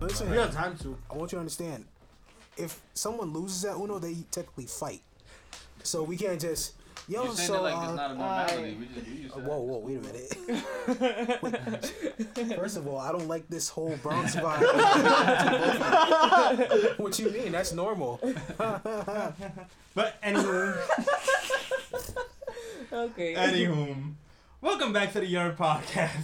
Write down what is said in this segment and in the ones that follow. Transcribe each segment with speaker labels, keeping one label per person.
Speaker 1: You have time to.
Speaker 2: I want you to understand. If someone loses at Uno, they technically fight. So we can't just yo.
Speaker 3: You're saying
Speaker 2: so
Speaker 3: it like
Speaker 2: uh,
Speaker 3: it's not a normality. We just, we just
Speaker 2: uh, whoa, whoa, wait a minute. First of all, I don't like this whole Bronx vibe. what you mean? That's normal.
Speaker 1: But anyway.
Speaker 4: Okay.
Speaker 1: Anywho, welcome back to the Your Podcast.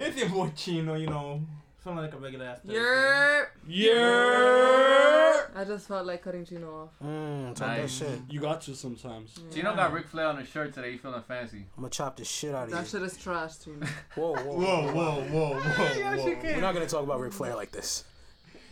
Speaker 1: It's your boy Chino, you know, feeling like a regular ass. Thursday.
Speaker 4: Yerp.
Speaker 5: Yeah.
Speaker 4: I just felt like cutting Chino off.
Speaker 2: Mm, talk that
Speaker 3: Nice.
Speaker 2: shit. I'm
Speaker 5: You got to sometimes.
Speaker 3: Gino got Ric Flair on his shirt today. You feeling fancy?
Speaker 2: gonna chop the shit out
Speaker 4: That
Speaker 2: of you.
Speaker 4: shit is trash, Chino.
Speaker 2: Whoa, whoa,
Speaker 1: Whoa, whoa, whoa, whoa,
Speaker 4: Yes, you
Speaker 1: whoa.
Speaker 4: can.
Speaker 2: We're not gonna talk about Ric Flair like this.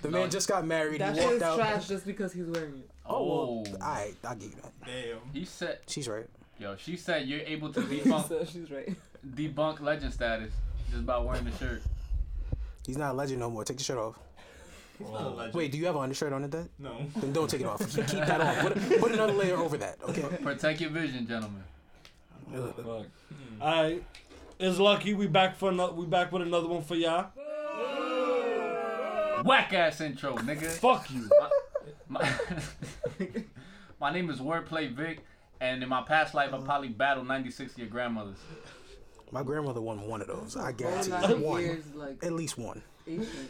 Speaker 2: The man just got married.
Speaker 4: That
Speaker 2: he
Speaker 4: shit
Speaker 2: walked
Speaker 4: is
Speaker 2: out.
Speaker 4: trash just because he's wearing it.
Speaker 2: Oh, well,
Speaker 3: Oh.
Speaker 2: I I give you that.
Speaker 1: Damn.
Speaker 3: He said,
Speaker 2: She's right.
Speaker 3: "Yo, she said you're able to debunk
Speaker 4: so she's right.
Speaker 3: debunk legend status just by wearing the shirt."
Speaker 2: He's not a legend no more. Take the shirt off.
Speaker 1: He's not a legend.
Speaker 2: Wait, do you have an undershirt on it? That
Speaker 1: No.
Speaker 2: then don't take it off. Keep that on. Put, put another layer over that. Okay.
Speaker 3: Protect your vision, gentlemen.
Speaker 1: Oh,
Speaker 5: Fuck. I Hmm. it's lucky we back for another we back with another one for y'all.
Speaker 3: Whack ass intro, nigga.
Speaker 5: Fuck you.
Speaker 3: My, my name is Wordplay Vic, and in my past life, I
Speaker 2: Uh-huh.
Speaker 3: probably battled 96 of your grandmothers.
Speaker 2: My grandmother won one of those. I
Speaker 4: All
Speaker 2: guarantee
Speaker 4: nine
Speaker 2: you. one.
Speaker 4: years, like
Speaker 2: At least one.
Speaker 4: Asian.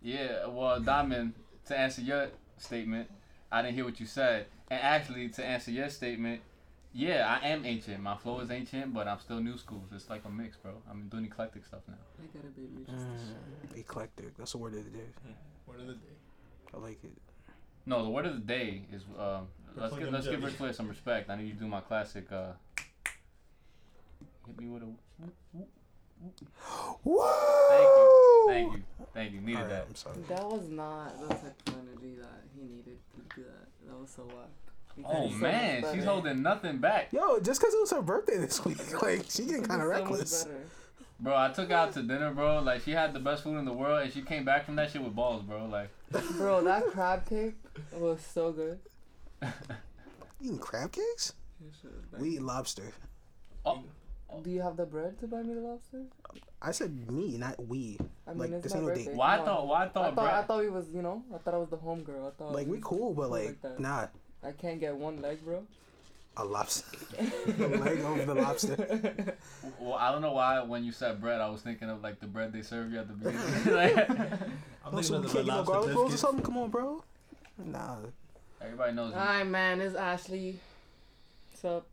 Speaker 3: Yeah, well, Diamond, to answer your statement, I didn't hear what you said. And actually, to answer your statement, yeah, I am ancient. My flow is ancient, but I'm still new school. It's like a mix, bro. I'm doing eclectic stuff now.
Speaker 4: I got a baby.
Speaker 2: Mm. Eclectic. That's the word of the day.
Speaker 1: Word of the day.
Speaker 2: I like it.
Speaker 3: No, the word of the day is um, let's
Speaker 1: Fucking
Speaker 3: get, let's give
Speaker 1: jelly.
Speaker 3: Ric Flair some respect. I need you to do my classic. Uh, hit me with a. Thank you,
Speaker 2: Woo!
Speaker 3: thank you, thank you. Needed
Speaker 2: All right,
Speaker 3: that.
Speaker 2: I'm sorry.
Speaker 4: That was not the type of energy that he needed to do that. That was so whack. He
Speaker 3: Oh
Speaker 4: could've so
Speaker 3: man,
Speaker 4: much
Speaker 3: she's
Speaker 4: better.
Speaker 3: holding nothing back,
Speaker 2: Yo, just because it was her birthday this week, like she
Speaker 4: He
Speaker 2: getting
Speaker 4: could've
Speaker 2: kind of
Speaker 4: so much
Speaker 2: reckless.
Speaker 4: better.
Speaker 3: bro. I took her out to dinner, bro. Like she had the best food in the world, and she came back from that shit with balls, bro. Like
Speaker 4: Bro, that crab cake was so good.
Speaker 2: Eating crab cakes?
Speaker 4: That shit was
Speaker 2: We
Speaker 4: bad.
Speaker 2: eat lobster.
Speaker 4: Do you have the bread to buy me the lobster?
Speaker 2: I said me, not we.
Speaker 4: I mean,
Speaker 2: Like,
Speaker 4: it's
Speaker 2: this
Speaker 4: my
Speaker 2: ain't no date.
Speaker 4: birthday.
Speaker 3: why I
Speaker 4: Come on.
Speaker 3: thought, why I
Speaker 4: I
Speaker 3: thought,
Speaker 4: thought, I
Speaker 3: bro.
Speaker 4: thought he was, you know, I thought I was the homegirl. I thought
Speaker 2: Like we cool, but like
Speaker 4: Oh, that.
Speaker 2: nah,
Speaker 4: I can't get one leg, bro.
Speaker 2: a lobster. the leg of the lobster.
Speaker 3: Well, I don't know why when you said bread, I was thinking of like the bread they serve you at the beginning. Like,
Speaker 1: I'm
Speaker 2: Oh,
Speaker 1: thinking
Speaker 2: so
Speaker 1: of
Speaker 2: we
Speaker 1: the Red
Speaker 2: can't get no
Speaker 1: Lobster
Speaker 2: garlic rolls or
Speaker 1: biscuits.
Speaker 2: something. Come on, bro. Nah,
Speaker 3: everybody knows. me.
Speaker 4: Hi, man. It's Ashley. What's up?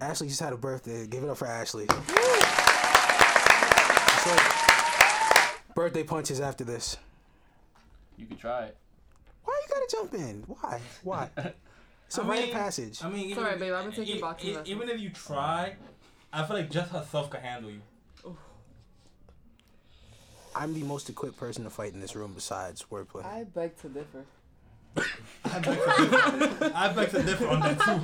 Speaker 2: Ashley just had a birthday. Give it up for Ashley. It's like birthday punches after this.
Speaker 3: You could try it.
Speaker 2: Why you gotta jump in? Why? Why? It's a
Speaker 1: I
Speaker 2: rite of
Speaker 1: mean-
Speaker 2: passage.
Speaker 1: I mean, even
Speaker 4: alright,
Speaker 1: if-
Speaker 4: babe, I've been taking
Speaker 1: e-
Speaker 4: boxing
Speaker 1: e-
Speaker 4: lessons.
Speaker 1: Even if you try, I feel like just herself can handle you.
Speaker 2: I'm the most equipped person to fight in this room besides wordplay.
Speaker 4: I beg to differ.
Speaker 1: I beg to differ. I beg to differ on that too.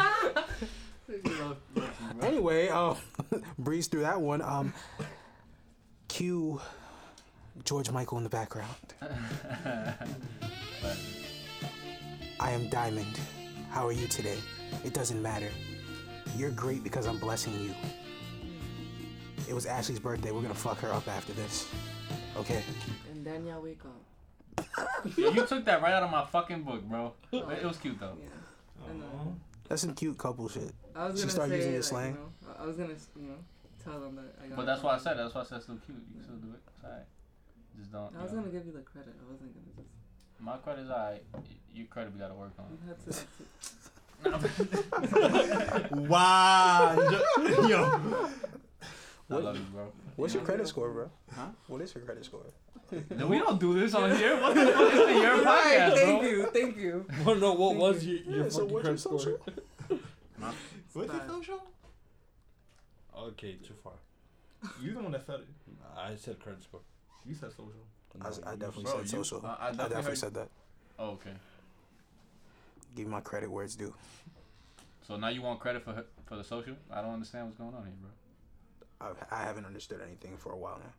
Speaker 2: Anyway, um, breeze through that one. Um, cue George Michael in the background. I am Diamond. How are you today? It doesn't matter. You're great because I'm blessing you. It was Ashley's birthday. We're gonna fuck her up after this. Okay.
Speaker 4: And then y'all wake up.
Speaker 3: Yo, you took that right out of my fucking book, bro. It, it was cute though.
Speaker 4: Yeah. I know.
Speaker 2: That's some cute couple shit.
Speaker 4: I was
Speaker 2: She
Speaker 4: gonna
Speaker 2: started
Speaker 4: say,
Speaker 2: using your
Speaker 4: like,
Speaker 2: slang?
Speaker 4: You know, I- I was gonna, you know, tell them that I got.
Speaker 3: But that's why I said. it. That's why I said it's still cute. You can still do it. It's alright. Just don't.
Speaker 4: I was
Speaker 3: you know.
Speaker 4: gonna give you the credit. I wasn't gonna just.
Speaker 3: My credit's alright. Your credit we gotta work on.
Speaker 4: You had to. to- Mm-hmm.
Speaker 1: Wow. Yo- Yo.
Speaker 3: I love you, bro.
Speaker 2: What's your
Speaker 4: Yeah.
Speaker 2: credit score, bro?
Speaker 3: Huh?
Speaker 2: What is your credit score?
Speaker 3: No, we don't do this on here. What the fuck is the your
Speaker 4: Alright,
Speaker 3: podcast,
Speaker 4: thank
Speaker 3: bro?
Speaker 4: you, thank you.
Speaker 5: Wanna know what was your, your
Speaker 2: Yeah, so
Speaker 5: fucking
Speaker 2: what's your
Speaker 5: credit score?
Speaker 2: social?
Speaker 1: What's
Speaker 4: bad.
Speaker 1: it social? Okay, too far. You the one that said it. I said credit score. You said social.
Speaker 2: I, I definitely
Speaker 3: bro,
Speaker 2: said
Speaker 3: you-
Speaker 2: social.
Speaker 3: I- I
Speaker 2: I
Speaker 3: definitely
Speaker 2: definitely
Speaker 3: heard-
Speaker 2: said that.
Speaker 3: Oh, okay.
Speaker 2: Give my credit where it's due.
Speaker 3: So now you want credit for her- for the social? I don't understand what's going on here, bro.
Speaker 2: I, I haven't understood anything for a while now.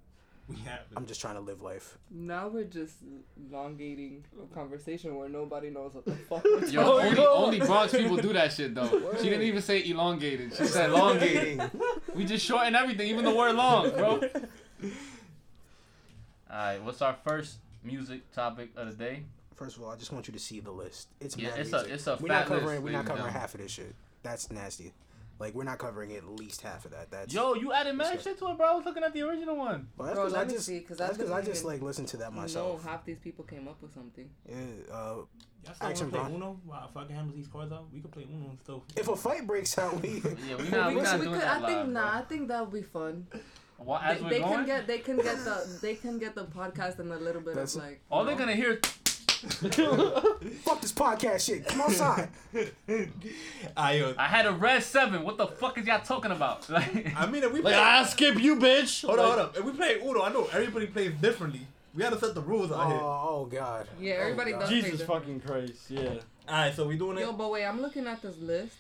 Speaker 1: We have it.
Speaker 2: I'm just trying to live life.
Speaker 4: Now we're just elongating a conversation where nobody knows what the fuck. we're
Speaker 3: Oh, Yo,
Speaker 4: talking
Speaker 3: only,
Speaker 4: about.
Speaker 3: only Bronx people do that shit though. She didn't even say elongated. She said elongated. We just shorten everything, even the word long, bro. All right, what's our first music topic of the day.
Speaker 2: First of all, I just want you to see the list. It's
Speaker 3: Yeah,
Speaker 2: mad
Speaker 3: it's a
Speaker 2: music.
Speaker 3: it's a
Speaker 2: we're not
Speaker 3: fat
Speaker 2: covering
Speaker 3: list.
Speaker 2: we're not
Speaker 3: ladies and
Speaker 2: covering
Speaker 3: gentlemen.
Speaker 2: half of this shit. That's nasty. Like we're not covering at least half of that. That's
Speaker 3: Yo, you added mad
Speaker 2: Let's
Speaker 3: shit to it, bro. I was looking at the original one.
Speaker 2: Well, that's
Speaker 4: Bro,
Speaker 2: because I
Speaker 4: let me
Speaker 2: just
Speaker 4: see, 'cause I
Speaker 2: that's because I
Speaker 4: didn't
Speaker 2: just
Speaker 4: even
Speaker 2: like listened to that
Speaker 4: No,
Speaker 2: myself.
Speaker 4: half these people came up with something.
Speaker 2: Yeah, uh,
Speaker 6: Y'all
Speaker 2: Action
Speaker 6: still want to play
Speaker 2: Bron.
Speaker 6: Uno? Wow, if I can handle these cards out, we can play Uno and stuff.
Speaker 2: if a fight breaks out, we
Speaker 3: Yeah, we not, we
Speaker 4: We
Speaker 3: not
Speaker 4: could-
Speaker 3: doing
Speaker 4: I
Speaker 3: that
Speaker 4: think
Speaker 3: live.
Speaker 4: nah,
Speaker 3: bro.
Speaker 4: I think that would be fun.
Speaker 3: Well, as
Speaker 4: they
Speaker 3: we're
Speaker 4: they
Speaker 3: going,
Speaker 4: can get they can get the they can get the podcast and a little bit
Speaker 2: That's-
Speaker 4: of like
Speaker 3: all they're gonna hear.
Speaker 2: fuck this podcast shit. Come outside.
Speaker 6: I, uh,
Speaker 3: I had a red seven. What the fuck is y'all talking about? Like,
Speaker 1: I mean, if we play,
Speaker 5: Like, I skip you, bitch.
Speaker 1: hold on, hold on. If we play Uno, I know everybody plays differently. We gotta set the rules out here.
Speaker 2: oh, oh god.
Speaker 4: Yeah,
Speaker 2: Oh,
Speaker 4: everybody
Speaker 2: God.
Speaker 4: does.
Speaker 5: Jesus fucking Christ. Yeah.
Speaker 1: All right, so we doing it.
Speaker 4: Yo, but wait, I'm looking at this list.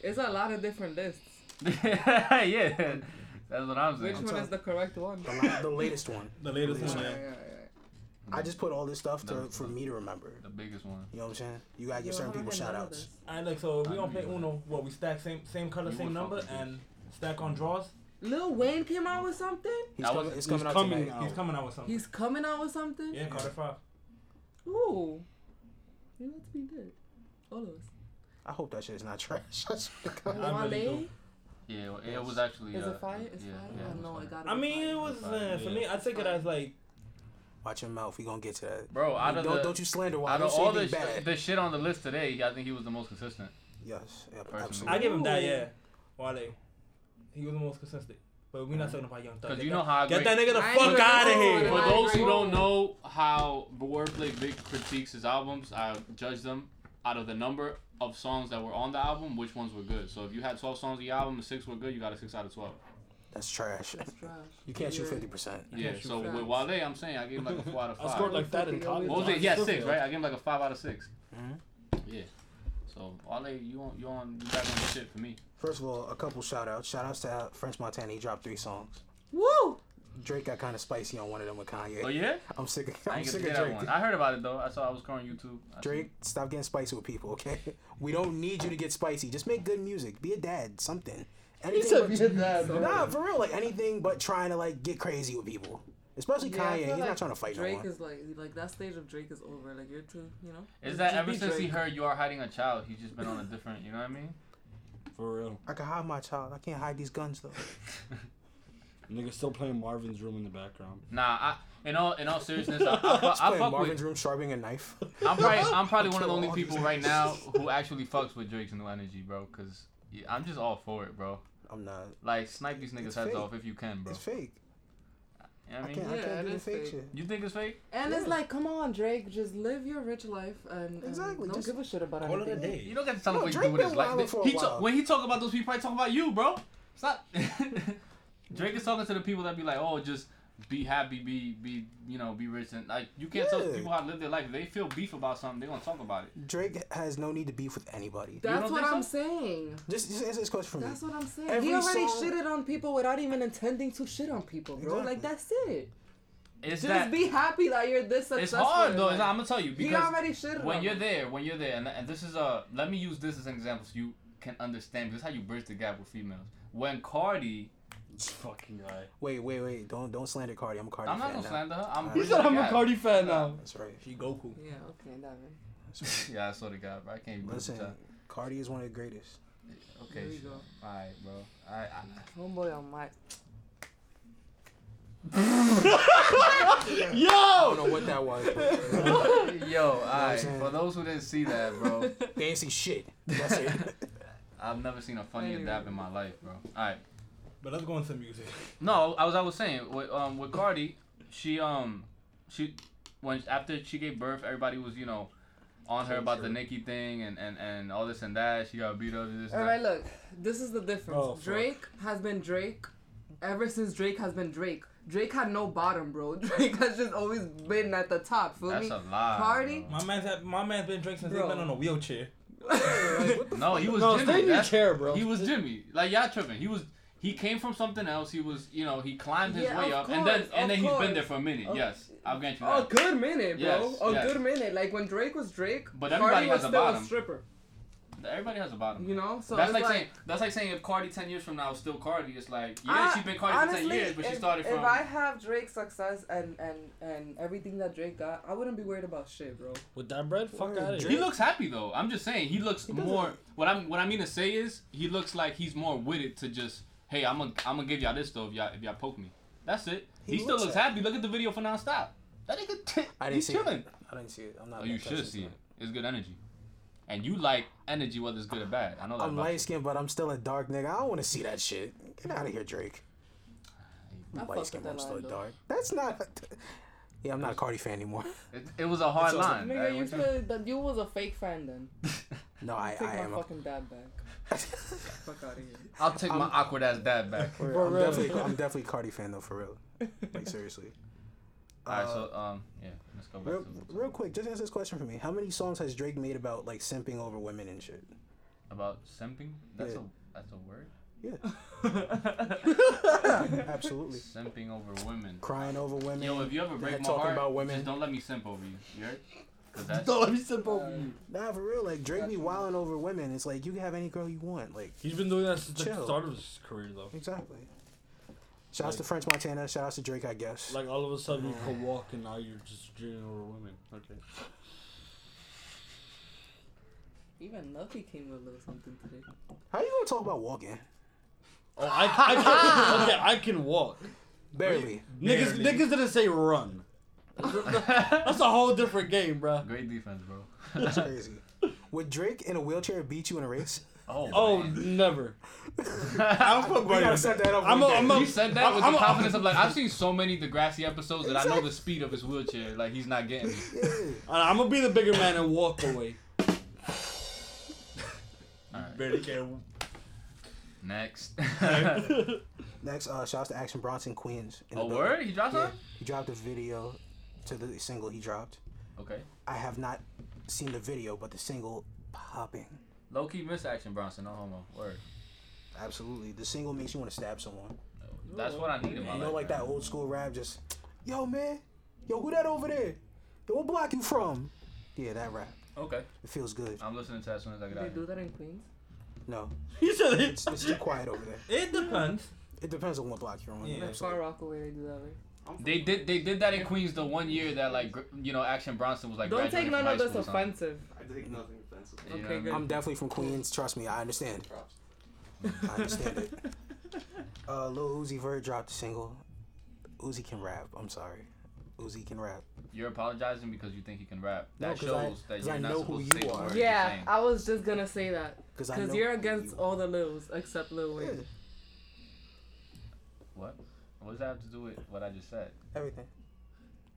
Speaker 4: It's a lot of different lists.
Speaker 3: yeah, that's what I'm saying.
Speaker 4: Which
Speaker 2: I'm
Speaker 4: one
Speaker 2: sorry.
Speaker 4: is the correct one?
Speaker 2: The, la- the latest one.
Speaker 1: the latest
Speaker 2: Alright,
Speaker 1: one.
Speaker 4: Alright,
Speaker 1: yeah.
Speaker 4: alright,
Speaker 2: I just put all this stuff to,
Speaker 3: No.
Speaker 2: for me to remember.
Speaker 3: The biggest one.
Speaker 2: You know what I'm saying? You gotta
Speaker 4: alright.
Speaker 2: give certain people shout outs.
Speaker 1: All right, look. So
Speaker 3: I
Speaker 1: we gonna
Speaker 3: knew
Speaker 1: play
Speaker 3: you would.
Speaker 1: Uno. What we stack same same color,
Speaker 3: You
Speaker 1: same
Speaker 3: would
Speaker 1: number,
Speaker 3: fucking do.
Speaker 1: and stack on draws.
Speaker 4: Lil Wayne came out with something?
Speaker 2: He's
Speaker 3: I
Speaker 2: coming,
Speaker 3: was-
Speaker 2: it's
Speaker 5: He's
Speaker 2: coming out
Speaker 5: coming
Speaker 2: tonight. Oh.
Speaker 5: out.
Speaker 1: He's coming out with something.
Speaker 4: He's coming out with something?
Speaker 1: yeah, Carter Five.
Speaker 4: Ooh. You have to be dead. All of us.
Speaker 2: I hope that shit is not trash. I swear to God.
Speaker 1: I really
Speaker 4: Wale?
Speaker 3: Yeah, well, it was actually.
Speaker 4: Is
Speaker 3: uh,
Speaker 4: it fire? Is
Speaker 3: yeah,
Speaker 4: fire?
Speaker 3: Yeah,
Speaker 4: I
Speaker 3: it was
Speaker 4: know
Speaker 3: fire.
Speaker 4: it gotta
Speaker 1: I
Speaker 4: be
Speaker 1: mean,
Speaker 4: fire.
Speaker 1: it was uh, for
Speaker 5: Yeah.
Speaker 1: me. I take it as like
Speaker 2: Watch your mouth. We gonna get to that.
Speaker 3: Bro, out of
Speaker 2: don't,
Speaker 3: the,
Speaker 2: don't you slander why
Speaker 3: out
Speaker 2: don't
Speaker 3: of
Speaker 2: say
Speaker 3: all the
Speaker 2: anything
Speaker 3: sh-
Speaker 2: bad.
Speaker 3: the shit on the list today, I think he was the most consistent.
Speaker 2: yes, yeah,
Speaker 3: Personally.
Speaker 1: I
Speaker 2: absolutely.
Speaker 1: give him that.
Speaker 4: Ooh.
Speaker 1: Yeah, Wale. He was the most consistent. But we're not talking about Young Thug.
Speaker 3: Cause
Speaker 1: Get
Speaker 3: you
Speaker 1: that-
Speaker 3: know how
Speaker 1: Get
Speaker 3: great.
Speaker 1: that nigga the
Speaker 4: I ain't
Speaker 1: fuck
Speaker 4: gonna
Speaker 1: out of
Speaker 4: go on
Speaker 1: here.
Speaker 3: For
Speaker 4: I
Speaker 3: those
Speaker 4: agree.
Speaker 3: who don't know how Wordplay Big critiques his albums, I judge them out of the number of songs that were on the album, which ones were good. So if you had 12 songs on the album and six were good, you got a six out of 12.
Speaker 2: That's trash.
Speaker 4: That's trash.
Speaker 2: You can't shoot
Speaker 4: Yeah.
Speaker 2: fifty percent.
Speaker 3: Yeah.
Speaker 1: shoot
Speaker 3: So
Speaker 4: facts.
Speaker 3: with Wale, I'm saying I gave him like a four out of
Speaker 5: I
Speaker 3: five.
Speaker 5: scored like that in college.
Speaker 3: what was it?
Speaker 5: I
Speaker 3: Yeah,
Speaker 5: still
Speaker 3: six,
Speaker 5: feel-
Speaker 3: right? I gave him like a five out of 6
Speaker 2: Mhm.
Speaker 3: Yeah. So Wale, you on you on you back on the shit for me.
Speaker 2: First of all, a couple shout outs. Shout outs to uh, French Montana. He dropped three songs.
Speaker 4: Woo!
Speaker 2: Drake got kind of spicy on one of them with Kanye.
Speaker 3: Oh yeah.
Speaker 2: I'm sick. Of,
Speaker 3: I
Speaker 2: I'm
Speaker 3: ain't get
Speaker 2: sick
Speaker 3: to
Speaker 2: of
Speaker 3: hear that
Speaker 2: Drake.
Speaker 3: one. I heard about it though. I saw I was scrolling YouTube. I
Speaker 2: Drake, stop getting spicy with people, okay? We don't need you to get spicy. Just make good music. Be a dad, something. Anything but- Nah, for real, like anything but trying to like get crazy with people. Especially
Speaker 4: Yeah,
Speaker 2: Kanye,
Speaker 4: I feel
Speaker 2: he's not
Speaker 4: like
Speaker 2: trying to fight no
Speaker 4: Drake
Speaker 2: one.
Speaker 4: is like like that stage of Drake is over. Like you're too, you know.
Speaker 3: Is that
Speaker 2: Just
Speaker 3: ever
Speaker 2: be
Speaker 3: since he
Speaker 2: Drake.
Speaker 3: heard you are hiding a child, he's just been on a different, you know what I mean?
Speaker 5: For real.
Speaker 2: I can hide my child. I can't hide these guns though.
Speaker 5: Nigga still playing Marvin's room in the background.
Speaker 3: Nah, I in all in all seriousness, I, I, fu-
Speaker 2: He's
Speaker 3: I,
Speaker 2: playing
Speaker 3: fuck
Speaker 2: Marvin's
Speaker 3: with.
Speaker 2: room, sharpening a knife.
Speaker 3: I'm probably I'm probably one of
Speaker 2: Kill
Speaker 3: the only
Speaker 2: all these
Speaker 3: people right now who actually fucks with Drake's new energy, bro. Cause yeah, I'm just all for it, bro.
Speaker 2: I'm not.
Speaker 3: Like snipe these niggas
Speaker 2: It's
Speaker 3: heads
Speaker 2: fake.
Speaker 3: off if you can, bro.
Speaker 2: It's fake.
Speaker 3: You know what
Speaker 2: I
Speaker 3: I
Speaker 2: can't.
Speaker 3: mean,
Speaker 2: I
Speaker 4: Yeah,
Speaker 2: can't
Speaker 4: it
Speaker 2: do the
Speaker 4: is
Speaker 2: fake
Speaker 4: fake.
Speaker 2: shit.
Speaker 3: you think it's fake?
Speaker 4: And it's
Speaker 2: Yeah.
Speaker 4: like, come on, Drake, just live your rich life and, and
Speaker 2: Exactly,
Speaker 4: don't
Speaker 2: just
Speaker 4: give a shit about
Speaker 1: Call it a
Speaker 4: anything.
Speaker 1: day.
Speaker 3: You don't get to tell him
Speaker 2: No,
Speaker 3: what you
Speaker 2: Drake
Speaker 3: do with his
Speaker 2: been
Speaker 3: life.
Speaker 2: wildin' for a
Speaker 3: He ta-
Speaker 2: while.
Speaker 3: when he talk about those people, he probably talk about you, bro. Stop. Drake is talking to the people that be like, oh, just be happy, be be you know, be rich, and like you can't tell
Speaker 2: Yeah.
Speaker 3: people how to live their life. If they feel beef about something, they gonna talk about it.
Speaker 2: Drake has no need to beef with anybody.
Speaker 4: That's
Speaker 3: don't
Speaker 4: what
Speaker 3: think
Speaker 4: I'm
Speaker 3: so?
Speaker 4: saying.
Speaker 2: Just, just answer this question for me.
Speaker 4: That's what I'm saying.
Speaker 2: Every
Speaker 4: he already
Speaker 2: song-
Speaker 4: shitted on people without even intending to shit on people, bro. Like that's it.
Speaker 3: It's
Speaker 4: Just
Speaker 3: that.
Speaker 4: be happy that you're this
Speaker 3: it's
Speaker 4: successful.
Speaker 3: hard though.
Speaker 4: Like,
Speaker 3: It's, I'm gonna tell you
Speaker 4: he
Speaker 3: because
Speaker 4: already shitted
Speaker 3: when
Speaker 4: on
Speaker 3: you're
Speaker 4: them.
Speaker 3: there, when you're there, and, and this is a let me use this as an example so you can understand. This is how you bridge the gap with females. When Cardi,
Speaker 5: Fucking right.
Speaker 2: Wait, wait, wait! Don't don't slander Cardi. I'm a Cardi
Speaker 3: I'm not
Speaker 2: fan
Speaker 3: gonna
Speaker 2: now.
Speaker 3: slander her. I'm
Speaker 2: He
Speaker 5: He
Speaker 3: bridging
Speaker 5: said
Speaker 3: the
Speaker 5: I'm a
Speaker 3: gap.
Speaker 5: Cardi fan now.
Speaker 2: That's right.
Speaker 1: She Goku.
Speaker 4: Yeah. Okay. Diamond.
Speaker 3: yeah, I saw the guy, bro. I can't even.
Speaker 2: Listen,
Speaker 3: Listen.
Speaker 2: Cardi is one of the greatest.
Speaker 3: Okay.
Speaker 4: There you
Speaker 3: sure.
Speaker 4: go.
Speaker 3: All right, bro. All right. I,
Speaker 4: Homeboy on mic.
Speaker 2: I
Speaker 5: Yo!
Speaker 2: don't know what that was. But
Speaker 3: Yo, alright.
Speaker 2: saying?
Speaker 3: For those who didn't see that, bro,
Speaker 2: they ain't see shit. That's it.
Speaker 3: I've never seen a funnier
Speaker 4: Anyway.
Speaker 3: dab in my life, bro. Alright.
Speaker 1: But let's go on some music.
Speaker 3: No, I was I was saying with um with Cardi, she um she when after she gave birth, everybody was you know on her about the Nicki thing and and and all this and that. She got beat up. This.
Speaker 4: All
Speaker 3: and
Speaker 4: right,
Speaker 3: that.
Speaker 4: look. This is the difference.
Speaker 5: Oh, fuck.
Speaker 4: Drake has been Drake ever since Drake has been Drake. Drake had no bottom, bro. Drake has just always been at the top. Feel
Speaker 3: That's
Speaker 4: me?
Speaker 3: a lie.
Speaker 4: Cardi?
Speaker 3: bro.
Speaker 1: My man's had, my man's been drinking since
Speaker 4: Bro.
Speaker 1: he's been on a wheelchair.
Speaker 3: No, he was
Speaker 5: No, stay
Speaker 3: Jimmy.
Speaker 5: in your
Speaker 3: That's,
Speaker 5: chair, bro.
Speaker 3: he was Jimmy. Like y'all tripping. He was. He came from something else. He was, you know, he climbed his
Speaker 4: Yeah,
Speaker 3: way up,
Speaker 4: of
Speaker 3: and then
Speaker 4: course, of
Speaker 3: and then he's
Speaker 4: course.
Speaker 3: been there for a minute. yes, I'll grant you
Speaker 4: A
Speaker 3: that.
Speaker 4: good minute, bro.
Speaker 3: Yes,
Speaker 4: a
Speaker 3: yes.
Speaker 4: good minute. Like when Drake was Drake,
Speaker 3: But
Speaker 4: Cardi
Speaker 3: everybody
Speaker 4: was
Speaker 3: has a
Speaker 4: still
Speaker 3: bottom.
Speaker 4: a stripper.
Speaker 3: Everybody has a bottom.
Speaker 4: You know, so
Speaker 3: that's
Speaker 4: it's
Speaker 3: like, saying that's like saying if Cardi ten years from now is still Cardi, it's like yeah
Speaker 4: I-
Speaker 3: she's been Cardi for ten years, but
Speaker 4: if,
Speaker 3: she started from
Speaker 4: If I have Drake's success and and and everything that Drake got, I wouldn't be worried about shit, bro.
Speaker 1: With that bread, fuck
Speaker 2: Word,
Speaker 1: out of
Speaker 2: Drake.
Speaker 3: He
Speaker 1: here.
Speaker 3: looks happy though. I'm just saying he looks
Speaker 2: doesn't-
Speaker 3: more. What I'm what I mean to say is he looks like he's more witted to just hey I'm gonna I'm gonna give y'all this though if y'all if y'all poke me. That's it. He,
Speaker 2: He
Speaker 3: still
Speaker 2: looks
Speaker 3: looks happy. Look at the video for nonstop. That nigga, t-
Speaker 2: I didn't
Speaker 3: he's
Speaker 2: see it.
Speaker 3: chilling.
Speaker 2: I didn't see it. I'm not.
Speaker 3: Oh, you
Speaker 2: that
Speaker 3: should
Speaker 2: person.
Speaker 3: see it. It's good energy, and you like energy whether it's good or bad. I know that.
Speaker 2: I'm
Speaker 3: about
Speaker 2: light skinned, but I'm still a dark nigga. I don't want to see that shit. Get out of here, Drake.
Speaker 4: I
Speaker 2: I'm
Speaker 4: fuck
Speaker 2: light
Speaker 4: with
Speaker 2: skinned,
Speaker 4: that
Speaker 2: but I'm still
Speaker 4: line, though.
Speaker 2: dark. That's not. Yeah, I'm not a Cardi fan anymore.
Speaker 3: you. It, it was a hard
Speaker 2: It's
Speaker 3: line.
Speaker 2: awesome.
Speaker 3: right?
Speaker 4: Nigga, you
Speaker 3: What you-
Speaker 4: said that you was a fake fan then.
Speaker 2: No, I,
Speaker 4: Take
Speaker 2: I
Speaker 4: my
Speaker 2: am. A,
Speaker 4: fucking dad back. Fuck out of here.
Speaker 3: I'll take my awkward ass dad back.
Speaker 2: for real, I'm, definitely, I'm definitely Cardi fan though, for real. Like seriously.
Speaker 3: Alright,
Speaker 2: Uh,
Speaker 3: so um, yeah, let's go back
Speaker 2: Real,
Speaker 3: to
Speaker 2: real quick, just answer this question for me. How many songs has Drake made about like simping over women and shit?
Speaker 3: about simping. That's
Speaker 2: Yeah.
Speaker 3: a that's a word.
Speaker 2: Absolutely.
Speaker 3: Simping over women.
Speaker 2: Crying over women.
Speaker 3: Yo, if you ever break
Speaker 2: Yeah,
Speaker 3: my
Speaker 2: talking
Speaker 3: heart,
Speaker 2: about women.
Speaker 3: just don't let me simp over you. You heard? 'Cause that's
Speaker 1: Don't let me step
Speaker 5: Um,
Speaker 1: over you.
Speaker 2: nah, for real. Like Drake be wilding over women. It's like you can have any girl you want. Like
Speaker 1: He's been doing that since the
Speaker 2: Chill.
Speaker 1: start of his career, though.
Speaker 2: exactly. Shouts to French Montana. Shouts to Drake, I guess.
Speaker 1: Like all of a sudden you could walk and now you're just dreaming over women. Okay.
Speaker 4: Even Lucky came with a little something today.
Speaker 2: How you gonna talk about walking?
Speaker 1: Oh, I, I can, okay, I can walk.
Speaker 2: Barely.
Speaker 1: Niggas, niggas didn't say run. That's a whole different game, bruh.
Speaker 3: great defense, bro.
Speaker 2: That's crazy. Would Drake in a wheelchair beat you in a race?
Speaker 3: Oh,
Speaker 1: Oh,
Speaker 3: man.
Speaker 1: never.
Speaker 6: I'm for
Speaker 2: We gotta set that up.
Speaker 1: I'm
Speaker 2: one
Speaker 1: a-
Speaker 2: day.
Speaker 1: I'm a-
Speaker 3: you said that with
Speaker 1: I'm-
Speaker 3: the
Speaker 1: I'm-
Speaker 3: confidence of like I've seen so many Degrassi episodes that I know the speed of his wheelchair. Like he's not getting. me.
Speaker 2: Yeah.
Speaker 1: I'm gonna be the bigger man and walk away.
Speaker 6: Barely can.
Speaker 3: Next.
Speaker 2: Next, uh, shouts to Action Bronson Queens. in the
Speaker 3: a
Speaker 2: building.
Speaker 3: Oh, word? Uh-huh. He dropped
Speaker 2: Yeah.
Speaker 3: one.
Speaker 2: He dropped a video to the single he dropped.
Speaker 3: Okay.
Speaker 2: I have not seen the video, but the single popping.
Speaker 3: Low key miss action, Bronson. No homo. Word.
Speaker 2: Absolutely. The single makes you want to stab someone.
Speaker 3: That's what I need in my
Speaker 2: You
Speaker 3: life.
Speaker 2: know, like
Speaker 3: man.
Speaker 2: that old school rap, just, yo, man, yo, who that over there? Yo, what block you from? Yeah, that rap.
Speaker 3: Okay.
Speaker 2: It feels good.
Speaker 3: I'm listening to that as soon as I get
Speaker 4: They
Speaker 3: out.
Speaker 4: do
Speaker 3: Here.
Speaker 4: that in Queens.
Speaker 2: No,
Speaker 5: He said it.
Speaker 2: it's, it's too quiet over there.
Speaker 5: It depends.
Speaker 2: It depends on what block you're on.
Speaker 6: Yeah.
Speaker 4: Far
Speaker 2: Absolutely.
Speaker 4: Rockaway, they do that. Right?
Speaker 3: They did. They did that in Queens the one year that like gr- you know Action Bronson was like.
Speaker 4: Don't
Speaker 3: graduating
Speaker 4: take
Speaker 3: from
Speaker 4: none
Speaker 3: high
Speaker 4: of this
Speaker 3: school or something.
Speaker 4: offensive.
Speaker 7: I take nothing offensive.
Speaker 3: You know
Speaker 4: Okay,
Speaker 3: what I mean?
Speaker 4: good.
Speaker 2: I'm definitely from Queens. Trust me, I understand.
Speaker 7: Props.
Speaker 2: I understand it. Uh, Lil Uzi Vert dropped a single. Uzi can rap. I'm sorry. Uzi can rap.
Speaker 3: You're apologizing because you think he can rap.
Speaker 2: No,
Speaker 3: That
Speaker 2: 'cause I-
Speaker 3: shows
Speaker 2: 'cause
Speaker 3: that you're
Speaker 2: I
Speaker 3: not
Speaker 2: know who
Speaker 3: supposed to
Speaker 2: you
Speaker 3: say the
Speaker 2: are.
Speaker 3: word. you're
Speaker 4: Yeah,
Speaker 3: saying.
Speaker 4: I was just gonna say that.
Speaker 2: Because
Speaker 4: Cause you're against all the Lils except Lil Wayne.
Speaker 2: Yeah.
Speaker 3: What? What does that have to do with what I just said?
Speaker 2: Everything.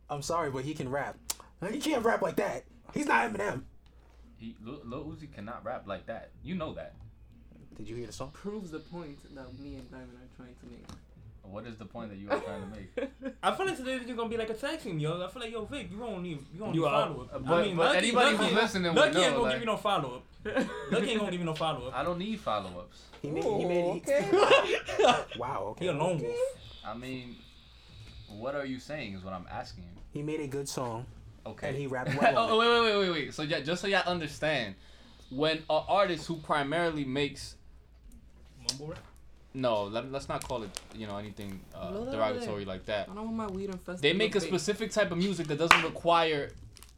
Speaker 2: I'm sorry, but he can rap. He can't rap like that. He's not Eminem.
Speaker 3: He, Lil, Lil Uzi cannot rap like that. You know that.
Speaker 2: Did you hear the song?
Speaker 4: Proves the point that me and Diamond are trying to make.
Speaker 3: What is the point that you are trying to make?
Speaker 6: I feel like today you're gonna be like a tag team, yo. I feel like yo, Vic, you don't need, you don't
Speaker 5: You
Speaker 6: need
Speaker 5: out.
Speaker 6: follow up.
Speaker 3: But- but anybody who's listening would
Speaker 6: Lucky ain't
Speaker 3: know,
Speaker 6: gonna
Speaker 3: like-
Speaker 6: give you no follow up. Lucky ain't gonna give you no follow up.
Speaker 3: I don't need follow ups.
Speaker 2: He made. He made. He, wow. Okay.
Speaker 6: He a lone wolf.
Speaker 3: I mean, what are you saying is what I'm asking.
Speaker 2: He made a good song.
Speaker 3: Okay.
Speaker 2: And he rapped well on
Speaker 3: oh, wait, wait, wait, wait, wait. So yeah, just so y'all understand, when an artist who primarily makes
Speaker 6: Mumble rap.
Speaker 3: no, let, let's not call it you know anything
Speaker 4: Blow
Speaker 3: uh,
Speaker 4: that
Speaker 3: derogatory like that.
Speaker 4: I don't want my weed infested.
Speaker 3: They make a
Speaker 4: with vape.
Speaker 3: specific type of music that doesn't require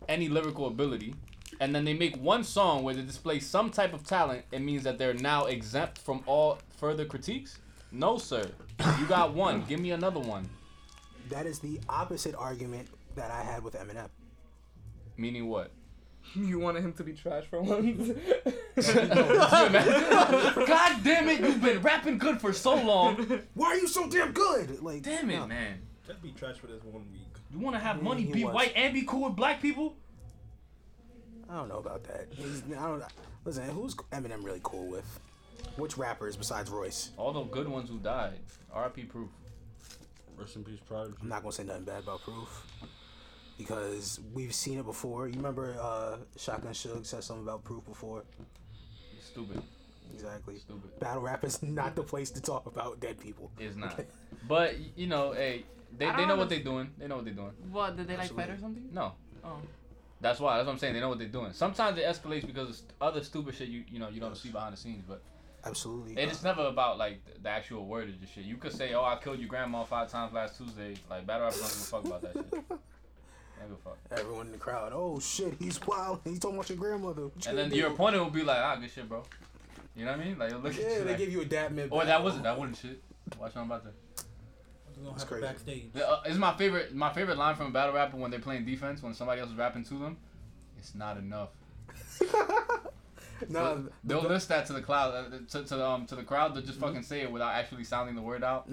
Speaker 3: any lyrical ability. And then they make one song where they display some type of talent. It means that they're now exempt from all further critiques? No, sir. You got one. Give me another one.
Speaker 2: That is the opposite argument that I had with Eminem.
Speaker 3: Meaning what?
Speaker 4: You wanted him to be trash for once.
Speaker 3: God damn it, you've been rapping good for so long.
Speaker 2: Why are you so damn good? Like.
Speaker 3: Damn it,
Speaker 2: no.
Speaker 3: man.
Speaker 6: That'd be trash for this one week.
Speaker 3: You want to have money,
Speaker 2: he
Speaker 3: be
Speaker 2: was.
Speaker 3: white, and be cool with black people?
Speaker 2: I don't know about that. He's, I don't. Listen, who's Eminem really cool with? Which rappers besides Royce?
Speaker 3: All the good ones who died. RP proof.
Speaker 1: Rest in peace, Prodigy.
Speaker 2: I'm not gonna say nothing bad about Proof because we've seen it before. You remember uh, Shotgun Shug said something about Proof before?
Speaker 3: Stupid.
Speaker 2: Exactly.
Speaker 3: Stupid.
Speaker 2: Battle rap is not the place to talk about dead people.
Speaker 3: It's not. But, y- you know, hey, they,
Speaker 4: I
Speaker 3: they
Speaker 4: don't
Speaker 3: know what
Speaker 4: under-
Speaker 3: they're doing. They know what they're doing.
Speaker 4: what did they like
Speaker 2: Absolutely.
Speaker 4: fight or something?
Speaker 3: No.
Speaker 4: Oh,
Speaker 3: That's why. That's what I'm saying. They know what they're doing. Sometimes it escalates because of st- other stupid shit you you know you don't see behind the scenes, but
Speaker 2: Absolutely.
Speaker 3: it is never about like th- the actual wordage of shit. You could say, "Oh, I killed your grandma five times last Tuesday." Like battle rappers don't give a fuck about that shit. Don't give a fuck.
Speaker 2: Everyone in the crowd. Oh shit, he's wild. He's talking about your grandmother. What you
Speaker 3: And then
Speaker 2: gonna
Speaker 3: your
Speaker 2: do?"
Speaker 3: opponent will be like, "Ah, good shit, bro." You know what I mean? Like, look at
Speaker 2: Yeah,
Speaker 3: you.
Speaker 2: they
Speaker 3: Like,
Speaker 2: give you a dab mid.
Speaker 3: or Oh, that wasn't that wasn't shit. Watch what I'm about to.
Speaker 6: We're gonna
Speaker 2: That's
Speaker 6: have
Speaker 2: crazy.
Speaker 6: it backstage.
Speaker 3: Yeah, uh, It's my favorite. My favorite line from a battle rapper when they're playing defense when somebody else is rapping to them. It's not enough.
Speaker 2: Nah,
Speaker 3: They'll- they'll list that to the cloud, uh, to, to the um, to the crowd. They'll just fucking say it without actually sounding the word out.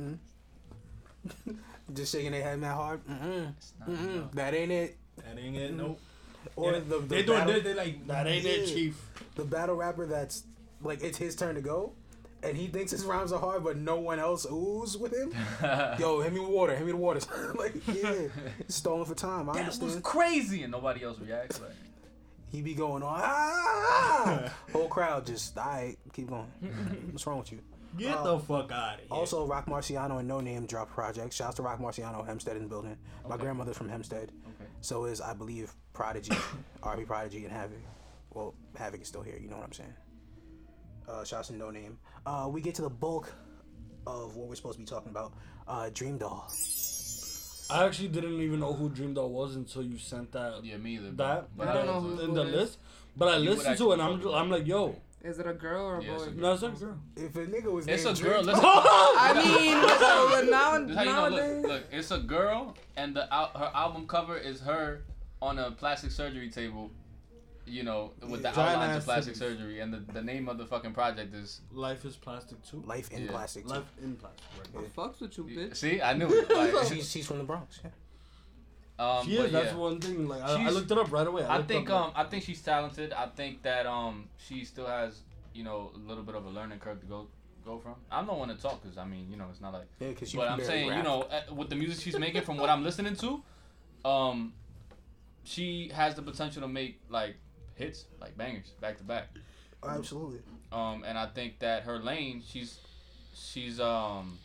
Speaker 2: just shaking their head that hard. Mm-mm,
Speaker 3: It's not
Speaker 2: mm-mm,
Speaker 3: enough.
Speaker 2: that ain't it.
Speaker 1: That ain't it. Nope.
Speaker 2: Mm. Or
Speaker 6: Yeah,
Speaker 2: the, the
Speaker 6: They doing
Speaker 2: battle,
Speaker 6: this. They like
Speaker 5: That ain't it,
Speaker 2: Yeah.
Speaker 5: Chief.
Speaker 2: the battle rapper that's like it's his turn to go, and he thinks his rhymes are hard, but no one else oohs with him. Yo, hand me the water. Hand me the water. like yeah, stolen for time. I
Speaker 3: That was
Speaker 2: understand.
Speaker 3: crazy, and nobody else reacts. Like,
Speaker 2: He be going on. Ah! Whole crowd just, all right, keep going. What's wrong with you?
Speaker 1: Get
Speaker 2: Uh,
Speaker 1: the fuck out of here.
Speaker 2: Also, Rock Marciano and No Name drop project. Shouts to Rock Marciano, Hempstead in the building. My
Speaker 3: Okay.
Speaker 2: grandmother's from Hempstead.
Speaker 3: okay,
Speaker 2: So is, I believe, Prodigy, RB Prodigy, and Havoc. Well, Havoc is still here. You know what I'm saying? Uh, shouts to No Name. Uh, we get to the bulk of what we're supposed to be talking about. Uh, Dream Doll.
Speaker 5: I actually didn't even know who Dream Doll was until you sent that
Speaker 3: yeah, me either. bro.
Speaker 5: that
Speaker 3: But
Speaker 4: I don't know
Speaker 5: that-
Speaker 4: who-
Speaker 5: in
Speaker 4: who
Speaker 5: the
Speaker 4: it is.
Speaker 5: list. But I
Speaker 3: You would
Speaker 5: listened to
Speaker 3: actually
Speaker 5: it and I'm
Speaker 3: fuck
Speaker 5: I'm like, yo,
Speaker 4: Is it a girl or a
Speaker 3: Yeah, it's
Speaker 4: boy?
Speaker 3: a
Speaker 5: no, it's not a girl.
Speaker 2: If a nigga was
Speaker 3: It's a
Speaker 2: named
Speaker 3: girl.
Speaker 2: Dream
Speaker 3: Listen,
Speaker 4: I mean, so now
Speaker 3: this is how you know.
Speaker 4: nowadays.
Speaker 3: Look, look, it's a girl, and the al- her album cover is her on a plastic surgery table. You know, with the
Speaker 5: Giant
Speaker 3: outlines
Speaker 5: ass
Speaker 3: of plastic
Speaker 5: titties.
Speaker 3: surgery, and the, the name of the fucking project is.
Speaker 5: Life is plastic too.
Speaker 2: Life in
Speaker 3: Yeah.
Speaker 2: Plastic. too.
Speaker 5: Life in plastic. Right?
Speaker 4: Fucks with you, bitch.
Speaker 3: See, I knew it. Like,
Speaker 2: She's, she's from the Bronx. Yeah.
Speaker 3: um,
Speaker 5: She
Speaker 3: but
Speaker 5: is. That's
Speaker 3: yeah.
Speaker 5: one thing. Like I, I
Speaker 3: She's-
Speaker 5: looked it up right away.
Speaker 3: I
Speaker 5: looked
Speaker 3: think
Speaker 5: up,
Speaker 3: um I think she's talented. I think that um she still has you know a little bit of a learning curve to go go from. I'm the one to talk because I mean you know it's not like.
Speaker 2: Yeah, because you
Speaker 3: But
Speaker 2: can
Speaker 3: I'm
Speaker 2: barely
Speaker 3: saying you
Speaker 2: rap.
Speaker 3: know uh, with the music she's making from what I'm listening to, um, she has the potential to make like hits like bangers back to back.
Speaker 2: Absolutely.
Speaker 3: Um, and I think that her lane she's she's um.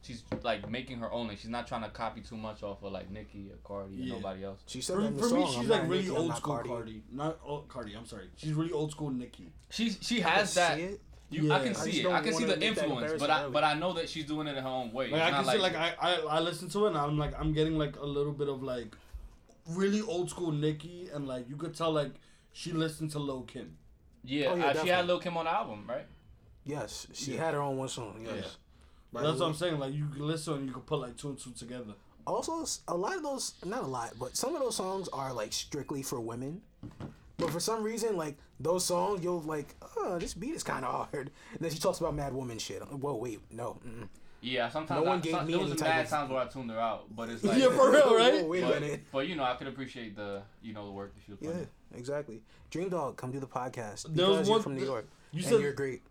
Speaker 3: She's like making her own. lane. She's not trying to copy too much off of like Nicki or Cardi or
Speaker 5: Yeah.
Speaker 3: nobody else.
Speaker 2: She said
Speaker 5: For,
Speaker 2: that in the
Speaker 5: for
Speaker 2: song.
Speaker 5: me, she's
Speaker 2: I'm
Speaker 5: like
Speaker 2: not
Speaker 5: really
Speaker 2: Nicki, I'm
Speaker 5: old
Speaker 2: not
Speaker 5: school Cardi.
Speaker 2: Cardi.
Speaker 5: Not oh, Cardi. I'm sorry. She's really old school Nicki.
Speaker 3: She's she has
Speaker 2: I
Speaker 3: that.
Speaker 2: see it.
Speaker 3: You, I
Speaker 5: Yeah.
Speaker 3: can
Speaker 5: I
Speaker 2: just
Speaker 3: see it.
Speaker 2: don't
Speaker 3: I can see
Speaker 2: wanna
Speaker 3: the
Speaker 2: make that
Speaker 3: influence, but I
Speaker 2: comparison
Speaker 3: but I know that she's doing it in her own way.
Speaker 5: Like
Speaker 3: It's
Speaker 5: I
Speaker 3: not
Speaker 5: can see, like I, I I listened to it and I'm like I'm getting like a little bit of like really old school Nicki and like you could tell like she listened to Lil Kim.
Speaker 3: yeah,
Speaker 2: Oh, yeah,
Speaker 3: uh, she had
Speaker 2: definitely.
Speaker 3: Lil Kim on the album, right?
Speaker 2: Yes, she
Speaker 5: Yeah.
Speaker 2: had her own one song. Yes.
Speaker 5: Yeah. That's what I'm saying. Like you could listen and you could put like two and two together.
Speaker 2: Also, s- a lot of those, not a lot, but some of those songs are like strictly for women. But for some reason, like those songs, you'll like, oh, this beat is kind of hard. And then she talks about mad woman shit. I'm like, Whoa, wait, no. Mm-mm.
Speaker 3: Yeah, sometimes
Speaker 2: No one
Speaker 3: I,
Speaker 2: gave
Speaker 3: some,
Speaker 2: me
Speaker 3: there
Speaker 2: any
Speaker 3: was a
Speaker 2: type
Speaker 3: bad
Speaker 2: of-
Speaker 3: times where I tuned her out, but it's like
Speaker 5: Yeah, for real, right?
Speaker 2: Whoa, wait a
Speaker 3: but,
Speaker 2: minute.
Speaker 3: but you know, I could appreciate the you know the work that she was
Speaker 2: Yeah,
Speaker 3: putting. in.
Speaker 2: exactly. Dream Dog, come do the podcast.
Speaker 5: There was
Speaker 2: Because you're
Speaker 5: one-
Speaker 2: from New
Speaker 5: th-
Speaker 2: York.
Speaker 5: You
Speaker 2: and
Speaker 5: said
Speaker 2: you're great.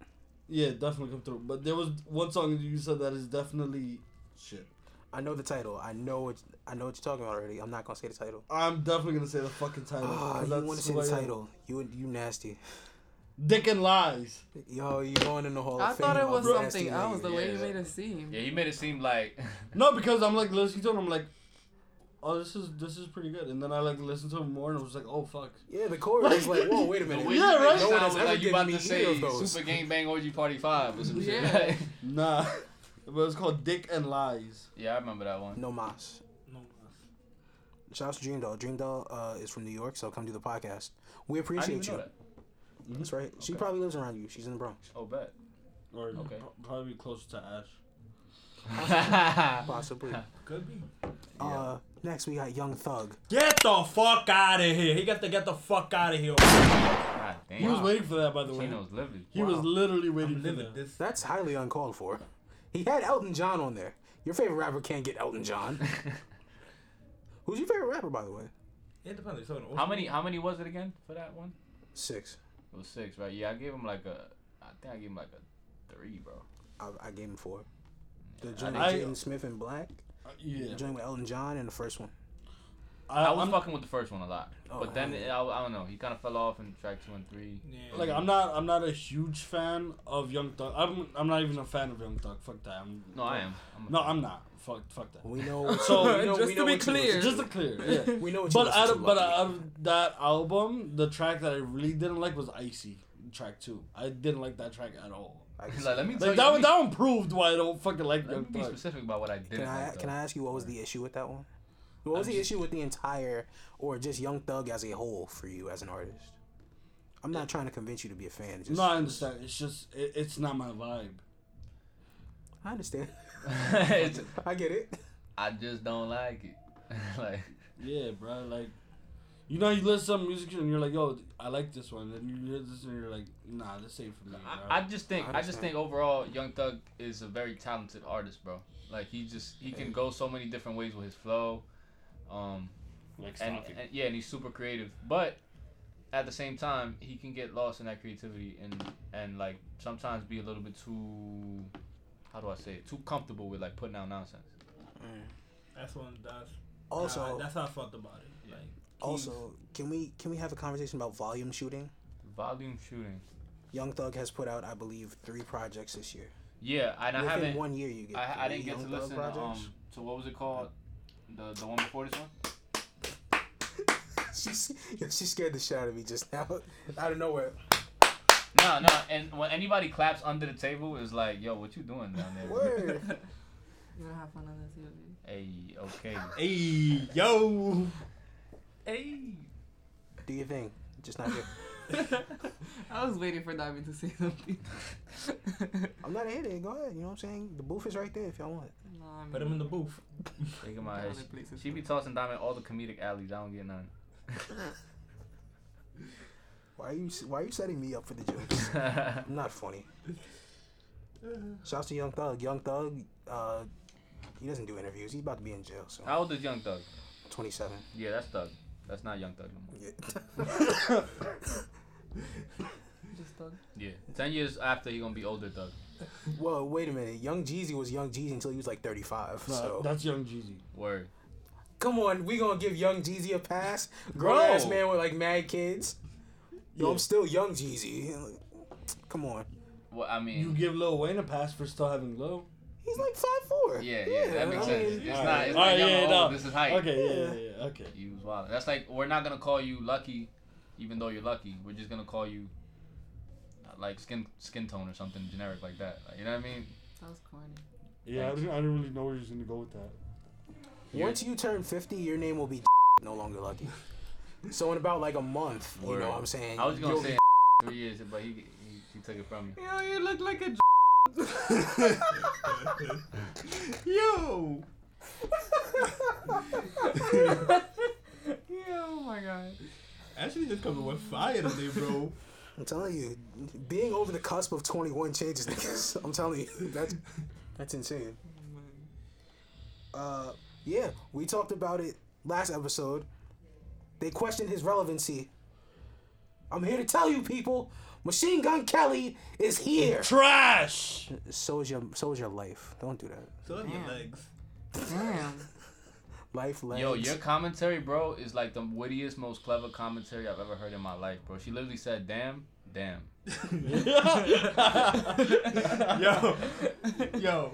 Speaker 5: yeah, definitely come through. But there was one song that you said that is definitely shit.
Speaker 2: I know the title. I know what I know what you're talking about already. I'm not gonna say the title.
Speaker 5: I'm definitely gonna say the fucking title.
Speaker 2: Ah,
Speaker 5: because
Speaker 2: you
Speaker 5: that's
Speaker 2: want to say
Speaker 5: who
Speaker 2: the
Speaker 5: I am.
Speaker 2: title? You you nasty.
Speaker 5: Dick and Lies.
Speaker 2: Yo, you going in the hall?
Speaker 4: I
Speaker 2: of Fame
Speaker 4: thought it
Speaker 2: of
Speaker 4: was
Speaker 2: nasty
Speaker 4: something else. The
Speaker 2: lady.
Speaker 4: way you
Speaker 3: Yeah.
Speaker 4: made it seem.
Speaker 3: Yeah, he made it seem like
Speaker 5: No, because I'm like listening to it, I'm like, oh, this is this is pretty good. And then I like listened to it more, and I was like, oh fuck.
Speaker 2: Yeah, the chorus is like, whoa, wait a
Speaker 3: the
Speaker 2: minute.
Speaker 3: way
Speaker 5: Yeah,
Speaker 3: you made it
Speaker 5: right?
Speaker 3: sound
Speaker 2: No one
Speaker 3: was
Speaker 2: has ever
Speaker 3: like you
Speaker 2: given
Speaker 3: about
Speaker 2: me
Speaker 3: to
Speaker 2: either
Speaker 3: say
Speaker 2: of those.
Speaker 3: Super Gang Bang Orgy Party Five or some shit.
Speaker 4: Yeah.
Speaker 5: Nah, but it's called Dick and Lies.
Speaker 3: yeah, I remember that one.
Speaker 2: No mas.
Speaker 6: No,
Speaker 2: Shout out to Dream Doll. Dream Doll uh, is from New York, so come do the podcast. We
Speaker 3: I didn't
Speaker 2: appreciate
Speaker 3: even
Speaker 2: you.
Speaker 3: know that.
Speaker 2: That's right. She
Speaker 3: Okay.
Speaker 2: probably lives around you. She's in the Bronx,
Speaker 3: Oh, bet.
Speaker 5: Or
Speaker 3: Okay.
Speaker 5: pro- probably closer to Ash.
Speaker 2: possibly.
Speaker 6: could be.
Speaker 2: uh, next we got Young Thug.
Speaker 6: Get the fuck out of here. He got to get the fuck out of here.
Speaker 3: God damn.
Speaker 5: He was waiting for that, by the way.
Speaker 3: Chino's living.
Speaker 5: He was literally waiting
Speaker 6: I'm
Speaker 5: for
Speaker 6: living
Speaker 5: that.
Speaker 6: this.
Speaker 2: That's highly uncalled for. He had Elton John on there. Your favorite rapper can't get Elton John. Who's your favorite rapper, by the way?
Speaker 6: It depends. It's on-
Speaker 3: How many? How many was it again for that one?
Speaker 2: Six.
Speaker 3: It was six, right? Yeah, I gave him like a. I think I gave him like a three, bro.
Speaker 2: I, I gave him four. The joint with
Speaker 5: I-
Speaker 2: Jaden Smith and Black,
Speaker 5: Uh,
Speaker 2: the
Speaker 5: Yeah.
Speaker 2: joint with Elton John, and the first one.
Speaker 5: I,
Speaker 3: I was
Speaker 5: I'm,
Speaker 3: fucking with the first one a lot,
Speaker 2: Oh,
Speaker 3: but then
Speaker 2: hell
Speaker 3: I, I don't know. He kind of fell off in track two and three.
Speaker 6: Yeah.
Speaker 5: like I'm not I'm not a huge fan of Young Thug. I'm I'm not even a fan of Young Thug. Fuck that. I'm,
Speaker 3: No, I am. I'm a-
Speaker 5: No, I'm not. Fuck fuck that.
Speaker 2: We know.
Speaker 5: So,
Speaker 2: we know,
Speaker 4: just
Speaker 2: we
Speaker 4: to
Speaker 2: know
Speaker 4: be
Speaker 2: what you listen
Speaker 4: clear.
Speaker 5: Just to clear, yeah.
Speaker 2: We know what you
Speaker 5: But
Speaker 2: listen
Speaker 5: out
Speaker 2: to,
Speaker 5: of but
Speaker 2: luckily.
Speaker 5: out of that album, the track that I really didn't like was Icy track two. I didn't like that track at all.
Speaker 2: I
Speaker 3: He's
Speaker 2: just-
Speaker 3: like, let me tell
Speaker 5: Like
Speaker 3: you.
Speaker 5: that one,
Speaker 3: let me,
Speaker 5: that one proved why I don't fucking like Young
Speaker 3: let me be
Speaker 5: Thug.
Speaker 3: specific about what I did.
Speaker 2: Can I
Speaker 3: Like,
Speaker 2: can I ask you what was the issue with that one? What was
Speaker 5: I
Speaker 2: the
Speaker 5: just-
Speaker 2: issue with the entire or just Young Thug as a whole for you as an artist? I'm not trying to convince you to be a fan. Just,
Speaker 5: No, I understand. It's just it, it's not my vibe.
Speaker 2: I understand.
Speaker 3: it's,
Speaker 2: I get it.
Speaker 3: I just don't like it. like
Speaker 5: Yeah, bro. Like, you know, you listen to music and you're like, yo, I like this one. And you hear this and you're like, nah, this ain't for me. bro.
Speaker 3: I, I just think I, just
Speaker 2: Understand.
Speaker 3: think overall, Young Thug is a very talented artist, bro. Like he just he can go so many different ways with his flow. Um,
Speaker 5: like
Speaker 3: and,
Speaker 5: stop it.
Speaker 3: and yeah, and he's super creative. But at the same time, he can get lost in that creativity and and like sometimes be a little bit too how do I say it? Too comfortable with like putting out nonsense.
Speaker 6: That's one. That's
Speaker 2: Also,
Speaker 6: nah, that's how I felt about it. Like,
Speaker 2: also, can we can we have a conversation about volume shooting?
Speaker 3: Volume shooting.
Speaker 2: Young Thug has put out, I believe, three projects this year.
Speaker 3: Yeah, and I
Speaker 2: Within
Speaker 3: haven't.
Speaker 2: one year, you get.
Speaker 3: I, I
Speaker 2: three
Speaker 3: didn't get
Speaker 2: Young
Speaker 3: to
Speaker 2: Thug
Speaker 3: listen to, um,
Speaker 2: projects.
Speaker 3: to what was it called? The the one before this one?
Speaker 2: She's- yo, she scared the shit out of me just now, out of nowhere.
Speaker 3: No, no. And when anybody claps under the table, it's like, yo, what you doing down there?
Speaker 2: Word.
Speaker 4: You gonna have fun on this here, dude.
Speaker 3: Hey, okay.
Speaker 1: Hey, yo.
Speaker 3: Hey.
Speaker 2: Do your thing. Just not here.
Speaker 4: I was waiting for Diamond to say something.
Speaker 2: I'm not a hitter. Go ahead. You know what I'm saying? The booth is right there if y'all want.
Speaker 4: no, I mean,
Speaker 6: put him in the booth.
Speaker 3: Look at my
Speaker 4: Other
Speaker 3: eyes.
Speaker 4: places
Speaker 3: She be tossing diamond all the comedic alleys. I don't get none.
Speaker 2: Why are you Why are you setting me up for the jokes? I'm not funny. Shouts to Young Thug. Young Thug, uh, he doesn't do interviews. He's about to be in jail. So
Speaker 3: How old is Young Thug?
Speaker 2: 27.
Speaker 3: Yeah, that's Thug. That's not Young Thug no more.
Speaker 2: Yeah.
Speaker 4: Just done.
Speaker 3: Yeah. Ten years after, he gonna be older Thug.
Speaker 2: well, wait a minute. Young Jeezy was Young Jeezy until he was like 35.
Speaker 5: Nah,
Speaker 2: so
Speaker 5: that's Young Jeezy.
Speaker 3: Word.
Speaker 2: come on, we gonna give Young Jeezy a pass? Grown
Speaker 3: Bro.
Speaker 2: ass man with like mad kids. Yo,
Speaker 5: Yeah.
Speaker 2: I'm still Young Jeezy. Come on.
Speaker 3: Well, I mean.
Speaker 5: You give Lil Wayne a pass for still having Lil.
Speaker 2: He's like five four.
Speaker 3: yeah, yeah, that makes sense. It's not. It's
Speaker 5: All
Speaker 3: not
Speaker 5: right,
Speaker 3: young or
Speaker 5: yeah,
Speaker 3: old.
Speaker 5: no.
Speaker 3: This is height.
Speaker 5: Okay, yeah, yeah, yeah, okay.
Speaker 3: You was wild. That's like we're not gonna call you lucky, even though you're lucky. We're just gonna call you uh, like skin skin tone or something generic like that. Like, you know what I mean?
Speaker 4: That was corny.
Speaker 5: Yeah, I didn't, I didn't really know where he was gonna go with that.
Speaker 2: Once you turn 50, your name will be no longer lucky. So in about like a month, you
Speaker 3: Word.
Speaker 2: know what I'm saying?
Speaker 3: I was gonna
Speaker 2: You'll-
Speaker 3: say three years, but he, he he took it from you.
Speaker 4: Yo, you look like a.
Speaker 6: Yo.
Speaker 4: Yeah, oh my god.
Speaker 1: Actually, just coming with fire today, bro.
Speaker 2: I'm telling you, being over the cusp of 21 changes niggas. I'm telling you, that's that's insane. Uh, yeah, we talked about it last episode. They questioned his relevancy. I'm here to tell you people, Machine Gun Kelly is here.
Speaker 5: Trash.
Speaker 2: So is your so is your life. Don't do that.
Speaker 1: So are your legs.
Speaker 4: Damn.
Speaker 2: Life legs.
Speaker 3: Yo, your commentary, bro, is like the wittiest, most clever commentary I've ever heard in my life, bro. She literally said, "Damn, damn."
Speaker 1: yo, yo.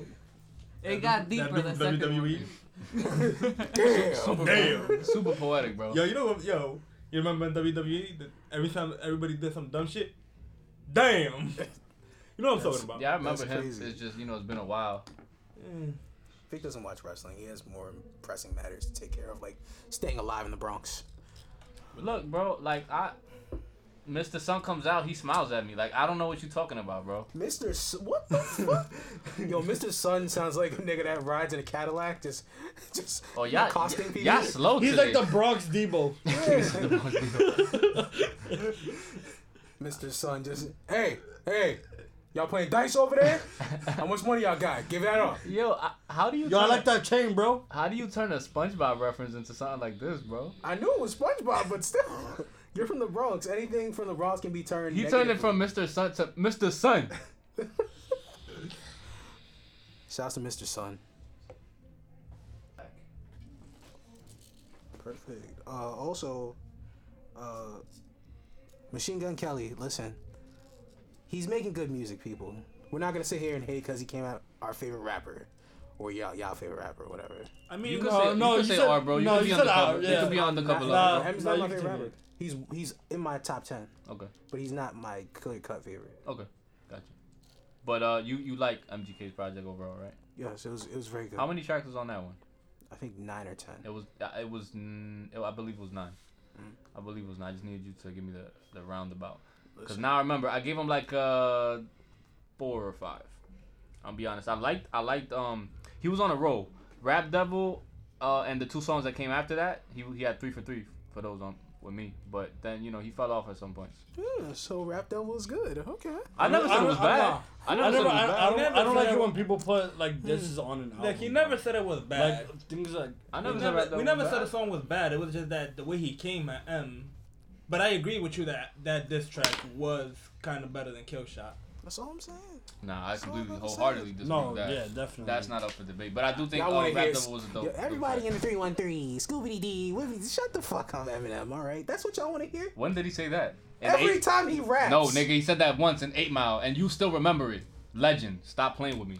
Speaker 4: It
Speaker 1: That
Speaker 4: got deeper
Speaker 1: dude
Speaker 4: than
Speaker 1: from
Speaker 4: second
Speaker 6: E.
Speaker 1: WWE.
Speaker 4: one.
Speaker 2: Damn.
Speaker 1: Damn.
Speaker 3: Super poetic, bro.
Speaker 1: Yo, you know what? Yo, you remember in WWE? That every time everybody did some dumb shit. Damn. You know what I'm talking about?
Speaker 3: Yeah, I remember
Speaker 2: That's
Speaker 3: him.
Speaker 2: crazy.
Speaker 3: It's just you know, it's been a while.
Speaker 2: Vic doesn't watch wrestling. He has more pressing matters to take care of, like staying alive in the Bronx.
Speaker 3: Look, bro, like I, Mr. Sun comes out, he smiles at me. Like I don't know what you talking about, bro.
Speaker 2: Mr. S- what the fuck? Yo, Mr. Sun sounds like a nigga that rides in a Cadillac, just, just
Speaker 3: Oh yeah,
Speaker 2: accosting people.
Speaker 3: yeah, slow
Speaker 5: He's
Speaker 3: today.
Speaker 5: like the Bronx Debo.
Speaker 2: Mr. Sun just, hey, hey, y'all playing dice over there? How much money y'all got? Give that up.
Speaker 3: Yo, I, how do you?
Speaker 5: Yo, I
Speaker 3: turn-
Speaker 5: like that chain, bro.
Speaker 3: How do you turn a SpongeBob reference into something like this, bro?
Speaker 2: I knew it was SpongeBob, but still, you're from the Bronx. Anything from the Bronx can be turned.
Speaker 3: He turned it
Speaker 2: negatively.
Speaker 3: from Mr. Sun to Mr. Sun.
Speaker 2: Shouts to Mr. Sun. Perfect. Uh, also, uh, Machine Gun Kelly, listen, he's making good music, people. We're not gonna sit here and hate because he came out our favorite rapper, or y'all y'all favorite rapper, or whatever.
Speaker 1: I mean,
Speaker 3: You could
Speaker 1: no,
Speaker 3: say,
Speaker 1: no,
Speaker 3: you could say
Speaker 1: said,
Speaker 3: R, bro. You
Speaker 1: no,
Speaker 3: could be
Speaker 1: you
Speaker 3: on the
Speaker 1: said
Speaker 3: cover.
Speaker 1: R.
Speaker 3: You could be
Speaker 1: Yeah.
Speaker 3: on the cover
Speaker 2: Not-
Speaker 1: Nah.
Speaker 3: level.
Speaker 1: Uh,
Speaker 2: Him's
Speaker 1: no,
Speaker 2: not my
Speaker 1: you
Speaker 2: favorite
Speaker 1: can
Speaker 2: rapper.
Speaker 1: take
Speaker 2: He's he's in my top ten,
Speaker 3: Okay,
Speaker 2: but he's not my clear cut favorite.
Speaker 3: okay, gotcha. But uh, you you like MGK's project overall, right?
Speaker 2: Yes, it was it was very good.
Speaker 3: How many tracks was on that one?
Speaker 2: I think nine or ten.
Speaker 3: It was uh, it was mm, it, I believe it was nine.
Speaker 2: Mm.
Speaker 3: I believe it was nine. I just needed you to give me the the roundabout. Cause now I remember I gave him like uh four or five. I'll be honest. I liked I liked um he was on a roll. Rap Devil uh and the two songs that came after that he he had three for three for those on with me. But then you know he fell off at some point.
Speaker 2: Yeah, so Rap Devil is good. Okay.
Speaker 3: I never said it was
Speaker 5: I don't-
Speaker 3: bad. I
Speaker 5: I
Speaker 3: never said it
Speaker 5: never,
Speaker 3: was
Speaker 5: I,
Speaker 3: bad.
Speaker 5: I, don't,
Speaker 6: Never
Speaker 5: I don't like
Speaker 6: said-
Speaker 5: it when people put Hmm. like this is on an album.
Speaker 6: Like he never said it was bad.
Speaker 5: Like things like
Speaker 3: I
Speaker 6: we
Speaker 3: never said Rap
Speaker 6: never, we
Speaker 3: Devil
Speaker 6: never
Speaker 3: was
Speaker 6: said
Speaker 3: bad.
Speaker 6: the song was bad. It was just that the way he came at M. But I agree with you that that diss track was kind of better than Kill Shot.
Speaker 2: That's all I'm saying.
Speaker 3: Nah, I
Speaker 2: That's all I'm
Speaker 3: completely
Speaker 2: about to say.
Speaker 3: wholeheartedly disagree
Speaker 5: no,
Speaker 3: with that.
Speaker 5: yeah, definitely.
Speaker 3: That's not up for debate. But I do think
Speaker 2: Y'all
Speaker 3: uh,
Speaker 2: wanna
Speaker 3: Rap
Speaker 2: hear
Speaker 3: Devil was a dope.
Speaker 2: Yo,
Speaker 3: dope
Speaker 2: everybody
Speaker 3: track.
Speaker 2: in the 313, Scooby D, Woofy, shut the fuck up, Eminem, alright? That's what y'all want to hear?
Speaker 3: When did he say that? In
Speaker 2: Every
Speaker 3: eight-
Speaker 2: time he raps.
Speaker 3: No, nigga, he said that once in Eight Mile, and you still remember it. Legend, stop playing with me.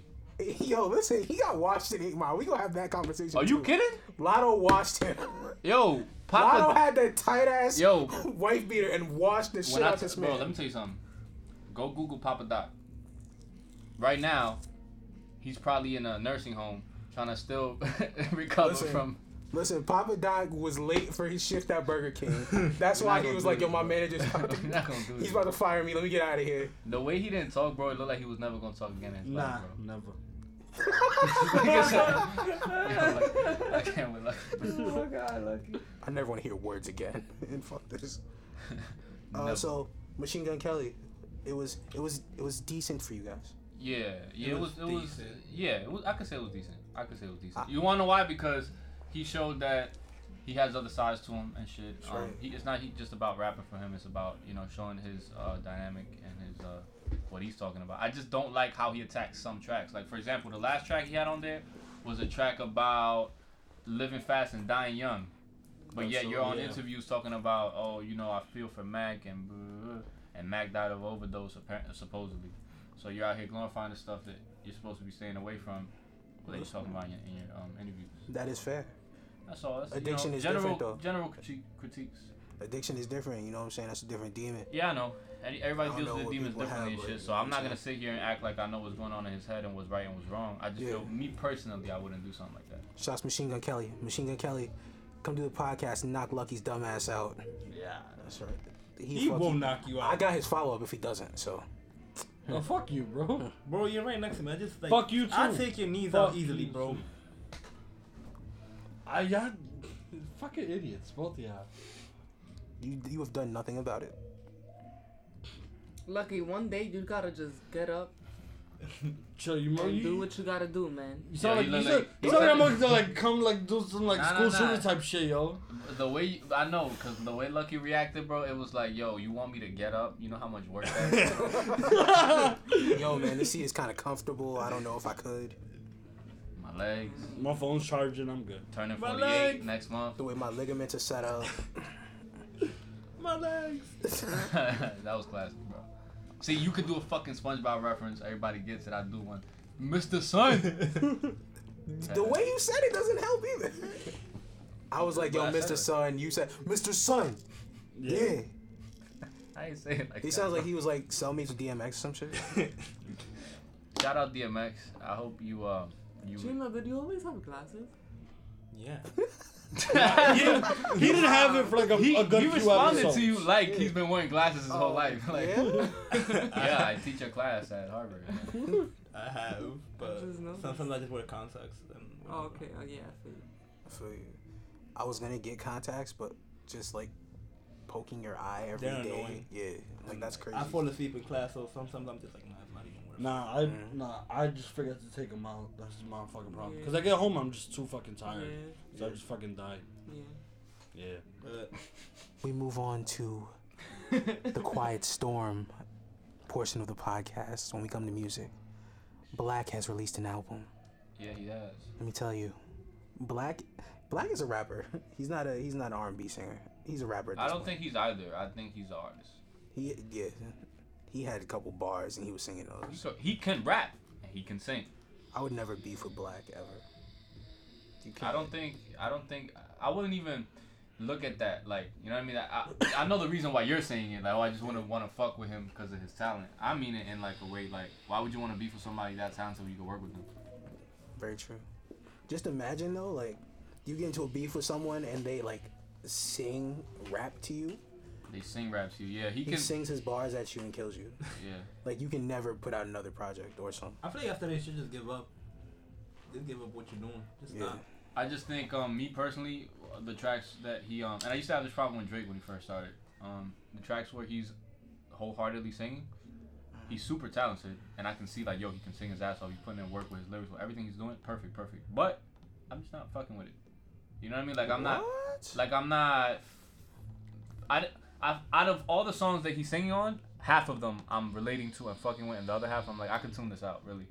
Speaker 2: Yo, listen, he got washed in 8 Mile. We gonna have that conversation.
Speaker 3: Are you
Speaker 2: too.
Speaker 3: kidding?
Speaker 2: Lotto washed him.
Speaker 3: Yo,
Speaker 2: Lotto
Speaker 3: Papa.
Speaker 2: had that tight ass
Speaker 3: Yo.
Speaker 2: wife beater and washed the shit
Speaker 3: When I
Speaker 2: out
Speaker 3: t-
Speaker 2: this
Speaker 3: bro, let
Speaker 2: man.
Speaker 3: me tell you something. Go Google Papa Doc. Right now, he's probably in a nursing home trying to still recover
Speaker 2: Listen.
Speaker 3: from.
Speaker 2: Listen, Papa Doc was late for his shift at Burger King. That's why he
Speaker 3: gonna
Speaker 2: was
Speaker 3: do
Speaker 2: like, yo,
Speaker 3: this,
Speaker 2: my
Speaker 3: bro.
Speaker 2: manager's about
Speaker 3: We're not gonna
Speaker 2: to,
Speaker 3: do
Speaker 2: he's
Speaker 3: this.
Speaker 2: about to fire me. Let me get out of here.
Speaker 3: The way he didn't talk, bro, it looked like he was never gonna talk again. In his
Speaker 5: Nah,
Speaker 3: life, bro.
Speaker 5: never.
Speaker 3: Nigga said- Yo, like, I can't with luck.
Speaker 4: Oh my god, lucky.
Speaker 2: I never want to hear words again. and fuck this. Uh,
Speaker 3: Never.
Speaker 2: so Machine Gun Kelly, it was it was it was decent for you guys.
Speaker 3: Yeah, yeah, it was,
Speaker 6: was
Speaker 3: it was,
Speaker 6: decent.
Speaker 3: yeah, it was, I could say it was decent. I could say it was decent. you wanna know why? Because he showed that he has other sides to him and shit. Um,
Speaker 2: right.
Speaker 3: he, it's not he just about rapping for him. It's about you know showing his uh, dynamic and his uh, what he's talking about. I just don't like how he attacks some tracks. Like for example, the last track he had on there was a track about living fast and dying young. But yet you're on
Speaker 5: Absolutely, yeah.
Speaker 3: interviews talking about oh you know I feel for Mac and blah, and Mac died of overdose apparent, supposedly. So you're out here glorifying the stuff that you're supposed to be staying away from. What you're talking about in your, in your um, interviews.
Speaker 2: That is fair.
Speaker 3: That's all. That's,
Speaker 2: Addiction
Speaker 3: you know,
Speaker 2: is
Speaker 3: general,
Speaker 2: different, though.
Speaker 3: General critique, critiques.
Speaker 2: Addiction is different. You know what I'm saying? That's a different demon.
Speaker 3: Yeah, I know. Any- Everybody
Speaker 2: I don't
Speaker 3: deals
Speaker 2: know
Speaker 3: with
Speaker 2: what
Speaker 3: demons
Speaker 2: people
Speaker 3: differently
Speaker 2: have,
Speaker 3: and shit.
Speaker 2: but,
Speaker 3: So
Speaker 2: you know
Speaker 3: I'm not
Speaker 2: what I'm
Speaker 3: gonna sit here and act like I know what's going on in his head and what's right and what's wrong. I just
Speaker 2: Yeah.
Speaker 3: feel me personally, I wouldn't do something like that.
Speaker 2: Shouts Machine Gun Kelly. Machine Gun Kelly, come do the podcast and knock Lucky's dumbass out.
Speaker 5: Yeah.
Speaker 2: That's right.
Speaker 1: He
Speaker 2: fuck-
Speaker 1: will knock you out.
Speaker 2: I got his follow up if he doesn't. So
Speaker 5: Oh, fuck you, bro.
Speaker 6: Bro, you're right next to me. I just like
Speaker 5: Fuck you
Speaker 6: I
Speaker 5: too.
Speaker 6: take your knees
Speaker 5: Fuck
Speaker 6: out easily,
Speaker 5: you
Speaker 6: bro.
Speaker 5: too. I y'all fucking idiots, both of y'all.
Speaker 2: you you have done nothing about it.
Speaker 4: Lucky, one day you gotta just get up
Speaker 5: Chill, you remember
Speaker 4: and do
Speaker 5: you.
Speaker 4: what you gotta do, man.
Speaker 5: You
Speaker 3: Yeah,
Speaker 5: sound like
Speaker 3: he
Speaker 5: you
Speaker 3: look
Speaker 5: sound-
Speaker 3: like- he
Speaker 5: you
Speaker 3: look
Speaker 5: sound like I'm
Speaker 3: like-
Speaker 5: about to like come like do some like
Speaker 3: Nah, nah,
Speaker 5: school
Speaker 3: nah.
Speaker 5: shooter type shit, yo.
Speaker 3: The way you, I know, cause the way Lucky reacted, bro, it was like, yo, you want me to get up? You know how much work that is.
Speaker 2: Yo man, this seat is kind of comfortable. I don't know if I could.
Speaker 3: My legs
Speaker 5: My phone's charging, I'm good.
Speaker 3: turning
Speaker 6: My
Speaker 3: 48
Speaker 6: legs.
Speaker 3: next month.
Speaker 2: The way my ligaments are set up.
Speaker 6: My legs.
Speaker 3: that was classic, bro. See, you could do a fucking SpongeBob reference. Everybody gets it. I do one. Mr. Sun.
Speaker 2: The way you said it doesn't help either. I was like, yo,
Speaker 3: But I said
Speaker 2: Mr.
Speaker 3: it.
Speaker 2: Sun. You said, Mr. Sun. Yeah.
Speaker 3: I ain't saying like
Speaker 2: He
Speaker 3: that,
Speaker 2: sounds
Speaker 3: bro.
Speaker 2: like he was like cellmates with DMX or some shit.
Speaker 3: Shout out DMX. I hope you uh you.
Speaker 4: Gina, did you always have glasses?
Speaker 6: Yeah.
Speaker 5: He didn't have it for like a,
Speaker 3: He,
Speaker 5: a good
Speaker 3: he
Speaker 5: few
Speaker 3: responded
Speaker 5: episodes.
Speaker 3: to you like he's been wearing glasses his whole
Speaker 2: Oh,
Speaker 3: life. Like, yeah.
Speaker 2: yeah.
Speaker 3: I teach a class at Harvard.
Speaker 6: I have, but
Speaker 4: just noticed.
Speaker 6: sometimes I just wear contacts. And
Speaker 4: Oh, okay. Oh, yeah, I feel you.
Speaker 2: I feel you. I was gonna get contacts, but just like poking your eye every
Speaker 6: They're
Speaker 2: day.
Speaker 6: annoying.
Speaker 2: Yeah, like that's crazy.
Speaker 6: I fall asleep in class, so sometimes I'm just like, nah, it's not even worth. it.
Speaker 5: Nah, I
Speaker 2: Mhm.
Speaker 5: nah, I just forget to take them out. That's just my fucking problem.
Speaker 4: Yeah.
Speaker 5: Cause I get home, I'm just too fucking tired.
Speaker 4: Yeah,
Speaker 5: So I just fucking die.
Speaker 4: yeah.
Speaker 5: Yeah.
Speaker 6: But
Speaker 2: We move on to the quiet storm portion of the podcast when we come to music. Black has released an album.
Speaker 3: Yeah, he has.
Speaker 2: Let me tell you, Black, Black is a rapper. He's not a he's not an R&B singer. He's a rapper. At this
Speaker 3: I don't
Speaker 2: point.
Speaker 3: think he's either. I think he's an artist.
Speaker 2: he yeah. He had a couple bars and he was singing those.
Speaker 3: So he can rap and he can sing.
Speaker 2: I would never beef with Black ever. You
Speaker 3: I
Speaker 2: can't.
Speaker 3: don't think I don't think I wouldn't even look at that like you know what I mean. I I, I know the reason why you're saying it. Like, oh, I just wouldn't want to fuck with him because of his talent. I mean it in like a way like, why would you want to be for somebody that talented when you can work with them?
Speaker 2: Very true. Just imagine though, like you get into a beef with someone and they like sing rap to you.
Speaker 3: They sing raps you. Yeah, he
Speaker 2: He
Speaker 3: can.
Speaker 2: sings his bars at you and kills you.
Speaker 3: Yeah,
Speaker 2: Like you can never put out another project or something.
Speaker 6: I feel like after that, you should just give up. Just give up what you're doing. Just
Speaker 2: Yeah.
Speaker 6: stop.
Speaker 3: I just think um me personally, the tracks that he um and I used to have this problem with Drake when he first started. Um, the tracks where he's wholeheartedly singing. He's super talented, and I can see like, yo, he can sing his ass off. He's putting in work with his lyrics, with everything he's doing, perfect, perfect. But I'm just not fucking with it. You know what I mean? Like I'm not.
Speaker 2: What?
Speaker 3: Like I'm not. I, I out of all the songs that he's singing on, half of them I'm relating to and fucking with, and the other half I'm like I could tune this out. Really,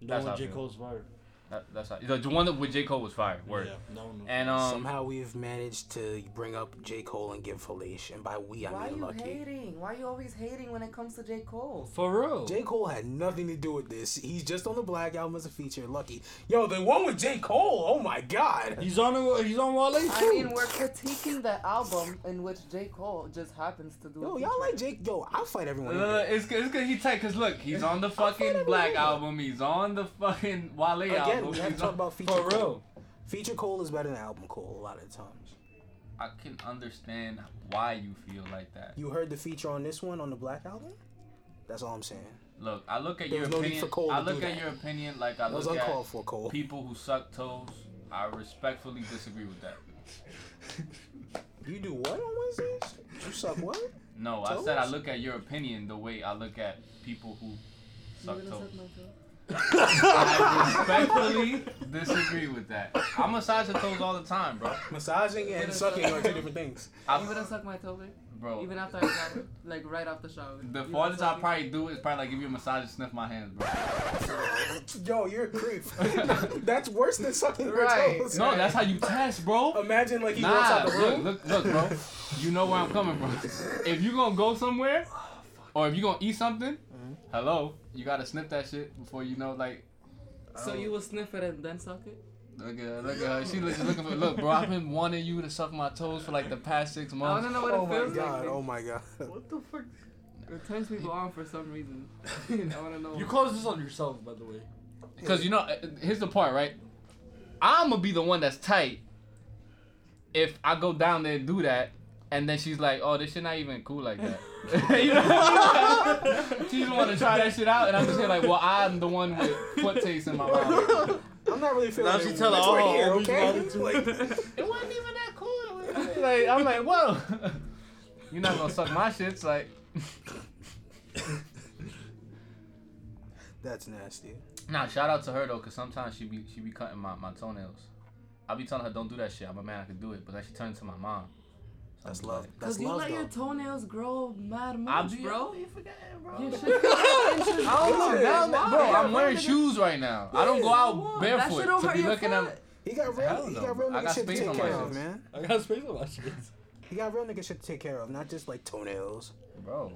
Speaker 5: No
Speaker 3: That's
Speaker 5: one
Speaker 3: how I
Speaker 5: J
Speaker 3: feel.
Speaker 5: Cole's fire.
Speaker 3: that, that's not, the, the one that with J Cole was fire. Word.
Speaker 5: Yeah, no one.
Speaker 3: And um,
Speaker 2: Somehow we've managed to bring up J. Cole and give Felice, and by we I
Speaker 4: Why are
Speaker 2: mean
Speaker 4: you
Speaker 2: Lucky.
Speaker 4: hating? Why are you always hating when it comes to J. Cole?
Speaker 5: For real.
Speaker 2: J. Cole had nothing to do with this. He's just on the Black album as a feature. Lucky. Yo, the one with J. Cole. Oh my God.
Speaker 5: He's on. a- He's on Wale too.
Speaker 4: I mean, we're critiquing the album in which J. Cole just happens to do. a
Speaker 2: Yo, y'all like
Speaker 4: feature.
Speaker 2: J. Yo, I'll fight everyone.
Speaker 3: No, no, no, Uh, it's good. It's good. He tight. Cause look, he's on the fucking Black album. He's on the fucking Wale
Speaker 2: Again,
Speaker 3: album.
Speaker 2: we have to
Speaker 3: he's
Speaker 2: talk
Speaker 3: on-
Speaker 2: about feature.
Speaker 5: For
Speaker 2: Cole.
Speaker 5: real.
Speaker 2: Feature Cole is better than album Cole a lot of the times.
Speaker 3: I can understand why you feel like that.
Speaker 2: You heard the feature on this one on the Black album. That's all I'm saying.
Speaker 3: Look, I look at
Speaker 2: There
Speaker 3: your
Speaker 2: was no need
Speaker 3: opinion.
Speaker 2: for Cole to
Speaker 3: I look
Speaker 2: do
Speaker 3: at
Speaker 2: that.
Speaker 3: your opinion like I
Speaker 2: That was
Speaker 3: look at
Speaker 2: uncalled for, Cole.
Speaker 3: people who suck toes. I respectfully disagree with that.
Speaker 2: You do what on Wednesdays? You suck what?
Speaker 3: No, I said I
Speaker 2: Toes?
Speaker 3: look at your opinion the way I look at people who suck
Speaker 4: You
Speaker 3: toes.
Speaker 4: wouldn't suck my toe.
Speaker 3: I respectfully disagree with that. I massage the toes all the time, bro.
Speaker 2: Massaging and sucking are two different things.
Speaker 4: You
Speaker 3: I,
Speaker 4: wouldn't suck my toe, babe?
Speaker 2: Oh.
Speaker 3: bro,
Speaker 4: Even after I got it, like right after shower.
Speaker 3: the
Speaker 4: You know,
Speaker 3: farthest
Speaker 4: so
Speaker 3: I
Speaker 4: you-
Speaker 3: probably do is probably like give you a massage and sniff my hands, bro.
Speaker 2: Yo, you're a creep. That's worse than sucking your
Speaker 4: Right.
Speaker 2: toes.
Speaker 3: No, that's how you test, bro.
Speaker 2: Imagine like he walks
Speaker 3: Nah,
Speaker 2: out the
Speaker 3: look,
Speaker 2: room.
Speaker 3: look, look, bro. You know where I'm coming from. Oh, If you gonna go somewhere, or if you gonna eat something, hello, you gotta sniff that shit before you know, like,
Speaker 4: So you will sniff it and then suck it?
Speaker 3: look at her, look at her. She look- just looking for, look, bro, I've been wanting you to suck my toes for like the past six
Speaker 4: I wanna
Speaker 3: months.
Speaker 4: know what
Speaker 2: Oh
Speaker 4: it
Speaker 2: my
Speaker 4: feels
Speaker 2: god.
Speaker 4: like.
Speaker 2: Oh my god.
Speaker 4: What the fuck? It turns people on for some reason. I wanna know.
Speaker 5: You caused this on yourself, by the way.
Speaker 3: Because, you know, uh, here's the part, right? I'm gonna be the one that's tight if I go down there and do that. And then she's like, "Oh, this shit not even cool like that." you know what I mean? She just want to try that shit out, and I'm just here like, "Well, I'm the one with foot taste in my mouth."
Speaker 2: I'm not really feeling
Speaker 5: Now
Speaker 2: it.
Speaker 5: she tell
Speaker 2: That's
Speaker 5: her,
Speaker 2: right
Speaker 5: oh,
Speaker 2: here,
Speaker 5: we
Speaker 2: okay?
Speaker 5: wanted to.
Speaker 2: Like,
Speaker 3: It wasn't even that cool. Like I'm like, whoa. You're not gonna suck my shits. Like,
Speaker 2: that's nasty.
Speaker 3: nah. Shout out to her though, cause sometimes she be she be cutting my, my toenails. I be telling her don't do that shit. I'm a man, I can do it. But then she turned to my mom. So
Speaker 2: That's
Speaker 3: I'm
Speaker 2: love.
Speaker 3: like-
Speaker 2: That's
Speaker 4: you
Speaker 2: love,
Speaker 4: let
Speaker 2: though.
Speaker 4: your toenails grow mad
Speaker 3: I'll
Speaker 4: much,
Speaker 3: be,
Speaker 4: bro.
Speaker 3: You forgot it, bro.
Speaker 4: Your shit grow inches.
Speaker 3: I don't know,
Speaker 2: Listen,
Speaker 3: now that- bro.
Speaker 2: why?
Speaker 3: I'm wearing shoes right now. I don't go out
Speaker 4: That shit
Speaker 3: barefoot
Speaker 4: don't
Speaker 3: to
Speaker 4: hurt
Speaker 3: be
Speaker 4: your
Speaker 3: looking
Speaker 4: foot.
Speaker 3: at.
Speaker 2: He got real.
Speaker 3: Hell
Speaker 2: He
Speaker 3: no,
Speaker 2: got real
Speaker 3: bro. I
Speaker 2: nigga
Speaker 3: got
Speaker 2: shit to
Speaker 3: space
Speaker 2: take
Speaker 3: on
Speaker 2: care
Speaker 3: my
Speaker 2: of,
Speaker 3: face.
Speaker 2: man.
Speaker 5: I got space on my shit.
Speaker 2: He got real nigga shit to take care of, not just like toenails.
Speaker 3: Bro,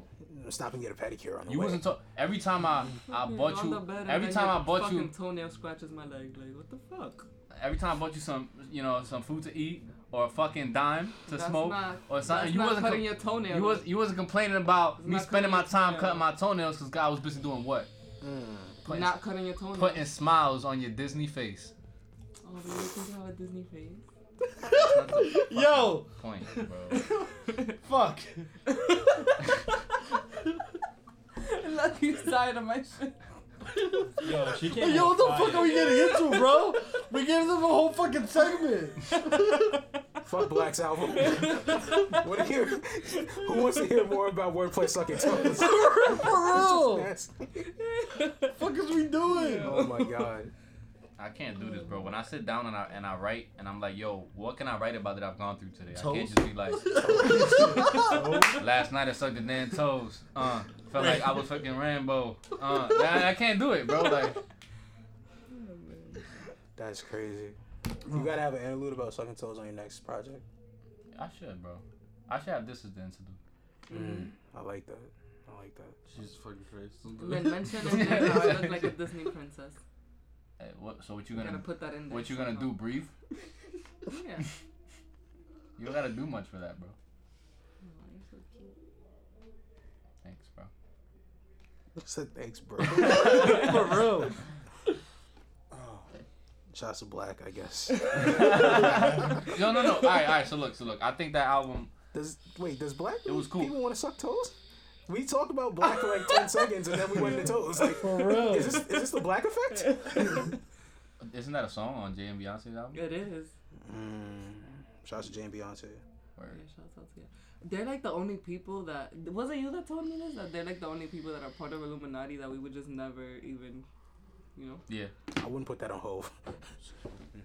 Speaker 2: Stop and get a pedicure on the
Speaker 3: you
Speaker 2: way.
Speaker 3: wasn't talk. Every time I I
Speaker 4: Fucking
Speaker 3: bought
Speaker 4: on the
Speaker 3: you.
Speaker 4: bed and
Speaker 3: Every
Speaker 4: then
Speaker 3: time
Speaker 4: your
Speaker 3: I bought
Speaker 4: fucking
Speaker 3: you.
Speaker 4: toenail scratches my leg. Like what the fuck?
Speaker 3: every time I bought you some, you know, some food to eat or a fucking dime to
Speaker 4: That's
Speaker 3: smoke
Speaker 4: not-
Speaker 3: or something,
Speaker 4: that's
Speaker 3: you
Speaker 4: not
Speaker 3: wasn't
Speaker 4: cutting
Speaker 3: com-
Speaker 4: your toenail.
Speaker 3: you was you wasn't complaining about
Speaker 4: It's
Speaker 3: me
Speaker 4: not
Speaker 3: spending
Speaker 4: cutting
Speaker 3: my
Speaker 4: your
Speaker 3: time
Speaker 4: toenail.
Speaker 3: cutting my toenails because I was busy doing what? Putting,
Speaker 4: not cutting your toenail.
Speaker 3: putting smiles on your Disney face.
Speaker 4: Oh, but you think you have a Disney face?
Speaker 3: That's the fucking
Speaker 5: Yo,
Speaker 3: point, bro.
Speaker 5: fuck.
Speaker 4: Lucky side of my shit.
Speaker 6: Yo, she can't.
Speaker 5: Yo, what the fuck are we getting into, bro? We gave them a whole fucking segment.
Speaker 2: Fuck Black's album. what do you- Who wants to hear more about wordplay sucking toes?
Speaker 5: For real.
Speaker 2: Nasty.
Speaker 5: Fuck is we doing?
Speaker 2: Oh my god.
Speaker 3: I can't do this, bro. When I
Speaker 4: Mm.
Speaker 3: sit down and I and I write and I'm like, yo, what can I write about that I've gone through today? I can't
Speaker 5: Toes?
Speaker 3: just be like, last night I sucked the damn toes. Uh, felt like I was fucking Rambo. Uh, I, I can't do it, bro. Like,
Speaker 2: That's crazy. You gotta have an interlude about sucking toes on your next project.
Speaker 3: I should, bro. I should have this as the interlude.
Speaker 2: I like that. I like that.
Speaker 5: Jesus fucking
Speaker 4: Men-
Speaker 5: Christ.
Speaker 4: mention it and I look like a Disney princess.
Speaker 3: Hey, what, so what you
Speaker 4: I'm gonna
Speaker 3: gonna
Speaker 4: put that in uh-huh. there.
Speaker 3: what you gonna do?
Speaker 4: somehow.
Speaker 3: Breathe?
Speaker 4: Yeah.
Speaker 3: You don't gotta do much for that, bro.
Speaker 4: Aw, you're so cute.
Speaker 3: Thanks, bro.
Speaker 2: So thanks, bro. For real. Oh, shots of black, I guess.
Speaker 3: No, no, no. All right, all right. So look, so look. I think that album.
Speaker 2: Does wait? Does black
Speaker 3: It was cool.
Speaker 2: people want to suck toes? We talked about black for like ten seconds, and then we went into toes. Like, for real? Is this, is this the black effect?
Speaker 3: Isn't that a song on Jay and Beyonce's album?
Speaker 4: It is.
Speaker 2: Mm, shouts to Jay and Beyonce.
Speaker 3: Or-
Speaker 4: Yeah, shouts out to you. They're like the only people that was it you that told me this that they're like the only people that are part of Illuminati that we would just never even, you know.
Speaker 3: Yeah.
Speaker 2: I wouldn't put that on hold.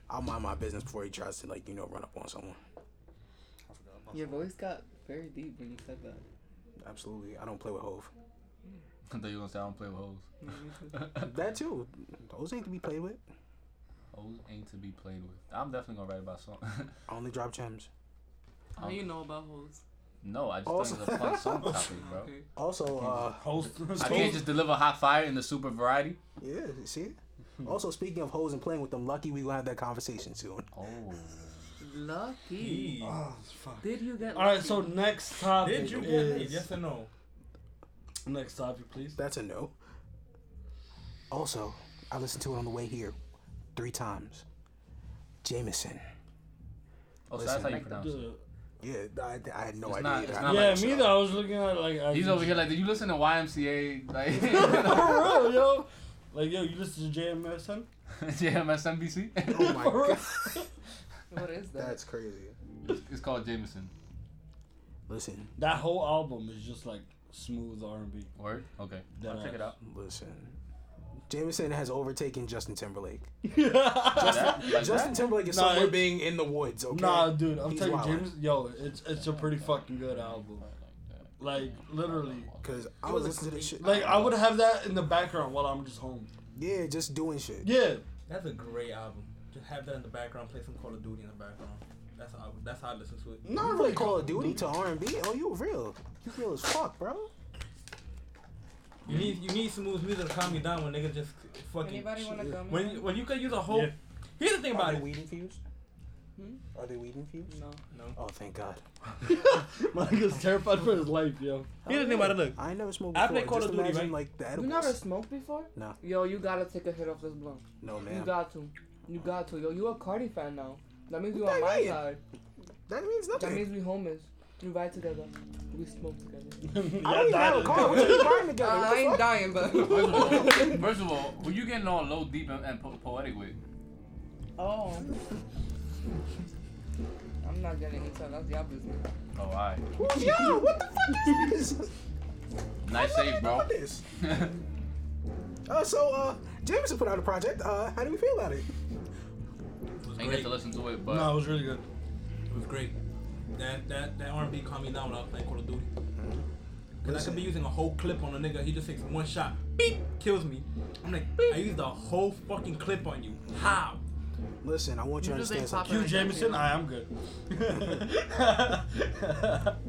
Speaker 2: I'll mind my business before he tries to like you know run up on someone.
Speaker 4: Your voice got very deep when you said that.
Speaker 2: Absolutely, I don't play with Hove.
Speaker 3: I thought you were gonna say I don't play with hoes.
Speaker 2: That too, those ain't to be played with.
Speaker 3: Hoes ain't to be played with. I'm definitely gonna write about song.
Speaker 2: I only drop gems.
Speaker 4: How you know about hoes?
Speaker 3: no, I just thought it was a fun song topic, bro.
Speaker 4: Okay.
Speaker 2: Also, uh,
Speaker 5: Host.
Speaker 3: I can't just deliver hot fire in the super variety.
Speaker 2: yeah, see. Also, speaking of hoes and playing with them, lucky we gonna have that conversation soon.
Speaker 3: Oh.
Speaker 4: Lucky.
Speaker 5: Oh, fuck.
Speaker 4: Did you get?
Speaker 5: All right,
Speaker 4: lucky?
Speaker 5: so next topic.
Speaker 6: Did you get
Speaker 5: is-
Speaker 6: laid? Yes or no?
Speaker 5: Next topic, please.
Speaker 2: That's a no. Also, I listened to it on the way here three times. Jameson.
Speaker 3: Oh, so that's how you
Speaker 2: Like
Speaker 3: pronounce it.
Speaker 2: Yeah, I, I had no
Speaker 3: It's
Speaker 2: idea.
Speaker 3: not-
Speaker 2: either.
Speaker 3: it's
Speaker 2: I
Speaker 3: not
Speaker 2: might
Speaker 5: yeah,
Speaker 2: as
Speaker 5: me
Speaker 2: well.
Speaker 5: either. I was looking at like I
Speaker 3: He's over here like, did you listen to YMCA? Like,
Speaker 5: For real, yo. Like yo, you listen to JMSN?
Speaker 3: JMSNBC?
Speaker 2: Oh my god,
Speaker 4: what is that?
Speaker 2: that's crazy.
Speaker 3: it's called Jameson.
Speaker 2: Listen,
Speaker 5: That whole album is just like smooth R and B.
Speaker 3: Word? Okay.
Speaker 5: Dead
Speaker 3: I'll check it
Speaker 5: ass.
Speaker 3: out.
Speaker 2: listen. Jameson has overtaken Justin Timberlake.
Speaker 3: That- like
Speaker 2: Justin
Speaker 3: that?
Speaker 2: Timberlake is
Speaker 5: Nah,
Speaker 2: somewhere
Speaker 5: it-
Speaker 2: being in the woods. Okay.
Speaker 5: Nah, dude, I'm
Speaker 2: He's
Speaker 5: telling you,
Speaker 2: wildin'.
Speaker 5: James. Yo, it's it's a pretty fucking good album. Like literally,
Speaker 2: Cause I was listening to this shit.
Speaker 5: like I would have that in the background while I'm just home.
Speaker 2: yeah, just doing shit.
Speaker 5: Yeah,
Speaker 6: That's a great album. Just have that in the background. Play some Call of Duty in the background. That's how I, that's how I listen to it.
Speaker 2: Not really Call of Duty to R and B. Oh, you real? You real as fuck, bro.
Speaker 6: You need you need smooth music to calm you down when niggas just fucking.
Speaker 4: Anybody want to
Speaker 2: shit.
Speaker 4: gum?
Speaker 6: When when you can use a whole.
Speaker 5: Yeah.
Speaker 6: Here's the thing about it.
Speaker 2: weed infused?
Speaker 4: Hmm?
Speaker 2: Are they weed infused?
Speaker 4: No.
Speaker 2: Oh, thank God.
Speaker 5: my nigga's terrified for his life, yo.
Speaker 6: Here's the thing about it. Look,
Speaker 2: I ain't never smoked
Speaker 6: I
Speaker 2: before.
Speaker 6: play Call
Speaker 2: Just
Speaker 6: of Duty,
Speaker 2: imagine
Speaker 6: right?
Speaker 2: like the
Speaker 4: You
Speaker 2: edibles.
Speaker 4: never smoked before?
Speaker 2: No.
Speaker 4: Yo, you gotta take a hit off this blunt.
Speaker 2: No,
Speaker 4: You
Speaker 2: man.
Speaker 4: got to. You got to. Yo, you a Cardi fan now. That means you
Speaker 2: What
Speaker 4: on
Speaker 2: that
Speaker 4: my
Speaker 2: mean?
Speaker 4: side.
Speaker 2: That means
Speaker 4: That
Speaker 2: nothing.
Speaker 4: means we homies. We ride together. We smoke together.
Speaker 2: I don't even have a car. We're just riding together.
Speaker 4: I
Speaker 2: What the
Speaker 4: ain't
Speaker 2: fuck?
Speaker 4: dying, but.
Speaker 3: First of all, first of all, who you getting all low, deep, and, and po- poetic with?
Speaker 4: Oh. I'm not getting into it. That's y'all business.
Speaker 3: Oh, alright.
Speaker 2: Who's yo? What the fuck is this?
Speaker 3: Nice save, bro.
Speaker 2: What is? Uh, so uh, Jameson put out a project. Uh, how do we feel about it?
Speaker 3: Ain't get to listen to it, but
Speaker 5: No, it was really good.
Speaker 6: it was great. That that that R&B calmed me down when I was playing Call of Duty.
Speaker 5: Mm-hmm.
Speaker 6: Cause I could be using a whole clip on a nigga. He just takes one shot, beep, kills me. I'm like, I used a whole fucking clip on you. How?
Speaker 2: Listen, I want you, to
Speaker 4: You just ain't
Speaker 2: understand something.
Speaker 5: You, Jameson, I am good.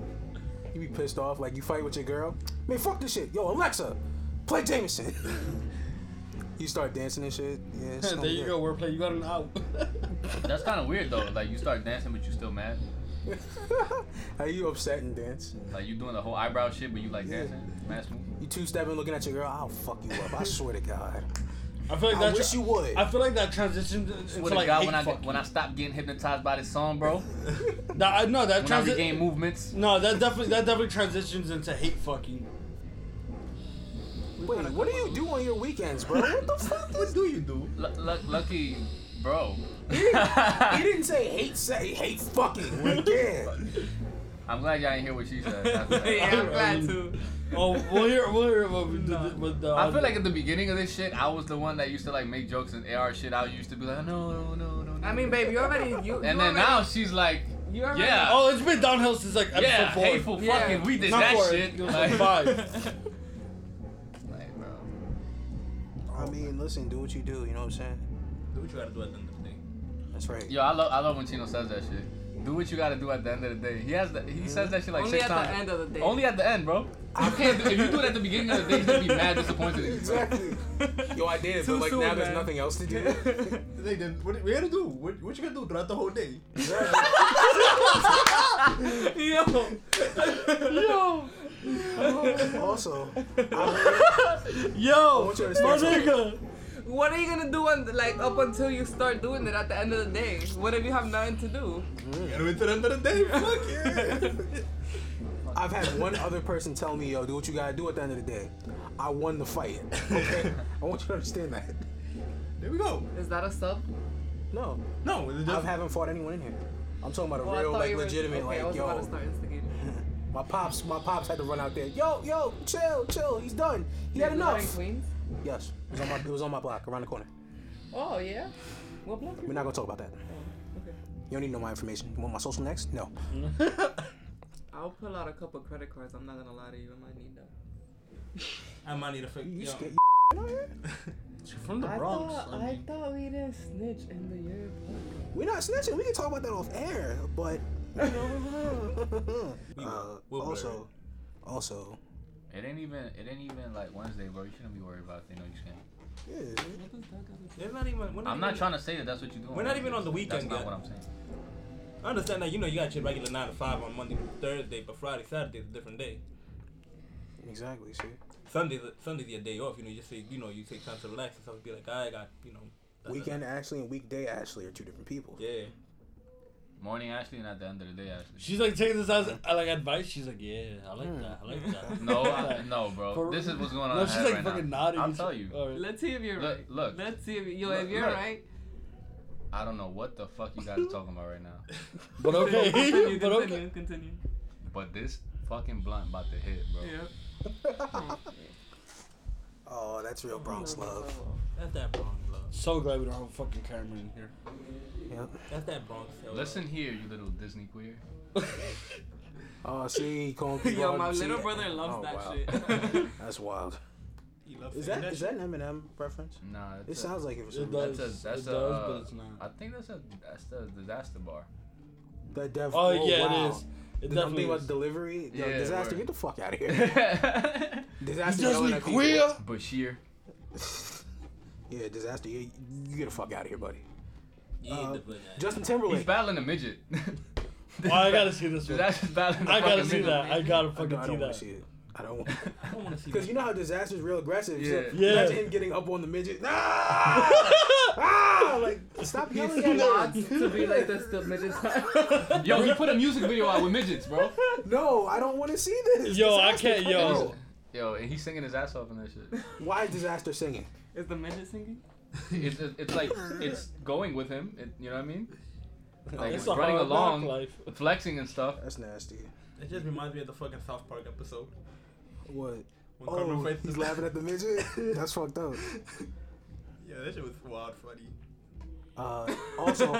Speaker 2: You be pissed off like you fight with your girl. Man, fuck this shit. Yo, Alexa, play Jameson. you start dancing and shit. Yeah. it's no
Speaker 5: there you
Speaker 2: good.
Speaker 5: go, wordplay. You got an out.
Speaker 3: that's kind of weird though. Like you start dancing, but you still mad.
Speaker 2: How you upset and dance?
Speaker 3: Like you doing the whole eyebrow shit, but you like
Speaker 2: Yeah.
Speaker 3: dancing. Mad smooth.
Speaker 2: You two stepping, looking at your girl. I'll fuck you up. I swear to God.
Speaker 5: I feel like
Speaker 2: I
Speaker 5: that.
Speaker 2: wish you would.
Speaker 5: I feel like that transitioned into
Speaker 3: Swear to
Speaker 5: like
Speaker 3: God,
Speaker 5: hate
Speaker 3: when I
Speaker 5: fucking.
Speaker 3: when I stopped getting hypnotized by this song, bro.
Speaker 5: That, I no, that
Speaker 3: When I
Speaker 5: transition.
Speaker 3: regained movements.
Speaker 5: No, that definitely that definitely transitions into hate fucking.
Speaker 2: Wait, what do you do on your weekends, bro? What the fuck? What do you do?
Speaker 3: Lu- lu- lucky, bro.
Speaker 2: He didn't say hate. Say hate fucking. Like, yeah.
Speaker 3: I'm glad y'all didn't hear what she said. That's what I-
Speaker 4: I'm glad to.
Speaker 5: Oh, we'll hear we'll hear what we did with the. oh,
Speaker 3: I feel like at the beginning of this shit, I was the one that used to like make jokes and AR shit. I used to be like, no, no, no, no. no.
Speaker 4: I mean, babe, you already. You, you
Speaker 3: and then
Speaker 4: already,
Speaker 3: now she's like,
Speaker 4: You already.
Speaker 3: yeah.
Speaker 5: Oh, it's been downhill since like episode
Speaker 3: yeah,
Speaker 5: four.
Speaker 3: hateful
Speaker 4: Yeah.
Speaker 3: fucking. We did
Speaker 5: Not
Speaker 3: that
Speaker 5: four,
Speaker 3: shit.
Speaker 5: It was like five.
Speaker 3: like, bro.
Speaker 2: I mean, listen, do what you do. You know what I'm saying?
Speaker 6: Do what you gotta do at the end of the day.
Speaker 2: That's right.
Speaker 3: Yo, I love I love when Chino says that shit. Do what you gotta do at the end of the day. He has the, he says that shit like
Speaker 4: Only
Speaker 3: six
Speaker 4: at the
Speaker 3: times.
Speaker 4: end of the day.
Speaker 3: Only at the end, bro. You can't do, if you do it at the beginning of the day, you're gonna be mad disappointed in you, bro.
Speaker 2: Exactly. Yo, I did, but like
Speaker 1: soon,
Speaker 2: now there's
Speaker 1: man.
Speaker 2: nothing else to do.
Speaker 6: Like, then what, what you gonna do? What, what you gonna do throughout the whole day?
Speaker 2: also, I
Speaker 1: Yo,
Speaker 2: want you to understand. something.
Speaker 4: What are you gonna do on like up until you start doing it at the end of the day? What if you have nothing to do?
Speaker 6: Gotta wait till the end of the day. Fuck yeah.
Speaker 2: I've had one other person tell me, "Yo, do what you gotta do at the end of the day." I won the fight. Okay. I want you to understand that.
Speaker 6: there we go.
Speaker 4: Is that a sub?
Speaker 2: No,
Speaker 6: No, it's
Speaker 2: I
Speaker 6: just
Speaker 2: haven't fought anyone in here. I'm talking about a
Speaker 4: Well, I
Speaker 2: real,
Speaker 4: thought
Speaker 2: like,
Speaker 4: you were-
Speaker 2: legitimate,
Speaker 4: okay, I
Speaker 2: like,
Speaker 4: was about to
Speaker 2: yo,
Speaker 4: start instigating.
Speaker 2: my pops, my pops had to run out there. Yo, yo, chill, chill. He's done. He had
Speaker 4: Is that in
Speaker 2: enough.
Speaker 4: Queens?
Speaker 2: Yes, it was on my, it was on my block, around the corner.
Speaker 4: Oh yeah. What block?
Speaker 2: We're not gonna talk about that. You don't need to know my information. You want my social next? No.
Speaker 4: I'll pull out a couple credit cards. I'm not gonna lie to you. I might need them.
Speaker 6: I might need a fix.
Speaker 2: You
Speaker 6: Yo,
Speaker 2: scared?
Speaker 5: She's from the Bronx. I mean,
Speaker 4: thought we didn't snitch in the year.
Speaker 2: We're not snitching. We can talk about that off air, but you know. uh,
Speaker 6: we'll blur
Speaker 2: also, also,
Speaker 3: It ain't even it ain't even like Wednesday, bro. You shouldn't be worried about it. They know you can.
Speaker 2: yeah,
Speaker 6: it's not even. we're
Speaker 3: I'm not
Speaker 6: even-
Speaker 3: trying to say that that's what you're doing.
Speaker 6: We're not even on the
Speaker 3: That's
Speaker 6: weekend
Speaker 3: not
Speaker 6: yet.
Speaker 3: what I'm saying.
Speaker 6: I understand that you know you got your regular nine to five on Monday, through Thursday, but Friday, Saturday is a different day.
Speaker 2: exactly. See,
Speaker 6: Sunday's Sunday's your day off. You know, you just say you know you take time to relax and stuff. Be like, I got you know. da- da- da."
Speaker 2: weekend Ashley and weekday Ashley are two different people.
Speaker 6: Yeah.
Speaker 3: Morning Ashley and at the end of the day Ashley.
Speaker 5: she's like taking this as uh, like advice. She's like, yeah, I like that. I like that.
Speaker 3: Hmm. No, I, no, bro.
Speaker 5: For-
Speaker 3: this is what's going on.
Speaker 5: No,
Speaker 3: in her
Speaker 5: she's
Speaker 3: head
Speaker 5: like
Speaker 3: right
Speaker 5: fucking
Speaker 3: now.
Speaker 5: nodding.
Speaker 3: I'll tell you.
Speaker 5: All right.
Speaker 4: Let's see if you're
Speaker 3: Look-
Speaker 4: right.
Speaker 3: look.
Speaker 4: Let's see if yo,
Speaker 3: Look-
Speaker 4: if you're
Speaker 3: look.
Speaker 4: right.
Speaker 3: I don't know what the fuck you guys are talking about right now,
Speaker 5: But okay,
Speaker 4: continue,
Speaker 5: but
Speaker 4: continue,
Speaker 5: okay.
Speaker 4: continue.
Speaker 3: but this fucking blunt about to hit, bro.
Speaker 4: Yeah.
Speaker 2: Oh, that's real Bronx love.
Speaker 6: That's that Bronx love.
Speaker 5: So glad we don't have a fucking camera in here.
Speaker 2: Yep.
Speaker 6: That's that Bronx. love.
Speaker 3: Listen here, you little Disney queer.
Speaker 2: Oh, see, calling people
Speaker 4: Yo,
Speaker 2: out,
Speaker 4: my
Speaker 2: see-
Speaker 4: little brother loves
Speaker 2: oh,
Speaker 4: that
Speaker 2: wow.
Speaker 4: shit.
Speaker 2: That's wild.
Speaker 6: He loves
Speaker 2: Is
Speaker 6: saying
Speaker 2: that is
Speaker 6: shit.
Speaker 2: that an Eminem reference?
Speaker 3: Nah, it's
Speaker 2: It
Speaker 3: a-
Speaker 2: sounds like it for
Speaker 5: It
Speaker 2: some
Speaker 5: does.
Speaker 2: reason.
Speaker 3: That's a that's
Speaker 5: it
Speaker 3: a.
Speaker 5: does,
Speaker 3: uh,
Speaker 5: but it's not.
Speaker 3: I think that's a that's the disaster bar.
Speaker 2: That def-
Speaker 5: Oh, yeah,
Speaker 2: wow.
Speaker 5: it is. It
Speaker 2: The- I'm
Speaker 5: definitely
Speaker 2: thinking about
Speaker 5: is.
Speaker 2: delivery. Yo,
Speaker 3: Yeah,
Speaker 2: disaster,
Speaker 3: word.
Speaker 2: get the fuck out of here.
Speaker 3: Bashir.
Speaker 2: Disaster
Speaker 5: Does
Speaker 2: yelling
Speaker 5: me
Speaker 2: at people.
Speaker 5: queer?
Speaker 2: Yeah, disaster. You, you get the fuck out of here, buddy.
Speaker 6: Yeah,
Speaker 2: Uh,
Speaker 6: the-
Speaker 2: Justin
Speaker 3: He's
Speaker 2: Timberlake.
Speaker 3: battling a midget.
Speaker 5: Oh, I gotta see this one.
Speaker 3: Disaster's battling a
Speaker 5: I gotta
Speaker 3: fucking
Speaker 5: see
Speaker 3: midget.
Speaker 5: that. I gotta
Speaker 2: I
Speaker 5: fucking
Speaker 2: don't, I
Speaker 5: see
Speaker 2: don't want to
Speaker 5: that.
Speaker 2: see it. I don't want.
Speaker 6: I don't want to see
Speaker 2: Because
Speaker 6: that.
Speaker 2: you know how disaster's real aggressive. so
Speaker 3: Yeah.
Speaker 5: Yeah.
Speaker 2: Imagine him getting up on the midget. Ah! ah! Like, stop yelling at
Speaker 4: Odds
Speaker 2: me.
Speaker 4: to be like this the midget
Speaker 3: Yo, he put a music video out with midgets, bro.
Speaker 2: No, I don't want to see this.
Speaker 5: Yo, I
Speaker 2: Disaster,
Speaker 5: can't-
Speaker 2: come
Speaker 5: yo.
Speaker 2: out.
Speaker 3: Yo, and he's singing his ass off in that shit.
Speaker 2: Why is disaster singing?
Speaker 4: Is the midget singing?
Speaker 3: It's, it's, it's like it's going with him. It, you know what I mean? Like
Speaker 5: It's
Speaker 3: it's
Speaker 5: a
Speaker 3: running
Speaker 5: hard knock
Speaker 3: along,
Speaker 5: life.
Speaker 3: flexing and stuff.
Speaker 2: That's nasty.
Speaker 6: It just reminds me of the fucking South Park episode.
Speaker 2: What?
Speaker 6: When Carmen
Speaker 2: Oh,
Speaker 6: Francis-
Speaker 2: he's laughing at the midget. That's fucked up.
Speaker 6: Yeah, that shit was wild funny.
Speaker 2: Uh, also,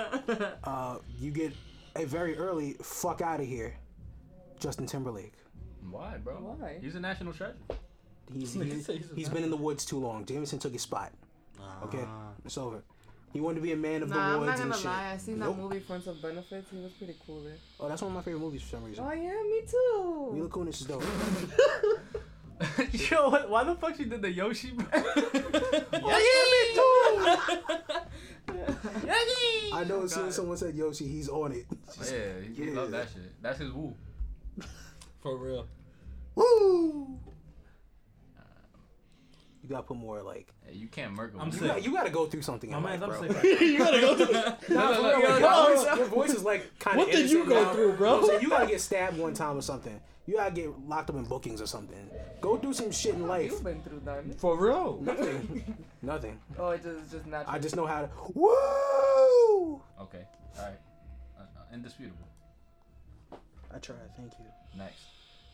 Speaker 2: uh, you get a very early fuck out of here, Justin Timberlake.
Speaker 3: Why, bro?
Speaker 4: Why?
Speaker 3: He's a national treasure.
Speaker 2: He's, he's, he's been in the woods too long. Jameson took his spot. Okay, it's over. He wanted to be a man of
Speaker 4: Nah,
Speaker 2: the
Speaker 4: I'm
Speaker 2: woods
Speaker 4: not
Speaker 2: and
Speaker 4: gonna
Speaker 2: shit.
Speaker 4: lie. I seen
Speaker 2: Nope.
Speaker 4: that movie Friends of Benefits. He was pretty cool there.
Speaker 2: Oh, that's one of my favorite movies for some reason.
Speaker 4: Oh yeah, me too.
Speaker 2: Mila Kunis is dope.
Speaker 3: Yo, what- why the fuck she did the Yoshi, bro?
Speaker 2: I know as soon as someone said Yoshi, he's on it.
Speaker 3: Yeah, he, he
Speaker 2: Yeah.
Speaker 3: loved that shit. That's his woo.
Speaker 5: For real.
Speaker 2: Woo! You gotta put more like.
Speaker 3: Hey, you can't murk him.
Speaker 6: I'm
Speaker 3: You
Speaker 2: You
Speaker 6: sick.
Speaker 2: gotta, you gotta go through something.
Speaker 6: My
Speaker 2: in
Speaker 6: man's
Speaker 2: life, bro.
Speaker 6: upset right now.
Speaker 5: you gotta go. through-
Speaker 3: No, no, no,
Speaker 2: Like,
Speaker 3: yo,
Speaker 2: your,
Speaker 3: yo.
Speaker 2: voice, your voice is like kind of.
Speaker 5: What did you go through, bro?
Speaker 2: I'm saying, you gotta get stabbed one time or something. You gotta get locked up in bookings or something. Go through some shit in life.
Speaker 4: You've been through that.
Speaker 5: For real.
Speaker 2: Nothing. Nothing.
Speaker 4: Oh, it just it's just natural.
Speaker 2: I just know how to. Woo!
Speaker 3: Okay, all right. Uh, uh, indisputable.
Speaker 2: I tried. Thank you.
Speaker 3: Next,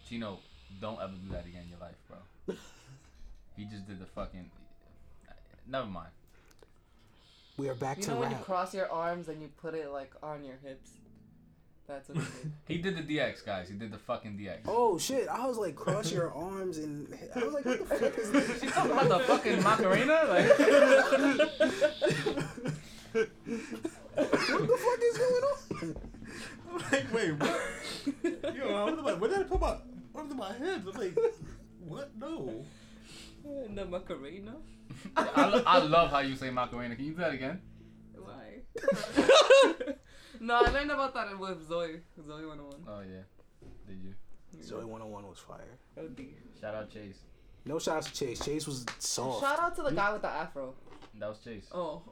Speaker 3: Chino, don't ever do that again in your life, bro. he just did the fucking. uh, Never mind.
Speaker 2: We are back
Speaker 4: You
Speaker 2: to
Speaker 4: know when you
Speaker 2: rap.
Speaker 4: cross your arms and you put it like on your hips? That's what it is.
Speaker 3: He did the DX, guys. He did the fucking DX.
Speaker 2: oh shit! I was like, cross your arms and I was like, what the fuck is this?
Speaker 3: She talking about the fucking Macarena? Like,
Speaker 1: name. Yo, I was about, what did I put my, what was my hips? I'm like, what? No.
Speaker 4: the Macarena?
Speaker 3: I, lo- I love how you say Macarena. Can you do that again?
Speaker 4: Why? no, I learned about that with Zoe. Zoe 101.
Speaker 3: Oh yeah, did you?
Speaker 2: Zoe 101 was fire.
Speaker 4: OD.
Speaker 3: Shout out Chase.
Speaker 2: No shout out to Chase. Chase was soft.
Speaker 4: Shout out to the guy with the afro.
Speaker 3: That was Chase.
Speaker 4: Oh.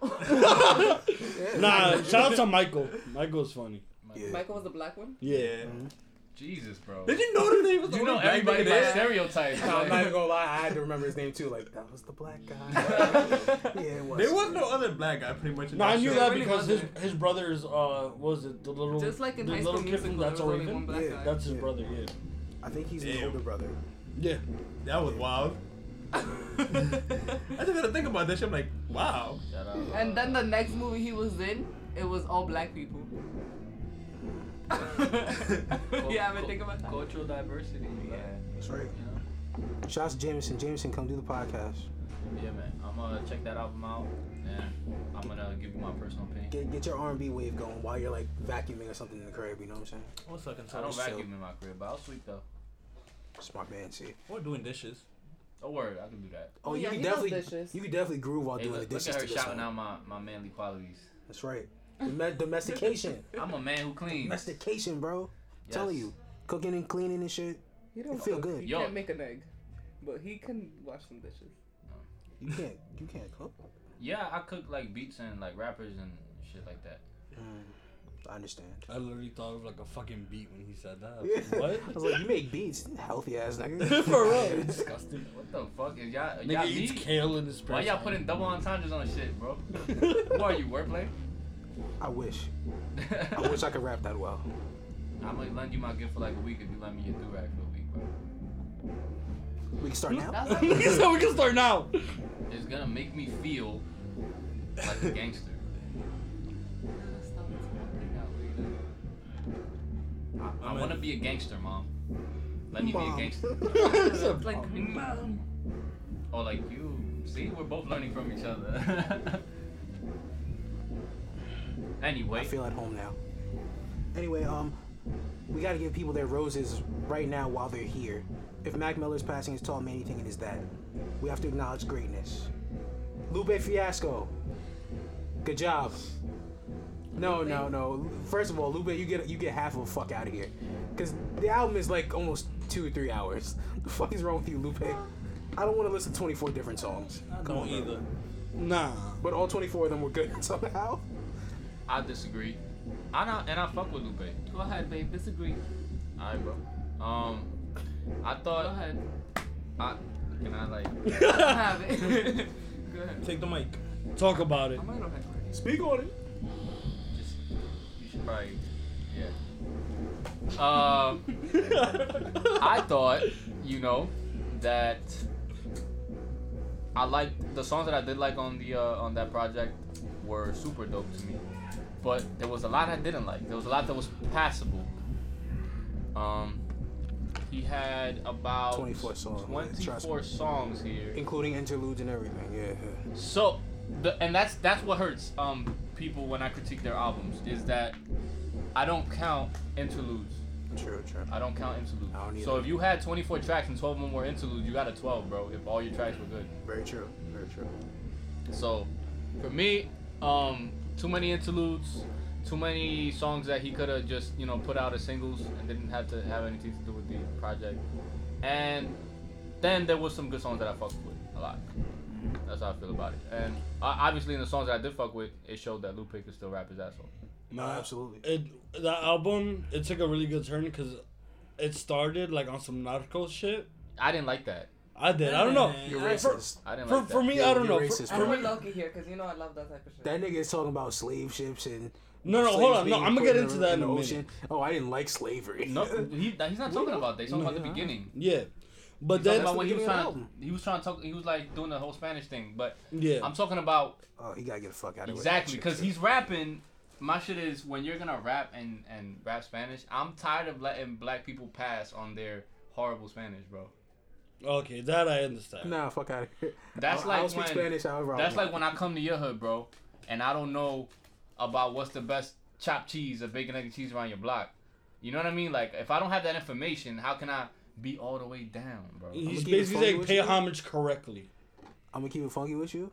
Speaker 5: Nah, shout out to Michael. Michael's funny.
Speaker 2: Yeah.
Speaker 4: Michael was the black one?
Speaker 5: Yeah.
Speaker 3: Jesus, bro.
Speaker 1: Did you notice they was the
Speaker 3: You know
Speaker 1: only black
Speaker 3: everybody
Speaker 1: nigga
Speaker 3: by
Speaker 1: there?
Speaker 3: stereotypes.
Speaker 2: I'm not
Speaker 3: like-
Speaker 2: even gonna lie, I had to remember his name too. Like that was the black guy. yeah, it was.
Speaker 1: There was no other black guy pretty much in
Speaker 5: No, I
Speaker 1: that
Speaker 5: knew
Speaker 1: show.
Speaker 5: that
Speaker 4: really
Speaker 5: because his
Speaker 4: wasn't.
Speaker 5: his brother's uh what was it the little
Speaker 4: Just like in
Speaker 5: the
Speaker 4: High School
Speaker 5: little kid
Speaker 4: Musical,
Speaker 5: from
Speaker 4: there was
Speaker 5: That's All
Speaker 4: only
Speaker 5: Raven?
Speaker 4: one black
Speaker 2: Yeah,
Speaker 4: guy.
Speaker 5: That's his
Speaker 2: Yeah.
Speaker 5: brother. Yeah.
Speaker 2: I think he's his
Speaker 1: Damn.
Speaker 2: older brother.
Speaker 5: Yeah.
Speaker 1: That was wild. I just gotta think about this. shit. I'm like, wow.
Speaker 3: Shout out.
Speaker 4: and then the next movie he was in, it was all black people. yeah, I mean, think about that.
Speaker 3: cultural diversity. Yeah.
Speaker 2: That's right.
Speaker 3: You know?
Speaker 2: Shout out to Jameson. Jameson, come do the podcast.
Speaker 3: Yeah, man. I'm gonna check that album out, and I'm gonna give you my personal opinion.
Speaker 2: Get, get your R&B wave going while you're like vacuuming or something in the crib. You know what I'm saying?
Speaker 1: Or sucking
Speaker 3: I don't
Speaker 2: So-
Speaker 3: vacuum in my crib, but I'll sweep though.
Speaker 2: Smart man, see.
Speaker 1: Or doing dishes.
Speaker 3: Don't worry, I can do that.
Speaker 2: Oh,
Speaker 4: yeah,
Speaker 2: you
Speaker 4: he
Speaker 2: can
Speaker 4: does
Speaker 2: definitely
Speaker 4: dishes.
Speaker 2: you can definitely groove while
Speaker 3: Hey,
Speaker 2: doing
Speaker 3: look,
Speaker 2: the
Speaker 3: look
Speaker 2: dishes
Speaker 3: at her
Speaker 2: to this
Speaker 3: shouting
Speaker 2: song.
Speaker 3: out my, my manly qualities.
Speaker 2: That's right. Dome- domestication,
Speaker 3: I'm a man who cleans.
Speaker 2: domestication, bro.
Speaker 3: Yes.
Speaker 2: Telling you, cooking and cleaning and shit.
Speaker 4: He don't
Speaker 2: Feel
Speaker 4: cook.
Speaker 2: good.
Speaker 4: He
Speaker 3: Yo.
Speaker 4: can't make an egg, but he can wash some dishes.
Speaker 2: You can't you can't cook.
Speaker 3: Yeah, I cook like beats and like rappers and shit like that.
Speaker 2: Mm, I understand.
Speaker 5: I literally thought of like a fucking beat when he said that.
Speaker 2: Yeah.
Speaker 5: What?
Speaker 2: I was like, you make beats, healthy ass nigga.
Speaker 5: For real. Disgusting.
Speaker 3: What the fuck is y'all?
Speaker 5: Nigga
Speaker 3: y'all
Speaker 5: eats
Speaker 3: meat?
Speaker 5: kale in his
Speaker 3: Why y'all
Speaker 5: putting?
Speaker 3: putting double entendres on shit, bro? Who are you, wordplay?
Speaker 2: I wish. I
Speaker 3: I'm
Speaker 2: wish I could rap that well.
Speaker 3: gonna lend you my gift for like a week if you lend me your do rag for a week, bro.
Speaker 2: We can
Speaker 3: Hmm?
Speaker 2: start now.
Speaker 4: That's
Speaker 5: Nigga said we can start now.
Speaker 3: It's gonna make me feel like a gangster. I, I want to be a gangster, mom. Let me
Speaker 2: Mom.
Speaker 3: be a gangster.
Speaker 4: like mom.
Speaker 3: Oh, like you. See, we're both learning from each other. anyway,
Speaker 2: I feel at home now. Anyway, um, we gotta give people their roses right now while they're here. If Mac Miller's passing is taught me anything, it is that we have to acknowledge greatness. Lupe Fiasco, good job. No, no, no. First of all, Lupe, you get you get half of a fuck out of here, because the album is like almost two or three hours. The fuck is wrong with you, Lupe? I don't want to listen to 24 different songs,
Speaker 1: Don't either.
Speaker 5: Nah.
Speaker 2: but all 24 of them were good somehow.
Speaker 3: I disagree. I not, and I fuck with Lupe.
Speaker 4: Go ahead, babe. Disagree.
Speaker 3: Alright, bro. Um, I
Speaker 4: Go
Speaker 3: thought
Speaker 4: ahead.
Speaker 3: I can I like
Speaker 4: Have it. Go ahead.
Speaker 1: Take the mic.
Speaker 5: Talk about it.
Speaker 4: I might not have it.
Speaker 2: Speak on it.
Speaker 3: just you should probably yeah. Um, I thought you know that I liked the songs that I did like on the uh, on that project were super dope to me, but there was a lot I didn't like. There was a lot that was passable. Um, he had about
Speaker 2: 24 songs, man. Trust me.
Speaker 3: 24 songs here.
Speaker 2: including interludes and everything. Yeah.
Speaker 3: So, the, and that's that's what hurts um people when I critique their albums is that I don't count interludes.
Speaker 2: True, true.
Speaker 3: I don't count interludes.
Speaker 2: I don't
Speaker 3: so
Speaker 2: either.
Speaker 3: if you had 24 tracks and 12 of them were interludes, you got a 12, bro. If all your tracks were good.
Speaker 2: Very true. Very true.
Speaker 3: So, for me, um, too many interludes, too many songs that he could have just you know put out as singles and didn't have to have anything to do with the project. And then there was some good songs that I fucked with a lot. That's how I feel about it. And uh, obviously, in the songs that I did fuck with, it showed that Lupe could still rap his ass off.
Speaker 5: Nah.
Speaker 2: absolutely.
Speaker 5: It that album it took a really good turn because it started like on some narco shit.
Speaker 3: I didn't like that.
Speaker 5: I did. I don't know.
Speaker 2: You're
Speaker 5: I- for-
Speaker 2: racist.
Speaker 3: I didn't
Speaker 5: For,
Speaker 3: like
Speaker 5: for
Speaker 3: that.
Speaker 5: me,
Speaker 2: You're-
Speaker 5: I don't
Speaker 2: you're
Speaker 5: know.
Speaker 2: racist,
Speaker 5: For,
Speaker 4: I
Speaker 5: for
Speaker 2: bro.
Speaker 5: me,
Speaker 4: went low here because you know I love that type of shit.
Speaker 2: That nigga is talking about slave ships and
Speaker 5: no, no, hold
Speaker 2: slaves
Speaker 5: on. No,
Speaker 2: being
Speaker 5: I'm gonna
Speaker 2: put
Speaker 5: get
Speaker 2: in
Speaker 5: into
Speaker 2: the-
Speaker 5: that
Speaker 2: in
Speaker 5: in a
Speaker 2: the
Speaker 5: minute.
Speaker 2: ocean. Oh, I didn't like slavery.
Speaker 3: No, he, that- he's not talking about that. He's talking about the
Speaker 2: uh, Yeah.
Speaker 3: beginning.
Speaker 5: Yeah, but
Speaker 3: He's talking
Speaker 5: then
Speaker 3: about when he was
Speaker 2: beginning
Speaker 3: trying
Speaker 2: of the
Speaker 3: to, he was trying to talk. He was like doing the whole Spanish thing, but
Speaker 5: yeah,
Speaker 3: I'm talking about
Speaker 2: oh, he gotta get the fuck out of
Speaker 3: Exactly,
Speaker 2: here.
Speaker 3: because he's rapping. My shit is when you're gonna rap and and rap Spanish. I'm tired of letting black people pass on their horrible Spanish, bro.
Speaker 5: okay. That I understand.
Speaker 2: Nah, fuck out of here.
Speaker 3: That's
Speaker 2: I'll,
Speaker 3: like
Speaker 2: I'll speak
Speaker 3: when-
Speaker 2: Spanish however I
Speaker 3: That's
Speaker 2: want.
Speaker 3: like when I come to your hood, bro, and I don't know about what's the best chopped cheese or bacon egg and cheese around your block. You know what I mean? Like, if I don't have that information, how can I be all the way down, bro?
Speaker 5: He's
Speaker 2: keep it
Speaker 5: basically
Speaker 2: funky
Speaker 5: saying
Speaker 2: with
Speaker 5: pay
Speaker 2: you.
Speaker 5: homage correctly.
Speaker 2: I'm gonna keep it funky with you.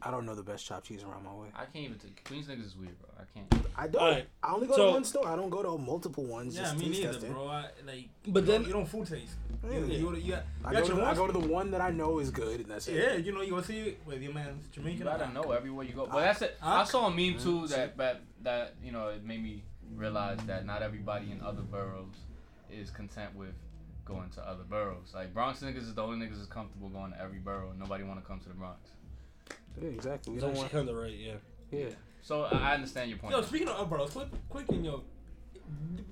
Speaker 2: I don't know the best chopped cheese around my way.
Speaker 3: I can't even. T- Queens niggas is weird, bro. I can't.
Speaker 2: I don't.
Speaker 5: Alright,
Speaker 2: I only go
Speaker 5: so-
Speaker 2: to one store. I don't go to multiple ones.
Speaker 6: Yeah,
Speaker 2: just
Speaker 6: me
Speaker 2: taste
Speaker 6: neither,
Speaker 2: testing.
Speaker 6: bro. I, like,
Speaker 5: But
Speaker 6: you
Speaker 5: then-
Speaker 6: don't- you don't food taste. You,
Speaker 2: Yeah.
Speaker 6: you, you, got,
Speaker 2: I
Speaker 6: you
Speaker 2: go,
Speaker 6: got
Speaker 2: to,
Speaker 6: your
Speaker 2: I go
Speaker 6: ones.
Speaker 2: to the one that I know is good, and that's
Speaker 6: Yeah,
Speaker 2: it.
Speaker 6: you know you gonna see it with your man Jamaican.
Speaker 3: You gotta know everywhere you go. But that's it.
Speaker 6: I-
Speaker 3: I saw a meme too that that that you know it made me realize that not everybody in other boroughs is content with going to other boroughs. Like Bronx niggas is the only niggas is comfortable going to every borough. Nobody want to come to the Bronx.
Speaker 2: Yeah, exactly. We
Speaker 5: He's
Speaker 2: don't
Speaker 5: actually
Speaker 2: want.
Speaker 5: kind of right, yeah.
Speaker 2: Yeah.
Speaker 3: So I I understand your point.
Speaker 6: Yo, speaking of bro, quick, quick, and yo,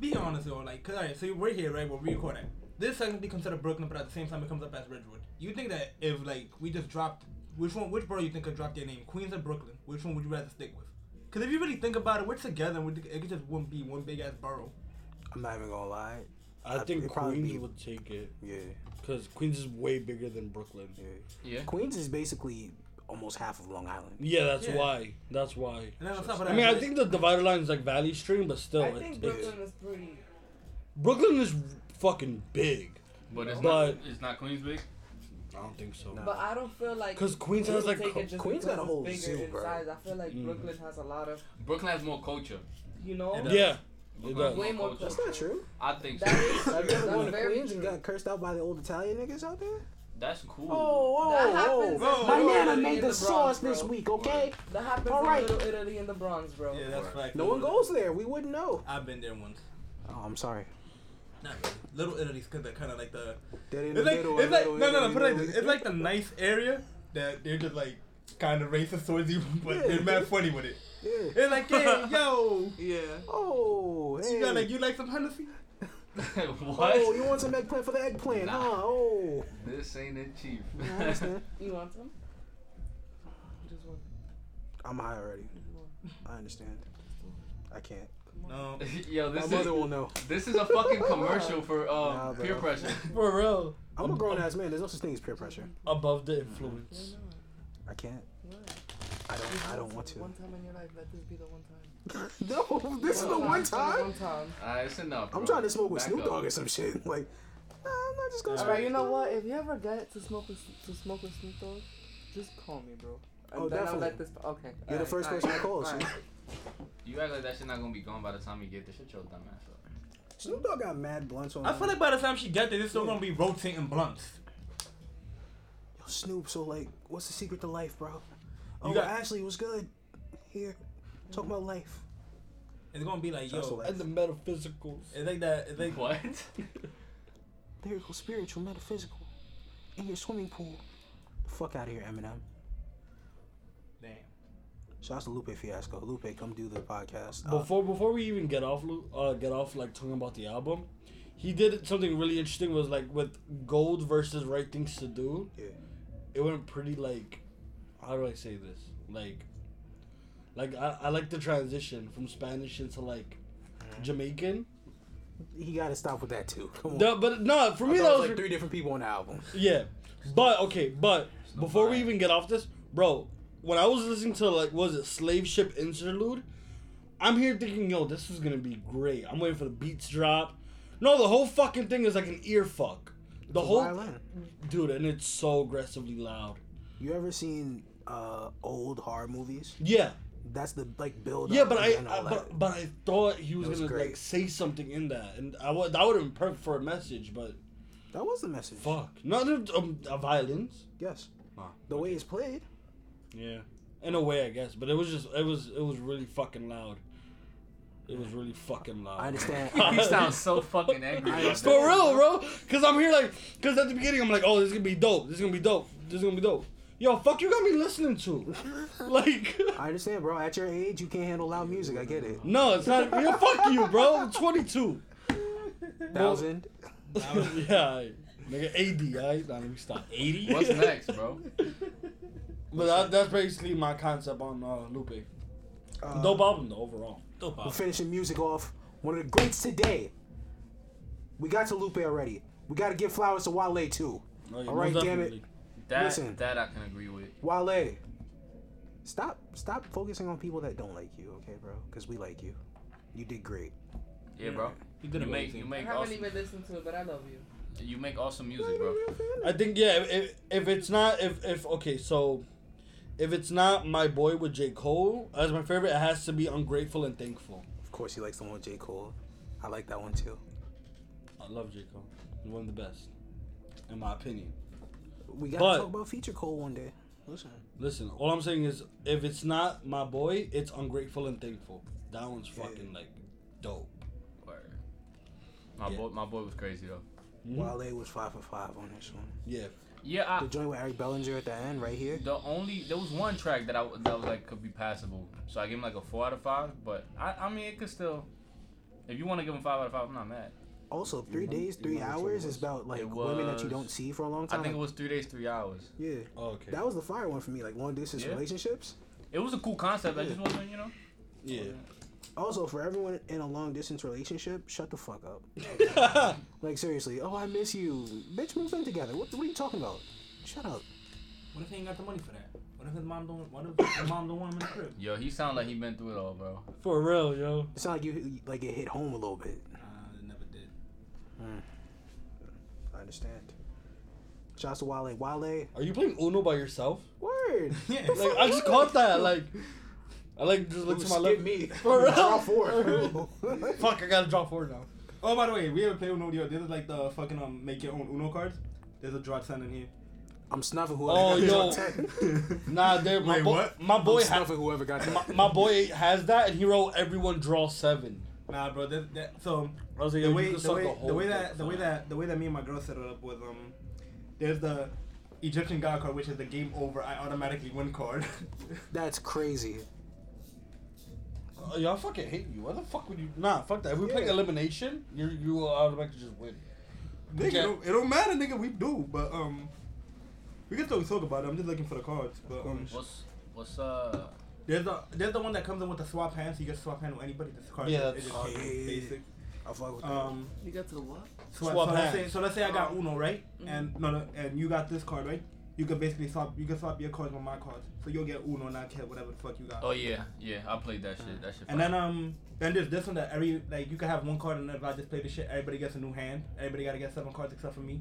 Speaker 6: be honest, yo, like, cause alright, so we're here, right? We're recording. This is technically considered Brooklyn, but at the same time, it comes up as Redwood. You think that if like we just dropped, which one, which borough you think could drop their name, Queens or Brooklyn? Which one would you rather stick with? Cause if you really think about it, we're together, and we, it could just wouldn't be one big ass borough.
Speaker 2: I'm not even gonna lie.
Speaker 5: I
Speaker 2: I-
Speaker 5: think
Speaker 2: it'd probably
Speaker 5: Queens
Speaker 2: be-
Speaker 5: would take it
Speaker 2: Yeah.
Speaker 5: because Queens is way bigger than Brooklyn.
Speaker 2: Yeah.
Speaker 3: Yeah.
Speaker 2: Queens is basically almost half of Long Island.
Speaker 5: Yeah, that's
Speaker 6: Yeah.
Speaker 5: why. That's why.
Speaker 6: And then on top of that,
Speaker 5: I mean, I think the divider line is like Valley Stream, but still,
Speaker 4: I
Speaker 5: it-
Speaker 4: think
Speaker 5: it's,
Speaker 4: Brooklyn is pretty.
Speaker 5: Brooklyn is fucking big.
Speaker 3: But it's
Speaker 5: But-
Speaker 3: not. It's not Queens big.
Speaker 5: I don't think so.
Speaker 4: But I don't feel like
Speaker 5: 'Cause Queens
Speaker 4: we
Speaker 5: has,
Speaker 4: would
Speaker 5: like,
Speaker 4: take
Speaker 5: co-
Speaker 4: it just
Speaker 2: Queens got
Speaker 4: because
Speaker 2: a
Speaker 4: it's
Speaker 2: whole
Speaker 4: bigger
Speaker 2: zoo,
Speaker 4: in
Speaker 2: bro. Mm.
Speaker 4: size. I feel like Brooklyn has a lot of
Speaker 3: Brooklyn has more culture.
Speaker 4: you know.
Speaker 6: It
Speaker 5: Yeah, it
Speaker 3: Brooklyn has
Speaker 5: does.
Speaker 4: Way more
Speaker 2: That's not true.
Speaker 3: I think
Speaker 4: That
Speaker 3: so.
Speaker 4: is that's,
Speaker 2: You ever going to
Speaker 4: very
Speaker 2: Queens and
Speaker 4: true.
Speaker 2: got cursed out by the old Italian niggas out there?
Speaker 3: That's cool.
Speaker 2: Oh.
Speaker 4: That happens
Speaker 6: whoa.
Speaker 4: in
Speaker 6: My
Speaker 4: Little
Speaker 6: nana
Speaker 4: Italy
Speaker 6: made
Speaker 4: in the Bronx, bro.
Speaker 2: week, okay?
Speaker 4: That happens
Speaker 2: All
Speaker 4: in
Speaker 2: right.
Speaker 4: Little Italy in the Bronx, bro.
Speaker 6: yeah, that's fact.
Speaker 2: No one goes there. We wouldn't know.
Speaker 6: I've been there once.
Speaker 2: Oh, I'm sorry.
Speaker 6: Not really. Little Italy's cause they're kind of like the.
Speaker 2: Dead in
Speaker 6: It's
Speaker 2: the
Speaker 6: like,
Speaker 2: middle,
Speaker 6: it's like,
Speaker 2: middle,
Speaker 6: no, no, no,
Speaker 2: middle,
Speaker 6: put it like
Speaker 2: middle.
Speaker 6: this. It's like the nice area that they're just like kind of racist towards you, but they're mad funny with it.
Speaker 2: Yeah.
Speaker 6: They're like, hey, yo,
Speaker 4: Yeah.
Speaker 2: Oh, hey.
Speaker 6: you got like, you like some Hennessy?
Speaker 3: what?
Speaker 2: Oh, you want some eggplant for the eggplant?
Speaker 3: Nah.
Speaker 2: Huh? Oh.
Speaker 3: This ain't it, chief.
Speaker 2: I understand.
Speaker 4: You want some? Just one.
Speaker 2: I'm high already. I understand. I can't.
Speaker 6: No.
Speaker 3: Yo,
Speaker 2: My
Speaker 3: this is
Speaker 2: mother will know.
Speaker 3: this is a fucking commercial for uh,
Speaker 2: Nah, bro.
Speaker 3: peer pressure.
Speaker 5: For real.
Speaker 2: I'm a grown ass man. There's no such thing as peer pressure.
Speaker 5: Above the influence.
Speaker 2: I can't. I don't. I don't want to.
Speaker 4: One time in your life, let this be the one time.
Speaker 2: No, this is the one time.
Speaker 4: One time.
Speaker 3: Uh, it's enough.
Speaker 2: I'm
Speaker 3: bro.
Speaker 2: trying to smoke with
Speaker 3: Back
Speaker 2: Snoop
Speaker 3: up.
Speaker 2: Dogg or some shit. Like, nah, I'm not just gonna.
Speaker 4: All
Speaker 2: smoke
Speaker 4: right, you
Speaker 2: with
Speaker 4: know
Speaker 2: Snoop.
Speaker 4: what? If you ever get to smoke with, to smoke with Snoop Dogg, just call me, bro. And
Speaker 2: Oh,
Speaker 4: then I'll
Speaker 2: definitely.
Speaker 4: let this. Okay.
Speaker 2: You're the
Speaker 4: alright,
Speaker 2: first
Speaker 4: alright,
Speaker 2: person I call, so-
Speaker 4: alright.
Speaker 3: You act like that shit not gonna be gone by the time you get the shit your dumb ass up.
Speaker 2: Snoop Dogg got mad blunts on.
Speaker 6: I feel like by the time she gets there, it's still gonna be rotating blunts.
Speaker 2: Yo, Snoop. So like, what's the secret to life, bro? Oh,
Speaker 6: got-
Speaker 2: Ashley, what's good? Here, talk about life.
Speaker 6: It's gonna be like,
Speaker 2: That's
Speaker 6: yo,
Speaker 2: what I-
Speaker 5: And the metaphysicals.
Speaker 6: it's like that. It's like
Speaker 3: What?
Speaker 2: Lyrical, spiritual, metaphysical. In your swimming pool. The fuck out of here, Eminem.
Speaker 6: Damn.
Speaker 2: Shout out to Lupe Fiasco. Lupe, come do the podcast. Uh,
Speaker 5: Before before we even get off Lu- uh, get off like talking about the album, he did something really interesting. Was like with gold versus right things to do.
Speaker 2: Yeah.
Speaker 5: It went pretty like, how do I say this? Like, like I, I like the transition from Spanish into like Jamaican.
Speaker 2: he got to stop with that too. Come on.
Speaker 5: No, but no, for
Speaker 2: I
Speaker 5: me
Speaker 2: thought
Speaker 5: that
Speaker 2: it
Speaker 5: was,
Speaker 2: like
Speaker 5: re-
Speaker 2: three different people on the album.
Speaker 5: yeah. But okay, but
Speaker 3: no
Speaker 5: before we
Speaker 3: fire.
Speaker 5: even get off this, bro, when I was listening to like what was it slave ship interlude, I'm here thinking, yo, this is gonna be great. I'm waiting for the beats drop. No, the whole fucking thing is like an ear fuck. The whole
Speaker 2: Violin.
Speaker 5: dude, and it's so aggressively loud.
Speaker 2: You ever seen uh old horror movies?
Speaker 5: Yeah,
Speaker 2: That's the like build.
Speaker 5: yeah,
Speaker 2: up
Speaker 5: but I,
Speaker 2: and
Speaker 5: I
Speaker 2: all that.
Speaker 5: but, but I thought he was,
Speaker 2: It was
Speaker 5: gonna
Speaker 2: great.
Speaker 5: like say something in that, and I would that would have been perfect for a message, but
Speaker 2: that was the message.
Speaker 5: fuck, not um, a violence.
Speaker 2: Yes.
Speaker 5: Ah,
Speaker 2: The way it's played.
Speaker 5: Yeah. In a way, I guess, but it was just it was it was really fucking loud. It was really fucking loud.
Speaker 2: I understand.
Speaker 3: You sound so fucking angry.
Speaker 2: I
Speaker 3: about
Speaker 2: understand.
Speaker 5: For real, bro. Cause I'm here like, cause at the beginning I'm like, oh, this is gonna be dope. This is gonna be dope. This is gonna be dope. Yo, fuck, you got me listening to, like,
Speaker 2: I understand, bro. At your age, you can't handle loud music. I get it.
Speaker 5: no, it's not. Yo, fuck you, bro. I'm 22.
Speaker 2: Thousand.
Speaker 5: yeah, I, nigga, 80. I nah, let me stop. 80.
Speaker 3: that. What's next, bro?
Speaker 5: But that, that's basically my concept on uh, Lupe.
Speaker 2: Uh,
Speaker 5: dope album though, overall.
Speaker 6: Dope
Speaker 2: We're
Speaker 6: out.
Speaker 2: finishing music off. One of the greats today. We got to Lupe already. We got to give flowers to Wale too.
Speaker 5: Like,
Speaker 2: All right,
Speaker 5: most
Speaker 2: damn it.
Speaker 5: definitely.
Speaker 3: That
Speaker 2: Listen.
Speaker 3: that I can agree with.
Speaker 2: Wale, stop, stop focusing on people that don't like you, okay, bro? Because we like you. You did great.
Speaker 3: Yeah, bro.
Speaker 6: He did
Speaker 3: You make
Speaker 6: amazing.
Speaker 3: you
Speaker 4: I
Speaker 3: make
Speaker 4: haven't
Speaker 3: awesome
Speaker 4: even listened to it, but I love you.
Speaker 3: you make awesome music, bro.
Speaker 5: I think yeah. If, if, if it's not if if okay, so if it's not my boy with J Cole as my favorite, it has to be Ungrateful and Thankful.
Speaker 2: Of course, he likes the one with J. Cole. I like that one too.
Speaker 5: I love J Cole. He's one of the best, in my opinion.
Speaker 2: We gotta
Speaker 5: But-
Speaker 2: talk about Feature Cole one day. Listen,
Speaker 5: Listen, all I'm saying is if it's not my boy, it's Ungrateful and Thankful. That one's fucking like dope.
Speaker 3: Word. My
Speaker 5: Yeah.
Speaker 3: boy, my boy was crazy though.
Speaker 2: Wale was five for five on this one.
Speaker 5: Yeah.
Speaker 3: Yeah,
Speaker 2: The
Speaker 3: I,
Speaker 2: joint with Eric Bellinger at the end, right here.
Speaker 3: the only there was one track that I that was like could be passable, so I gave him like a four out of five. But I, I mean, it could still. If you want to give him five out of five, I'm not mad.
Speaker 2: Also, three days, three hours is about like
Speaker 3: It
Speaker 2: women that you
Speaker 3: was-
Speaker 2: don't see for a long
Speaker 3: I
Speaker 2: time.
Speaker 3: think it was three days, three hours.
Speaker 2: yeah,
Speaker 5: Oh, okay.
Speaker 2: that was the fire one for me. Like one distance
Speaker 3: Yeah.
Speaker 2: relationships.
Speaker 3: It was a cool concept. I just wasn't, you know.
Speaker 5: yeah.
Speaker 2: Also, for everyone in a long distance relationship, shut the fuck up. like seriously, oh I miss you, bitch. We've been together. What, what are you talking about? Shut up.
Speaker 6: What if he ain't got the money for that? What if his mom don't? What if his mom don't want him in the crib?
Speaker 3: Yo, he sound like he been through it all, bro.
Speaker 5: For real, yo.
Speaker 2: It's not like you like it hit home a little bit.
Speaker 6: Uh, it never did.
Speaker 2: I understand. Shouts to Wale. Wale.
Speaker 5: Are you playing Uno by yourself?
Speaker 2: Word.
Speaker 6: Yeah.
Speaker 5: Like I just caught that. Like I like just looked to my left.
Speaker 2: me.
Speaker 5: For real?
Speaker 2: Draw four.
Speaker 5: Fuck! I gotta draw four now.
Speaker 6: Oh, by the way, we ever play Uno? Yo, this is like the fucking um, make your own Uno cards. There's a draw ten in here.
Speaker 2: I'm snuffing
Speaker 5: Oh,
Speaker 2: whoever
Speaker 5: yo.
Speaker 2: got the top 10.
Speaker 5: Nah, there. My
Speaker 6: Wait,
Speaker 5: boy,
Speaker 6: what?
Speaker 5: My boy
Speaker 2: I'm
Speaker 5: has
Speaker 2: snuffing whoever got
Speaker 5: my,
Speaker 2: that.
Speaker 5: my boy has that, and he wrote everyone draw seven.
Speaker 6: Nah, bro. That, that, so
Speaker 5: I was like,
Speaker 6: the
Speaker 5: yo,
Speaker 6: way
Speaker 5: you can
Speaker 6: the
Speaker 5: suck
Speaker 6: way,
Speaker 5: the
Speaker 6: the
Speaker 5: whole
Speaker 6: way
Speaker 5: dick.
Speaker 6: that the way that the way that me and my girl set it up was um, there's the Egyptian god card, which is the game over. I automatically win card.
Speaker 2: That's crazy.
Speaker 5: Oh, yo, I fucking hate you. Why the fuck would you? Nah, fuck that. If we play
Speaker 2: Yeah.
Speaker 5: elimination, you you will automatically just win.
Speaker 6: nigga, it
Speaker 5: Yeah.
Speaker 6: don't, it don't matter, nigga. We do, but um, we can still talk about it. I'm just looking for the cards, but um,
Speaker 3: What's what's uh?
Speaker 6: there's the there's the one that comes in with the swap hand, so you can swap hand with anybody. This card,
Speaker 5: Yeah,
Speaker 6: it
Speaker 5: that's-
Speaker 6: just
Speaker 2: oh,
Speaker 6: came
Speaker 2: yeah, yeah, yeah.
Speaker 6: basic.
Speaker 2: I fuck with that.
Speaker 6: Um,
Speaker 4: You got to what?
Speaker 6: so,
Speaker 5: Swap
Speaker 6: so let's say
Speaker 5: hands.
Speaker 6: so let's say I got Uno, right? And no, no, and you got this card, right? You can basically swap you can swap your cards with my cards, so you'll get Uno and I get whatever the fuck you got.
Speaker 3: Oh yeah, yeah. I played that shit. That shit.
Speaker 6: And then um, then there's this one that every like you can have one card, and if I just play this shit, everybody gets a new hand. Everybody gotta get seven cards except for me.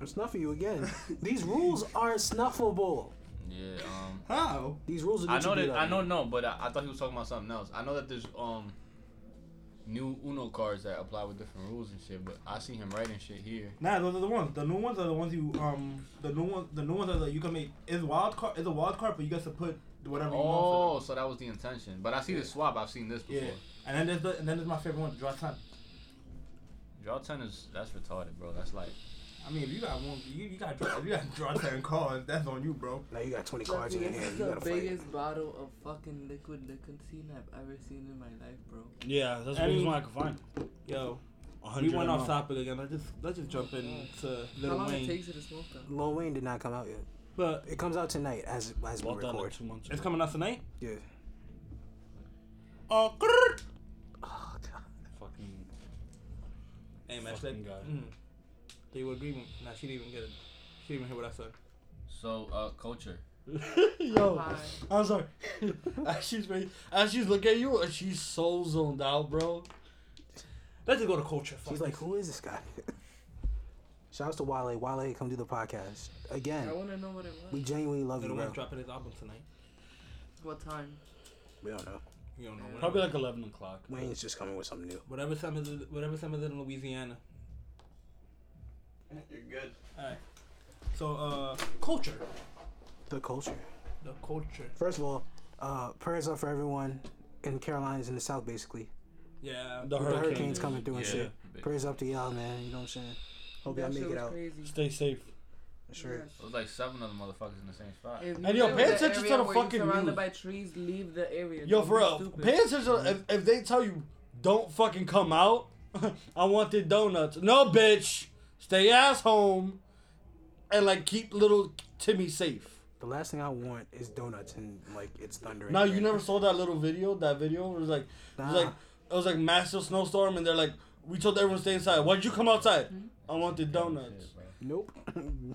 Speaker 2: I'm snuffing you again. These rules are snuffable.
Speaker 3: yeah. Um.
Speaker 6: How?
Speaker 2: These rules are
Speaker 3: I
Speaker 2: what
Speaker 3: know
Speaker 2: you
Speaker 3: that.
Speaker 2: beat
Speaker 3: I
Speaker 2: on.
Speaker 3: know no, but I, I thought he was talking about something else. I know that there's um new Uno cards that apply with different rules and shit. But I see him writing shit here.
Speaker 6: Nah, those are the ones. The new ones are the ones you um, the new ones, the new ones are the you can make is wild card is a wild card, but you guys to put whatever you
Speaker 3: Oh,
Speaker 6: want.
Speaker 3: so that was the intention. But I see the swap. I've seen this
Speaker 6: For them.
Speaker 3: before.
Speaker 6: Yeah. And then there's the and then there's my favorite one, draw time.
Speaker 3: Draw ten is that's retarded, bro. That's like
Speaker 6: I mean, if you got one, you, you got draw, if you got draw ten cards, that's on you, bro.
Speaker 2: Now you got 20 cards
Speaker 4: This
Speaker 2: in your hand. You
Speaker 4: is the
Speaker 2: gotta fight.
Speaker 4: biggest bottle of fucking liquid nicotine I've ever seen in my life, bro.
Speaker 5: Yeah, that's
Speaker 6: I
Speaker 5: the reason
Speaker 6: mean-
Speaker 5: why I could find.
Speaker 6: Yo,
Speaker 5: 100 ML.
Speaker 6: topic again. Let's just let's just jump into
Speaker 4: How long it takes you to smoke though?
Speaker 2: Lil Wayne did not come out yet.
Speaker 6: But
Speaker 2: It comes out tonight as as we
Speaker 5: Bought that like
Speaker 2: record.
Speaker 5: two months ago.
Speaker 6: it's coming out tonight.
Speaker 2: Yeah.
Speaker 6: Oh, grrrt.
Speaker 2: Oh god.
Speaker 5: Fucking.
Speaker 6: Hey, man,
Speaker 5: Fucking
Speaker 6: that-
Speaker 5: guy.
Speaker 6: Mm. Do you agree? with- Nah, she didn't even get it. She didn't even hear what I said.
Speaker 3: so uh culture.
Speaker 5: Yo,
Speaker 4: Hi.
Speaker 5: I'm sorry. as she's ready, as she's looking at you, and she's so zoned out, bro.
Speaker 6: Let's just go to culture.
Speaker 2: She's like, who is this guy? Shouts to Wale. Wale, come do the podcast again.
Speaker 4: I wanna know what it
Speaker 2: We
Speaker 4: was.
Speaker 2: genuinely love you,
Speaker 6: Little
Speaker 2: bro.
Speaker 6: Wayne's dropping his album tonight.
Speaker 4: What time?
Speaker 2: We don't know.
Speaker 6: You don't know. Whatever.
Speaker 5: Probably like eleven o'clock.
Speaker 2: Wayne's just coming with something new.
Speaker 6: Whatever time is it, whatever time is it in Louisiana.
Speaker 3: You're good.
Speaker 6: Alright. So, uh, culture.
Speaker 2: The culture.
Speaker 6: The culture.
Speaker 2: First of all, uh, prayers up for everyone in Carolinas and the South, basically.
Speaker 6: Yeah.
Speaker 5: The
Speaker 2: With the
Speaker 5: hurricane.
Speaker 2: hurricanes coming through and
Speaker 3: Yeah.
Speaker 2: shit.
Speaker 3: Big.
Speaker 2: Prayers up to y'all, man. You know what I'm saying? Hope
Speaker 4: that
Speaker 2: y'all
Speaker 4: shit
Speaker 2: make it
Speaker 4: was
Speaker 2: out.
Speaker 4: crazy.
Speaker 5: Stay safe.
Speaker 2: Sure.
Speaker 3: It was like seven of the motherfuckers in the same spot.
Speaker 4: If you
Speaker 5: And yo,
Speaker 4: live
Speaker 5: pay
Speaker 4: in an
Speaker 5: attention to
Speaker 4: area
Speaker 5: the
Speaker 4: where you're
Speaker 5: fucking
Speaker 4: surrounded
Speaker 5: news.
Speaker 4: by trees, leave the area.
Speaker 5: Yo,
Speaker 4: Don't
Speaker 5: for
Speaker 4: be
Speaker 5: real,
Speaker 4: stupid.
Speaker 5: pay attention. If, if they tell you don't fucking come out, I wanted donuts. No, bitch, stay ass home, and like keep little Timmy safe.
Speaker 2: The last thing I want is donuts and like it's thundering.
Speaker 5: Now you
Speaker 2: right?
Speaker 5: never saw that little video. That video it was like, it was
Speaker 2: Nah.
Speaker 5: like it was like massive snowstorm, and they're like, we told everyone to stay inside. Why'd you come outside?
Speaker 2: Hmm?
Speaker 5: I wanted donuts.
Speaker 3: Shit, bro.
Speaker 2: Nope.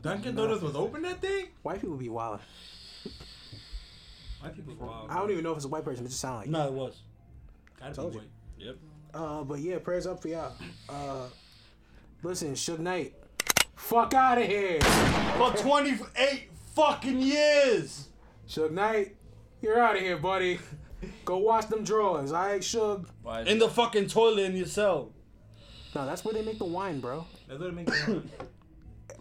Speaker 6: Dunkin' Donuts was open that day?
Speaker 2: White people be wild.
Speaker 6: White people
Speaker 2: I don't even know if it's a white person. It just sound like.
Speaker 5: No, it was.
Speaker 6: Gotta
Speaker 2: Told
Speaker 6: be
Speaker 2: you.
Speaker 6: white.
Speaker 5: Yep.
Speaker 2: Uh, but yeah, prayers up for y'all. Uh, listen, Suge Knight, fuck out of here.
Speaker 5: For 28 fucking years.
Speaker 2: Suge Knight, you're out of here, buddy. Go wash them drawers, all right, Suge?
Speaker 3: Why is
Speaker 5: In the fucking toilet in your cell.
Speaker 2: No, that's where they make the wine, bro.
Speaker 6: That's what it makes me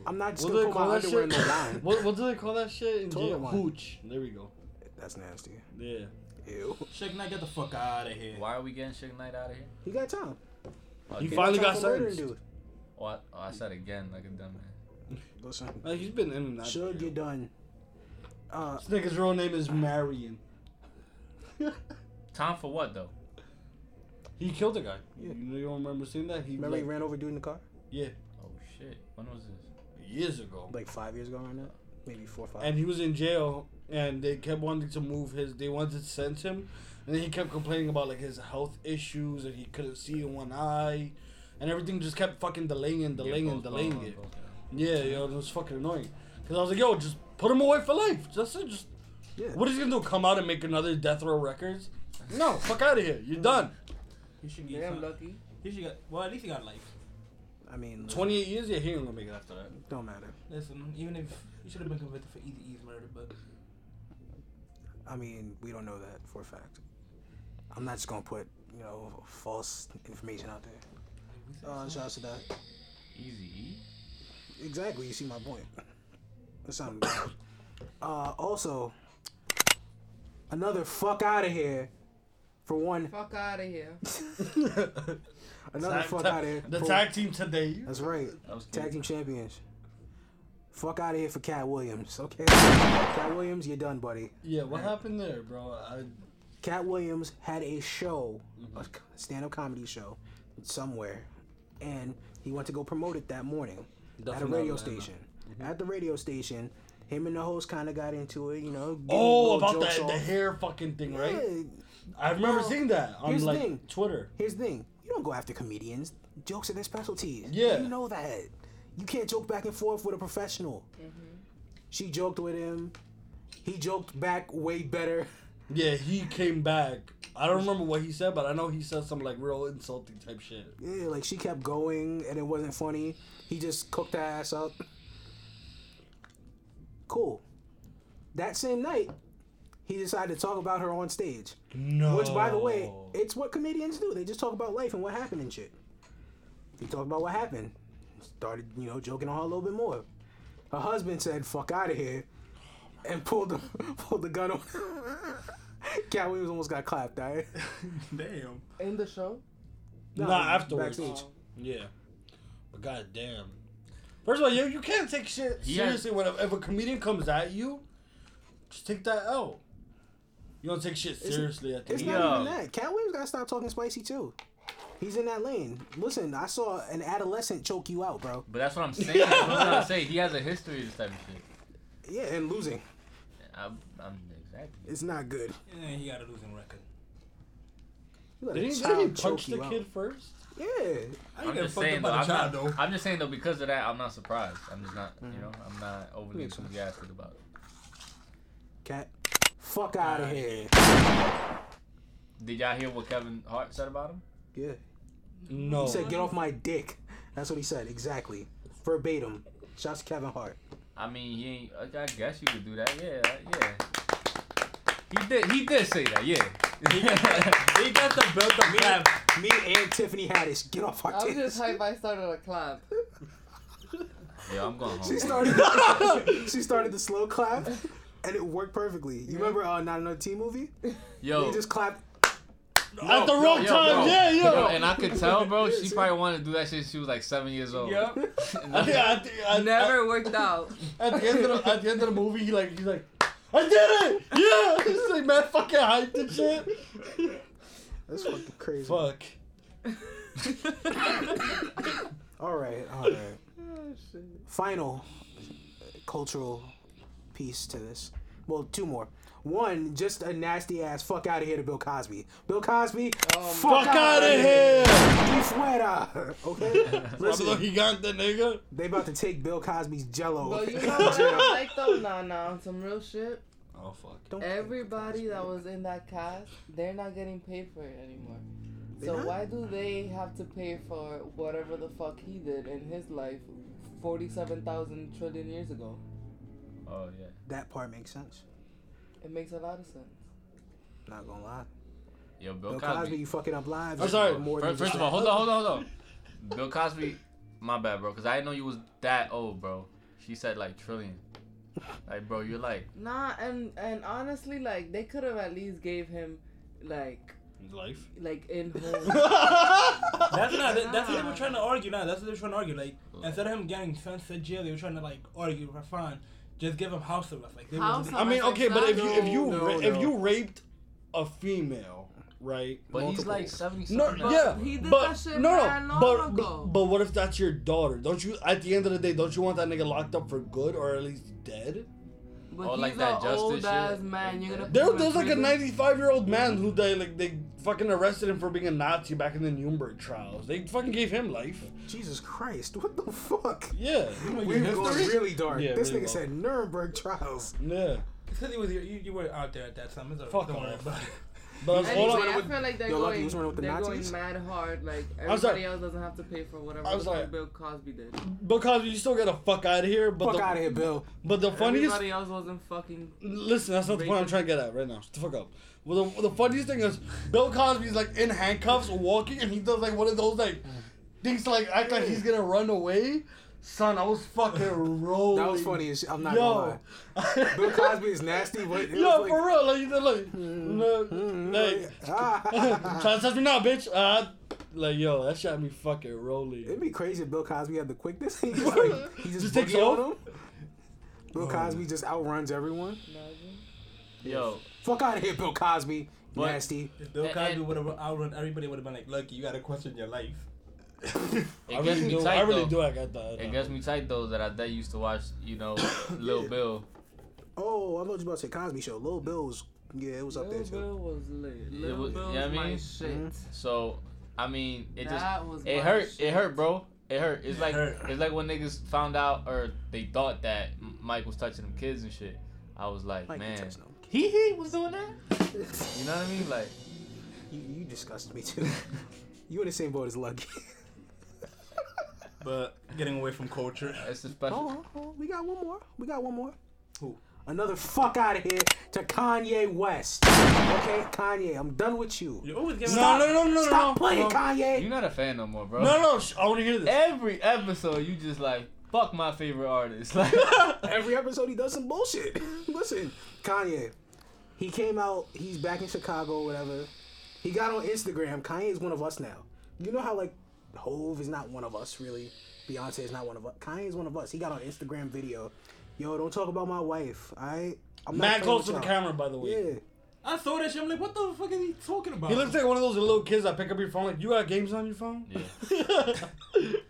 Speaker 2: I'm not just
Speaker 5: What do
Speaker 2: gonna
Speaker 5: they
Speaker 2: put
Speaker 5: call
Speaker 2: my
Speaker 5: that
Speaker 2: underwear in
Speaker 5: shit?
Speaker 2: the wine.
Speaker 5: What, what do they call that shit? In
Speaker 2: Toilet
Speaker 5: jail?
Speaker 2: wine.
Speaker 5: Hooch. There we go.
Speaker 2: That's nasty.
Speaker 5: Yeah.
Speaker 2: Ew.
Speaker 6: Shake Knight, get the fuck out of here.
Speaker 3: why are we getting Suge Knight out of here?
Speaker 2: He got time.
Speaker 5: He
Speaker 3: Okay.
Speaker 5: finally
Speaker 2: Time
Speaker 5: got
Speaker 2: for murdering
Speaker 5: sentenced.
Speaker 2: dude.
Speaker 3: Oh, I, oh, I said again like a dumb man.
Speaker 2: Listen,
Speaker 5: Like he's been in and out. of
Speaker 2: Suge,
Speaker 5: jail.
Speaker 2: you're done. Uh,
Speaker 5: This nigga's real name is Marion.
Speaker 3: Time for what though?
Speaker 5: He killed a guy.
Speaker 2: Yeah.
Speaker 5: You, you don't remember seeing that? He
Speaker 2: remember he
Speaker 5: like-
Speaker 2: ran over dude in the car
Speaker 5: yeah,
Speaker 3: Oh shit! When was this?
Speaker 5: years ago.
Speaker 2: like five years ago, right now, maybe four or five.
Speaker 5: and he was in jail, and they kept wanting to move his. They wanted to send him, and then he kept complaining about like his health issues, and he couldn't see in one eye, and everything just kept fucking delaying and delaying and delaying it. Yeah, yo, it was fucking annoying. Cause I was like, yo, just put him away for life. Just, just.
Speaker 2: Yeah.
Speaker 5: What is he gonna do? Come out and make another death row records? No, fuck out of here. You're done.
Speaker 6: He should get.
Speaker 4: Damn
Speaker 6: some-
Speaker 4: lucky.
Speaker 6: He should get. Well, at least he got life.
Speaker 2: I mean, twenty
Speaker 5: 28 years, yeah, he ain't gonna make it after that.
Speaker 2: don't matter.
Speaker 6: Listen, even if he should have been convicted for Easy E's murder, but
Speaker 2: I mean, we don't know that for a fact. I'm not just gonna put you know false information out there. Uh, shout out to that.
Speaker 3: Easy.
Speaker 2: Exactly, you see my point. That sounded bad. Uh, also, another fuck out of here. For one,
Speaker 4: Fuck out of here.
Speaker 2: another
Speaker 5: Tag-
Speaker 2: fuck
Speaker 5: tag-
Speaker 2: out of here.
Speaker 5: The
Speaker 2: for-
Speaker 5: tag team today.
Speaker 2: That's right.
Speaker 3: That was cute.
Speaker 2: Tag team champions. Fuck out of here for Cat Williams, okay? Cat Williams, you're done, buddy.
Speaker 5: Yeah, what happened there, bro? I,
Speaker 2: Cat Williams had a show, a stand up comedy show, somewhere, and he went to go promote it that morning at a
Speaker 5: Definitely
Speaker 2: radio
Speaker 5: not Atlanta.
Speaker 2: station. At the radio station, him and the host kind of got into it, you know. giving
Speaker 5: oh,
Speaker 2: little
Speaker 5: about
Speaker 2: jokes
Speaker 5: that the
Speaker 2: off.
Speaker 5: hair fucking thing, right?
Speaker 2: Yeah.
Speaker 5: I remember
Speaker 2: Well,
Speaker 5: seeing that on
Speaker 2: here's the
Speaker 5: like
Speaker 2: thing.
Speaker 5: Twitter.
Speaker 2: Here's the thing you don't go after comedians, jokes are their specialty.
Speaker 5: Yeah.
Speaker 2: You know that. You can't joke back and forth with a professional. She joked with him, he joked back way better.
Speaker 5: Yeah, he came back. I don't remember what he said, but I know he said some like real insulting type shit.
Speaker 2: Yeah, like she kept going and it wasn't funny. He just cooked her ass up. Cool. That same night, he decided to talk about her on stage.
Speaker 5: No.
Speaker 2: Which, by the way,
Speaker 5: Oh.
Speaker 2: it's what comedians do. They just talk about life and what happened and shit. He talked about what happened. Started, you know, joking on her a little bit more. Her husband said, fuck out of here. And pulled the, pulled the gun on Cat Williams almost got clapped, all right?
Speaker 6: damn.
Speaker 4: In the show?
Speaker 5: Nah, afterwards.
Speaker 2: Backstage.
Speaker 5: Yeah. But goddamn. First of all, yo, you can't take shit
Speaker 3: Yeah.
Speaker 5: seriously when if a comedian comes at you, just take that L. You don't take shit
Speaker 2: It's-
Speaker 5: seriously at the
Speaker 2: It's
Speaker 5: end.
Speaker 2: not
Speaker 3: Yo.
Speaker 2: even that. Cat Williams gotta stop talking spicy too. He's in that lane. Listen, I saw an adolescent choke you out, bro.
Speaker 3: But that's what I'm saying. that's what I'm saying. He has a history of this type of shit.
Speaker 2: Yeah, and losing.
Speaker 3: I'm, I'm exactly.
Speaker 2: It's not good.
Speaker 6: Yeah, he got a losing record.
Speaker 2: You let a
Speaker 5: Did he,
Speaker 2: child
Speaker 5: did he
Speaker 2: choke
Speaker 5: punch the
Speaker 2: you out.
Speaker 5: kid first?
Speaker 2: Yeah.
Speaker 6: I
Speaker 3: I'm
Speaker 6: get
Speaker 3: just
Speaker 6: fucked up
Speaker 3: saying
Speaker 6: by
Speaker 3: though.
Speaker 6: the
Speaker 3: I'm
Speaker 6: child,
Speaker 3: not, I'm just saying though because of that, I'm not surprised. I'm just not. You know, I'm not overly
Speaker 2: Makes sense.
Speaker 3: enthusiastic about it.
Speaker 2: Cat. Fuck out of here.
Speaker 3: Did y'all hear what Kevin Hart said about him?
Speaker 2: Yeah.
Speaker 5: No.
Speaker 2: He said, "Get off my dick." That's what he said exactly, verbatim. Shouts to Kevin Hart.
Speaker 3: I mean, he ain't. I- I guess you could do that. Yeah, uh, yeah. He did. He did say that. Yeah.
Speaker 6: He got the belt of
Speaker 2: Me, me and Tiffany Haddish, get off our
Speaker 4: I was
Speaker 2: dick.
Speaker 4: just hype I started a clap.
Speaker 3: yeah, I'm going
Speaker 2: She
Speaker 3: home.
Speaker 2: started. she started the slow clap, and it worked perfectly. You remember uh, not another T movie?
Speaker 3: Yo.
Speaker 5: Oh.
Speaker 2: He just clapped
Speaker 5: at the wrong
Speaker 3: Yo,
Speaker 5: time,
Speaker 3: bro.
Speaker 5: yeah, yo.
Speaker 3: Yo, and I could tell, bro.
Speaker 2: Yeah,
Speaker 3: She
Speaker 2: see?
Speaker 3: probably wanted to do that shit. since She was like seven years old.
Speaker 4: Yep.
Speaker 5: I think, I think, I,
Speaker 4: Never worked out.
Speaker 5: I- at the end of the, at the end of the movie, he like he's like, I did it, yeah. He's like mad fucking hyped and shit.
Speaker 2: That's fucking crazy.
Speaker 5: Fuck. Oh,
Speaker 2: All right, all right.
Speaker 4: Oh, shit.
Speaker 2: Final cultural piece to this. Well, two more. One, just a nasty ass fuck out of here to Bill Cosby. Bill Cosby, fuck,
Speaker 5: Um, Fuck out of here.
Speaker 2: Y fuera. Okay,
Speaker 5: Pablo
Speaker 2: listen,
Speaker 5: Gigante, nigga.
Speaker 2: they about to take Bill Cosby's Jello.
Speaker 4: But you know what I like though? Nah, nah. on Some real shit.
Speaker 5: Oh fuck.
Speaker 2: Don't-
Speaker 4: Everybody that was in that cast, they're not getting paid for it anymore.
Speaker 2: They're
Speaker 4: So
Speaker 2: not.
Speaker 4: why do they have to pay for whatever the fuck he did in his life 47,000 trillion years ago?
Speaker 3: Oh yeah.
Speaker 2: That part makes sense.
Speaker 4: It makes a lot of sense.
Speaker 2: Not gonna lie.
Speaker 3: Yo, Bill,
Speaker 2: Bill
Speaker 3: Cosby.
Speaker 2: Cosby, you fucking up lives.
Speaker 5: I'm sorry.
Speaker 2: More than
Speaker 3: First, first
Speaker 2: just
Speaker 3: of all, hold on, hold on, hold on. Bill Cosby, my bad, bro, because I didn't know you was that old, bro. She said like trillion. Like, bro, you're like,
Speaker 4: Nah, and and honestly like they could have at least gave him like
Speaker 5: Life.
Speaker 4: like in home.
Speaker 5: That's
Speaker 6: That's not. That, that's what they
Speaker 4: Nah.
Speaker 6: were trying to argue. Now that's what they were trying to argue. Like instead of him getting sent to jail, they were trying to like argue. "We're Fine, just give him house arrest. Like they
Speaker 4: House
Speaker 6: were
Speaker 5: I mean, okay, but if you if you
Speaker 2: No,
Speaker 5: ra-
Speaker 2: no,
Speaker 5: if
Speaker 2: no.
Speaker 5: you raped a female, right?
Speaker 3: but he's
Speaker 2: Multiple.
Speaker 3: like seventy
Speaker 5: No,
Speaker 3: something.
Speaker 5: yeah,
Speaker 4: he did
Speaker 5: but
Speaker 4: that shit
Speaker 5: no,
Speaker 4: mad
Speaker 5: no,
Speaker 4: long
Speaker 5: but,
Speaker 4: ago.
Speaker 5: but but what if that's your daughter? Don't you? At the end of the day, don't you want that nigga locked up for good or at least dead?
Speaker 4: But
Speaker 3: Oh, like
Speaker 4: he's like
Speaker 3: that
Speaker 4: that
Speaker 3: Justice
Speaker 4: old ass
Speaker 3: shit?
Speaker 4: man. You're gonna
Speaker 5: There,
Speaker 4: put him in
Speaker 5: there's like a
Speaker 4: prison?
Speaker 5: 95 year old man who they like they fucking arrested him for being a Nazi back in the Nuremberg trials. They fucking gave him life.
Speaker 2: Jesus Christ, what the fuck?
Speaker 5: Yeah,
Speaker 2: We're going really dark.
Speaker 5: Yeah,
Speaker 2: this
Speaker 5: really
Speaker 2: nigga
Speaker 5: dark.
Speaker 2: said Nuremberg trials.
Speaker 5: yeah.
Speaker 6: Because you, was- you, you were out there at that time. It's all right.
Speaker 5: Fuck
Speaker 6: Don't worry
Speaker 5: off.
Speaker 6: about it.
Speaker 5: But
Speaker 4: Anyway,
Speaker 5: hold on.
Speaker 4: I feel like they're
Speaker 2: Yo, Lucky,
Speaker 4: going,
Speaker 2: who's running with the
Speaker 4: they're
Speaker 2: Nazis?
Speaker 4: going mad hard. Like
Speaker 5: was like-
Speaker 4: everybody else doesn't have to pay for whatever
Speaker 5: I
Speaker 4: the
Speaker 5: was like-
Speaker 4: fuck Bill Cosby did.
Speaker 5: Bill Cosby, you still gotta fuck out of here. But
Speaker 2: Fuck
Speaker 5: the,
Speaker 2: out of here, Bill.
Speaker 5: But the funniest
Speaker 4: Everybody else wasn't fucking.
Speaker 5: Listen, that's not the point I'm
Speaker 4: Racist.
Speaker 5: trying to get at right now. Shut the fuck up. Well, the, the funniest thing is Bill Cosby's like in handcuffs, walking, and he does like one of those like things to like act like he's gonna run away. Son, I was fucking rolling.
Speaker 2: That was funny. as sh- I'm not
Speaker 5: Yo,
Speaker 2: gonna lie. Bill Cosby is nasty, but it
Speaker 5: yo,
Speaker 2: was
Speaker 5: for
Speaker 2: like, Hmm.
Speaker 5: real, like you did like, look, like,
Speaker 2: Ah.
Speaker 5: try to touch me now, bitch. Uh, like, yo, that shot me fucking rolling.
Speaker 2: It'd be crazy if Bill Cosby had the quickness. He just, like, he just,
Speaker 5: Just
Speaker 2: takes
Speaker 5: takes
Speaker 2: on
Speaker 5: off?
Speaker 2: him. Bill Cosby just outruns everyone.
Speaker 3: Yo,
Speaker 2: Fuck out of here, Bill Cosby.
Speaker 3: But-
Speaker 2: Nasty.
Speaker 6: If Bill
Speaker 3: And-
Speaker 6: Cosby
Speaker 3: and-
Speaker 6: would have outrun everybody, would have been like, "Look, you gotta question your life."
Speaker 5: I
Speaker 3: it gets
Speaker 5: really
Speaker 3: me
Speaker 5: do.
Speaker 3: tight
Speaker 5: I really
Speaker 3: though.
Speaker 5: do. I got that.
Speaker 3: It gets me tight though that I that used to watch, you know, Lil Bill.
Speaker 2: Oh, I thought you were about to say Cosby Show. Lil Bill was, yeah, it was up there Hmm?
Speaker 4: Lil
Speaker 2: too.
Speaker 4: Bill was lit. Lil
Speaker 3: was-
Speaker 4: Bill was
Speaker 3: yeah, I
Speaker 4: my
Speaker 3: mean,
Speaker 4: shit.
Speaker 3: So, I mean, it just
Speaker 4: That was
Speaker 3: it
Speaker 4: my
Speaker 3: hurt.
Speaker 4: shit.
Speaker 3: It hurt, bro. It hurt. It's like
Speaker 6: hurt.
Speaker 3: it's like when niggas found out or they thought that M- Mike was touching them kids and shit. I was like,
Speaker 2: Mike didn't
Speaker 3: man,
Speaker 2: touch no
Speaker 3: he he was doing that. you know what I mean? Like,
Speaker 2: You, you disgust me too. you in the same boat as Lucky.
Speaker 6: But getting away from culture.
Speaker 3: it's a special.
Speaker 2: oh, oh, we got one more. We got one more.
Speaker 6: Who?
Speaker 2: Another fuck out of here to Kanye West. Okay, Kanye, I'm done with you.
Speaker 6: You always get
Speaker 5: No, no, no, no, no,
Speaker 2: Stop
Speaker 5: no,
Speaker 2: playing,
Speaker 5: no.
Speaker 2: Kanye.
Speaker 3: You're not a fan no more, bro.
Speaker 5: No, no, sh- I want to hear this.
Speaker 3: Every episode, you just like fuck my favorite artist. Like,
Speaker 2: Every episode he does some bullshit. Listen, Kanye, he came out. He's back in Chicago, whatever. He got on Instagram. Kanye is one of us now. You know how like Hove is not one of us really. Beyonce is not one of us. Kanye is one of us. He got on Instagram video. Yo, don't talk about my wife. I. I'm not
Speaker 5: Matt
Speaker 2: playing
Speaker 5: close
Speaker 2: with
Speaker 5: to the
Speaker 2: y'all."
Speaker 5: camera, by the way.
Speaker 2: Yeah.
Speaker 6: I saw that shit. I'm like, what the fuck is he talking about?
Speaker 5: He looks like one of those little kids that pick up your phone like, you got games on your phone?
Speaker 3: Yeah.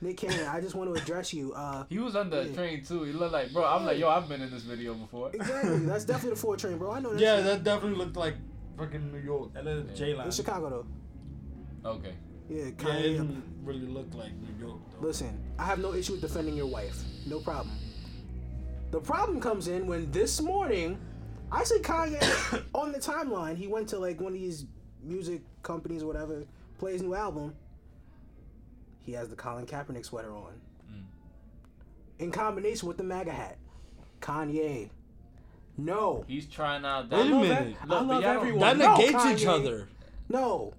Speaker 2: Nick Cannon, I just want to address you. Uh,
Speaker 3: he was under a train too. He looked like, bro. I'm like, yo, I've been in this video before.
Speaker 2: exactly. That's definitely the four train, bro. I know that.
Speaker 5: yeah,
Speaker 2: shit.
Speaker 5: that definitely looked like fucking New York.
Speaker 6: That little J line.
Speaker 2: in Chicago though.
Speaker 3: Okay.
Speaker 2: Yeah,
Speaker 5: Yeah, it
Speaker 2: Kanye.
Speaker 5: didn't really look like New York, though.
Speaker 2: Listen, I have no issue with defending your wife. No problem. The problem comes in when this morning, I see Kanye on the timeline. He went to like one of these music companies or whatever, plays new album. He has the Colin Kaepernick sweater on.
Speaker 5: Mm.
Speaker 2: In combination with the MAGA hat. Kanye. No.
Speaker 3: He's trying out.
Speaker 5: Wait
Speaker 2: I
Speaker 5: a
Speaker 2: love
Speaker 5: minute.
Speaker 2: that-
Speaker 3: Look,
Speaker 2: I
Speaker 3: but
Speaker 2: love
Speaker 3: y'all don't-
Speaker 2: everyone.
Speaker 5: That
Speaker 2: No,
Speaker 5: negates
Speaker 2: Kanye.
Speaker 5: each other.
Speaker 2: No.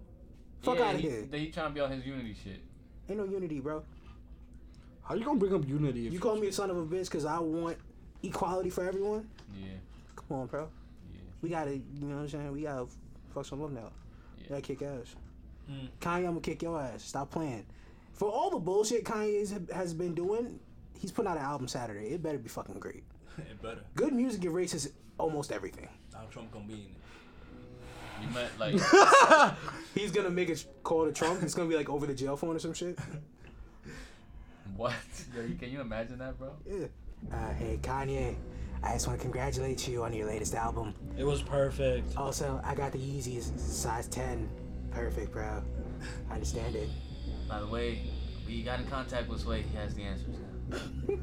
Speaker 2: Fuck
Speaker 3: yeah,
Speaker 2: out of
Speaker 3: he,
Speaker 2: here.
Speaker 3: He trying to be on his unity shit.
Speaker 2: Ain't no unity, bro.
Speaker 5: How you gonna bring up unity if
Speaker 2: You call me a son of a bitch because I want equality for everyone?
Speaker 3: Yeah.
Speaker 2: Come on, bro.
Speaker 3: Yeah.
Speaker 2: We gotta, you know what I'm saying? We gotta fuck some up now.
Speaker 3: Yeah.
Speaker 2: We gotta kick ass. Kanye, I'm gonna kick your ass. Stop playing. For all the bullshit Kanye has been doing, he's putting out an album Saturday. It better be fucking great.
Speaker 6: it better.
Speaker 2: Good music erases almost everything.
Speaker 6: Donald Trump gonna be in it.
Speaker 3: You meant like.
Speaker 2: He's gonna make a sh- call to Trump. It's gonna be like over the jail phone or some shit.
Speaker 3: What? Yo, you- can you imagine that, bro?
Speaker 2: Yeah. Uh, hey, Kanye. I just want to congratulate you on your latest album.
Speaker 5: It was perfect.
Speaker 2: Also, I got the Yeezys, size 10. Perfect, bro. I understand it.
Speaker 3: By the way, we got in contact with Sway. He has the answers now.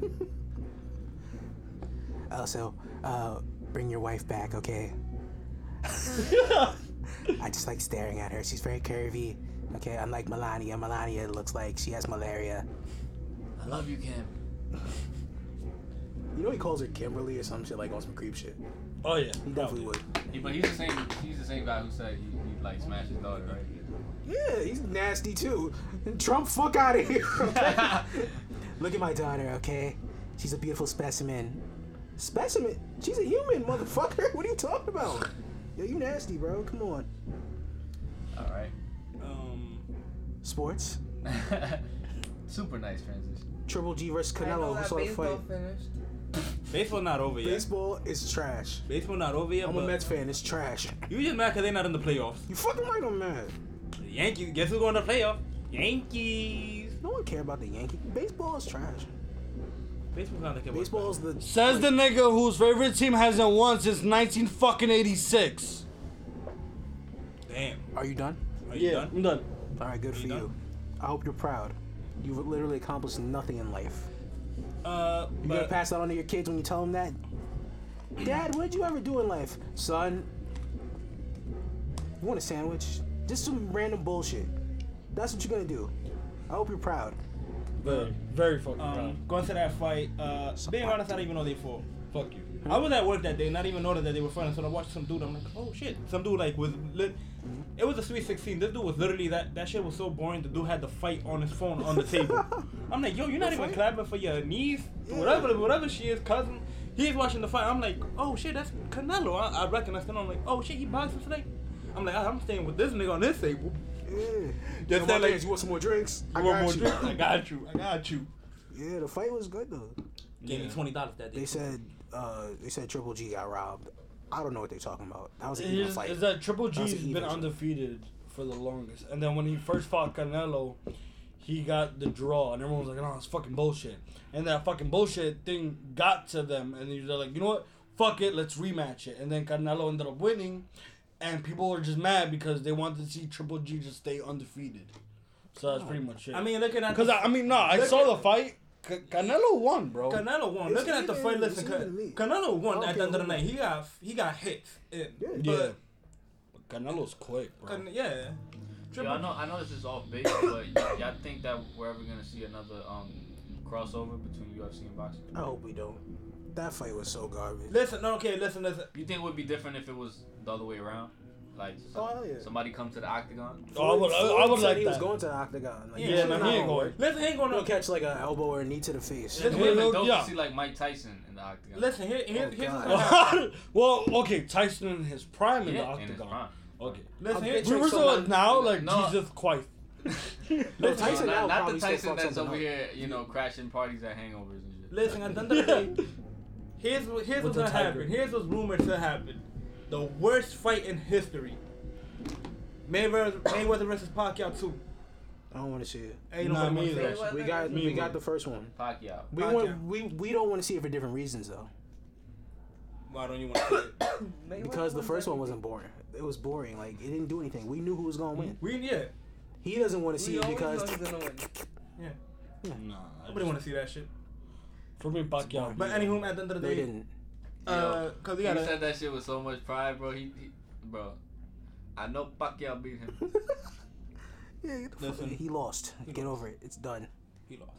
Speaker 2: Also, uh, bring your wife back, okay? I just like staring at her. She's very curvy. Okay, unlike Melania, Melania looks like she has malaria.
Speaker 3: I love you, Kim.
Speaker 2: You know he calls her Kimberly or some shit like on some creep shit.
Speaker 5: Oh yeah,
Speaker 2: Definitely would.
Speaker 3: He, but he's the same. He's the same guy who said he, he like smashed his daughter, right?
Speaker 2: Yeah, he's nasty too. Trump, fuck out of here. okay? Look at my daughter, okay? She's a beautiful specimen. Specimen? She's a human, motherfucker. What are you talking about? Yo, you nasty, bro. Come on.
Speaker 3: All right.
Speaker 6: Um,
Speaker 2: Sports.
Speaker 3: Super nice transition.
Speaker 2: Triple G versus Canelo. Who saw the fight?
Speaker 4: finished.
Speaker 6: baseball not over yet.
Speaker 2: Baseball is trash.
Speaker 6: Baseball not over yet.
Speaker 2: I'm
Speaker 6: but
Speaker 2: a Mets fan. It's trash.
Speaker 6: You just mad because they're not in the playoffs.
Speaker 2: You fucking right on that.
Speaker 6: The Yankees. Guess who's going to the playoff? Yankees.
Speaker 2: No one care about the Yankees. Baseball is trash.
Speaker 6: Baseball's not looking
Speaker 2: Baseball is the
Speaker 5: Says the nigga whose favorite team hasn't won since 19 fucking 86.
Speaker 6: Damn.
Speaker 2: Are you done?
Speaker 6: Are you done?
Speaker 5: I'm done.
Speaker 2: All right, good for
Speaker 6: you done?
Speaker 2: you. I hope you're proud. You've literally accomplished nothing in life.
Speaker 6: Uh,
Speaker 2: You
Speaker 6: but
Speaker 2: gonna pass that on to your kids when you tell them that? Dad, what did you ever do in life? Son, you want a sandwich? Just some random bullshit. That's what you're gonna do. I hope you're proud.
Speaker 5: Very, very fucking
Speaker 6: um, going to that fight, uh, being honest, I don't even know they fought.
Speaker 5: proud. Fuck you.
Speaker 6: I was at work that day, not even noticed that they were fighting. So I watched some dude. I'm like, oh shit! Some dude like was lit. It was a sweet sixteen. This dude was literally that. That shit was so boring. The dude had the fight on his phone on the table. I'm like, yo, you're not even clapping for your niece, whatever, whatever she is, cousin. He's watching the fight. I'm like, oh shit, that's Canelo. I, I recognize Canelo. I'm like, oh shit, he boxes today. I'm like, I'm staying with this nigga on this table.
Speaker 2: Yeah.
Speaker 6: Just that like,
Speaker 2: want some more drinks? I
Speaker 6: one
Speaker 2: got
Speaker 6: more
Speaker 2: you.
Speaker 6: drink. I got you. I got you.
Speaker 2: Yeah, the fight was good though.
Speaker 6: Gave me twenty dollars that day.
Speaker 2: They said uh, they said Triple G got robbed. I don't know what they're talking about. That was an even
Speaker 5: Is,
Speaker 2: fight.
Speaker 5: is that Triple
Speaker 2: That's
Speaker 5: G's
Speaker 2: an even
Speaker 5: been
Speaker 2: fight.
Speaker 5: undefeated for the longest, and then when he first fought Canelo, he got the draw, and everyone was like, "No, it's fucking bullshit." And that fucking bullshit thing got to them, and they're like, "You know what? Fuck it, let's rematch it." And then Canelo ended up winning, and people were just mad because they wanted to see Triple G just stay undefeated. So that's pretty much it.
Speaker 6: I mean, looking at
Speaker 5: because I, I mean, no, I
Speaker 6: Look
Speaker 5: saw
Speaker 6: at-
Speaker 5: the fight. C- Canelo won, bro.
Speaker 6: Canelo
Speaker 2: Oh,
Speaker 6: won.
Speaker 2: It's
Speaker 6: Looking at the
Speaker 2: even-
Speaker 6: fight,
Speaker 2: it's
Speaker 6: listen,
Speaker 2: even me.
Speaker 6: Can- Canelo won
Speaker 2: I don't
Speaker 6: at the end of the
Speaker 2: care
Speaker 6: night. He got he got hits. in. But,
Speaker 5: yeah. But Canelo's quick, bro.
Speaker 6: Can- yeah.
Speaker 3: Yo, I know. I know this is off base, but y- y'all think that we're ever gonna see another um crossover between UFC and boxing?
Speaker 2: I hope we don't. That fight was so garbage.
Speaker 6: Listen, no, okay, listen, listen.
Speaker 3: You think it would be different if it was the other way around? Like
Speaker 2: Oh, hell yeah.
Speaker 3: somebody come to the octagon.
Speaker 5: Oh, I would, I, I would
Speaker 2: Floyd said
Speaker 5: like
Speaker 2: he was
Speaker 5: that.
Speaker 2: going to the octagon. Like,
Speaker 6: Yeah,
Speaker 2: this
Speaker 5: yeah,
Speaker 2: shit
Speaker 5: man,
Speaker 2: not
Speaker 5: he ain't
Speaker 2: gonna
Speaker 5: going.
Speaker 2: work.
Speaker 6: Listen, he ain't
Speaker 2: You're
Speaker 6: gonna
Speaker 2: gonna catch like an elbow or a knee to the face.
Speaker 6: Yeah.
Speaker 3: It would have been dope
Speaker 5: Yeah.
Speaker 3: to see like Mike Tyson in the octagon.
Speaker 6: Listen, here, here,
Speaker 2: Oh,
Speaker 6: here's what's
Speaker 2: God.
Speaker 6: gonna happen.
Speaker 5: well, okay, Tyson in his prime in the
Speaker 3: yeah, in his
Speaker 5: octagon.
Speaker 3: prime.
Speaker 5: Okay.
Speaker 6: Listen,
Speaker 2: I'll
Speaker 6: here,
Speaker 2: bet
Speaker 5: We
Speaker 2: Sure,
Speaker 5: were
Speaker 2: so
Speaker 5: so
Speaker 2: like-
Speaker 5: now like
Speaker 3: No.
Speaker 5: Jesus Christ.
Speaker 2: No, Tyson
Speaker 3: No,
Speaker 2: now
Speaker 3: not, not
Speaker 2: probably
Speaker 3: the
Speaker 2: still
Speaker 3: Tyson
Speaker 2: fucks
Speaker 3: that's
Speaker 2: something
Speaker 3: over
Speaker 2: up.
Speaker 3: here, you know, crashing parties at hangovers and shit.
Speaker 6: listen, at the end of the day, here's what here's
Speaker 2: With
Speaker 6: what's
Speaker 2: the
Speaker 6: gonna
Speaker 2: tiger.
Speaker 6: happen. Here's what's rumored to happen. The worst fight in history. Mayweather, Mayweather versus Pacquiao too.
Speaker 2: I don't want to see it.
Speaker 6: Ain't
Speaker 5: Nah,
Speaker 6: nobody
Speaker 5: me
Speaker 6: wanna
Speaker 5: either.
Speaker 6: say that shit.
Speaker 2: We got
Speaker 5: Me
Speaker 2: we got
Speaker 5: either.
Speaker 2: the first one.
Speaker 3: Pacquiao.
Speaker 2: We
Speaker 6: Pacquiao.
Speaker 2: want we we don't want to see it for different reasons though.
Speaker 6: Why don't you want to say it?
Speaker 2: Because the first one wasn't boring. It was boring. Like it didn't do anything. We knew who was gonna win.
Speaker 6: We yeah,
Speaker 2: He doesn't want to see
Speaker 4: We
Speaker 2: it
Speaker 4: always
Speaker 2: because
Speaker 4: know he's gonna win.
Speaker 6: yeah.
Speaker 5: Nah. I
Speaker 6: Nobody want to see that shit.
Speaker 5: just- For me, Pacquiao.
Speaker 6: But anywho, at the end of the
Speaker 2: they
Speaker 6: day,
Speaker 2: didn't.
Speaker 6: uh, cause we
Speaker 3: He
Speaker 6: gotta.
Speaker 3: said that shit with so much pride, bro. He, he bro. I know Pacquiao beat him.
Speaker 2: Yeah, get the fuck-
Speaker 6: Listen.
Speaker 2: he lost. Get over it. It's done.
Speaker 6: He lost.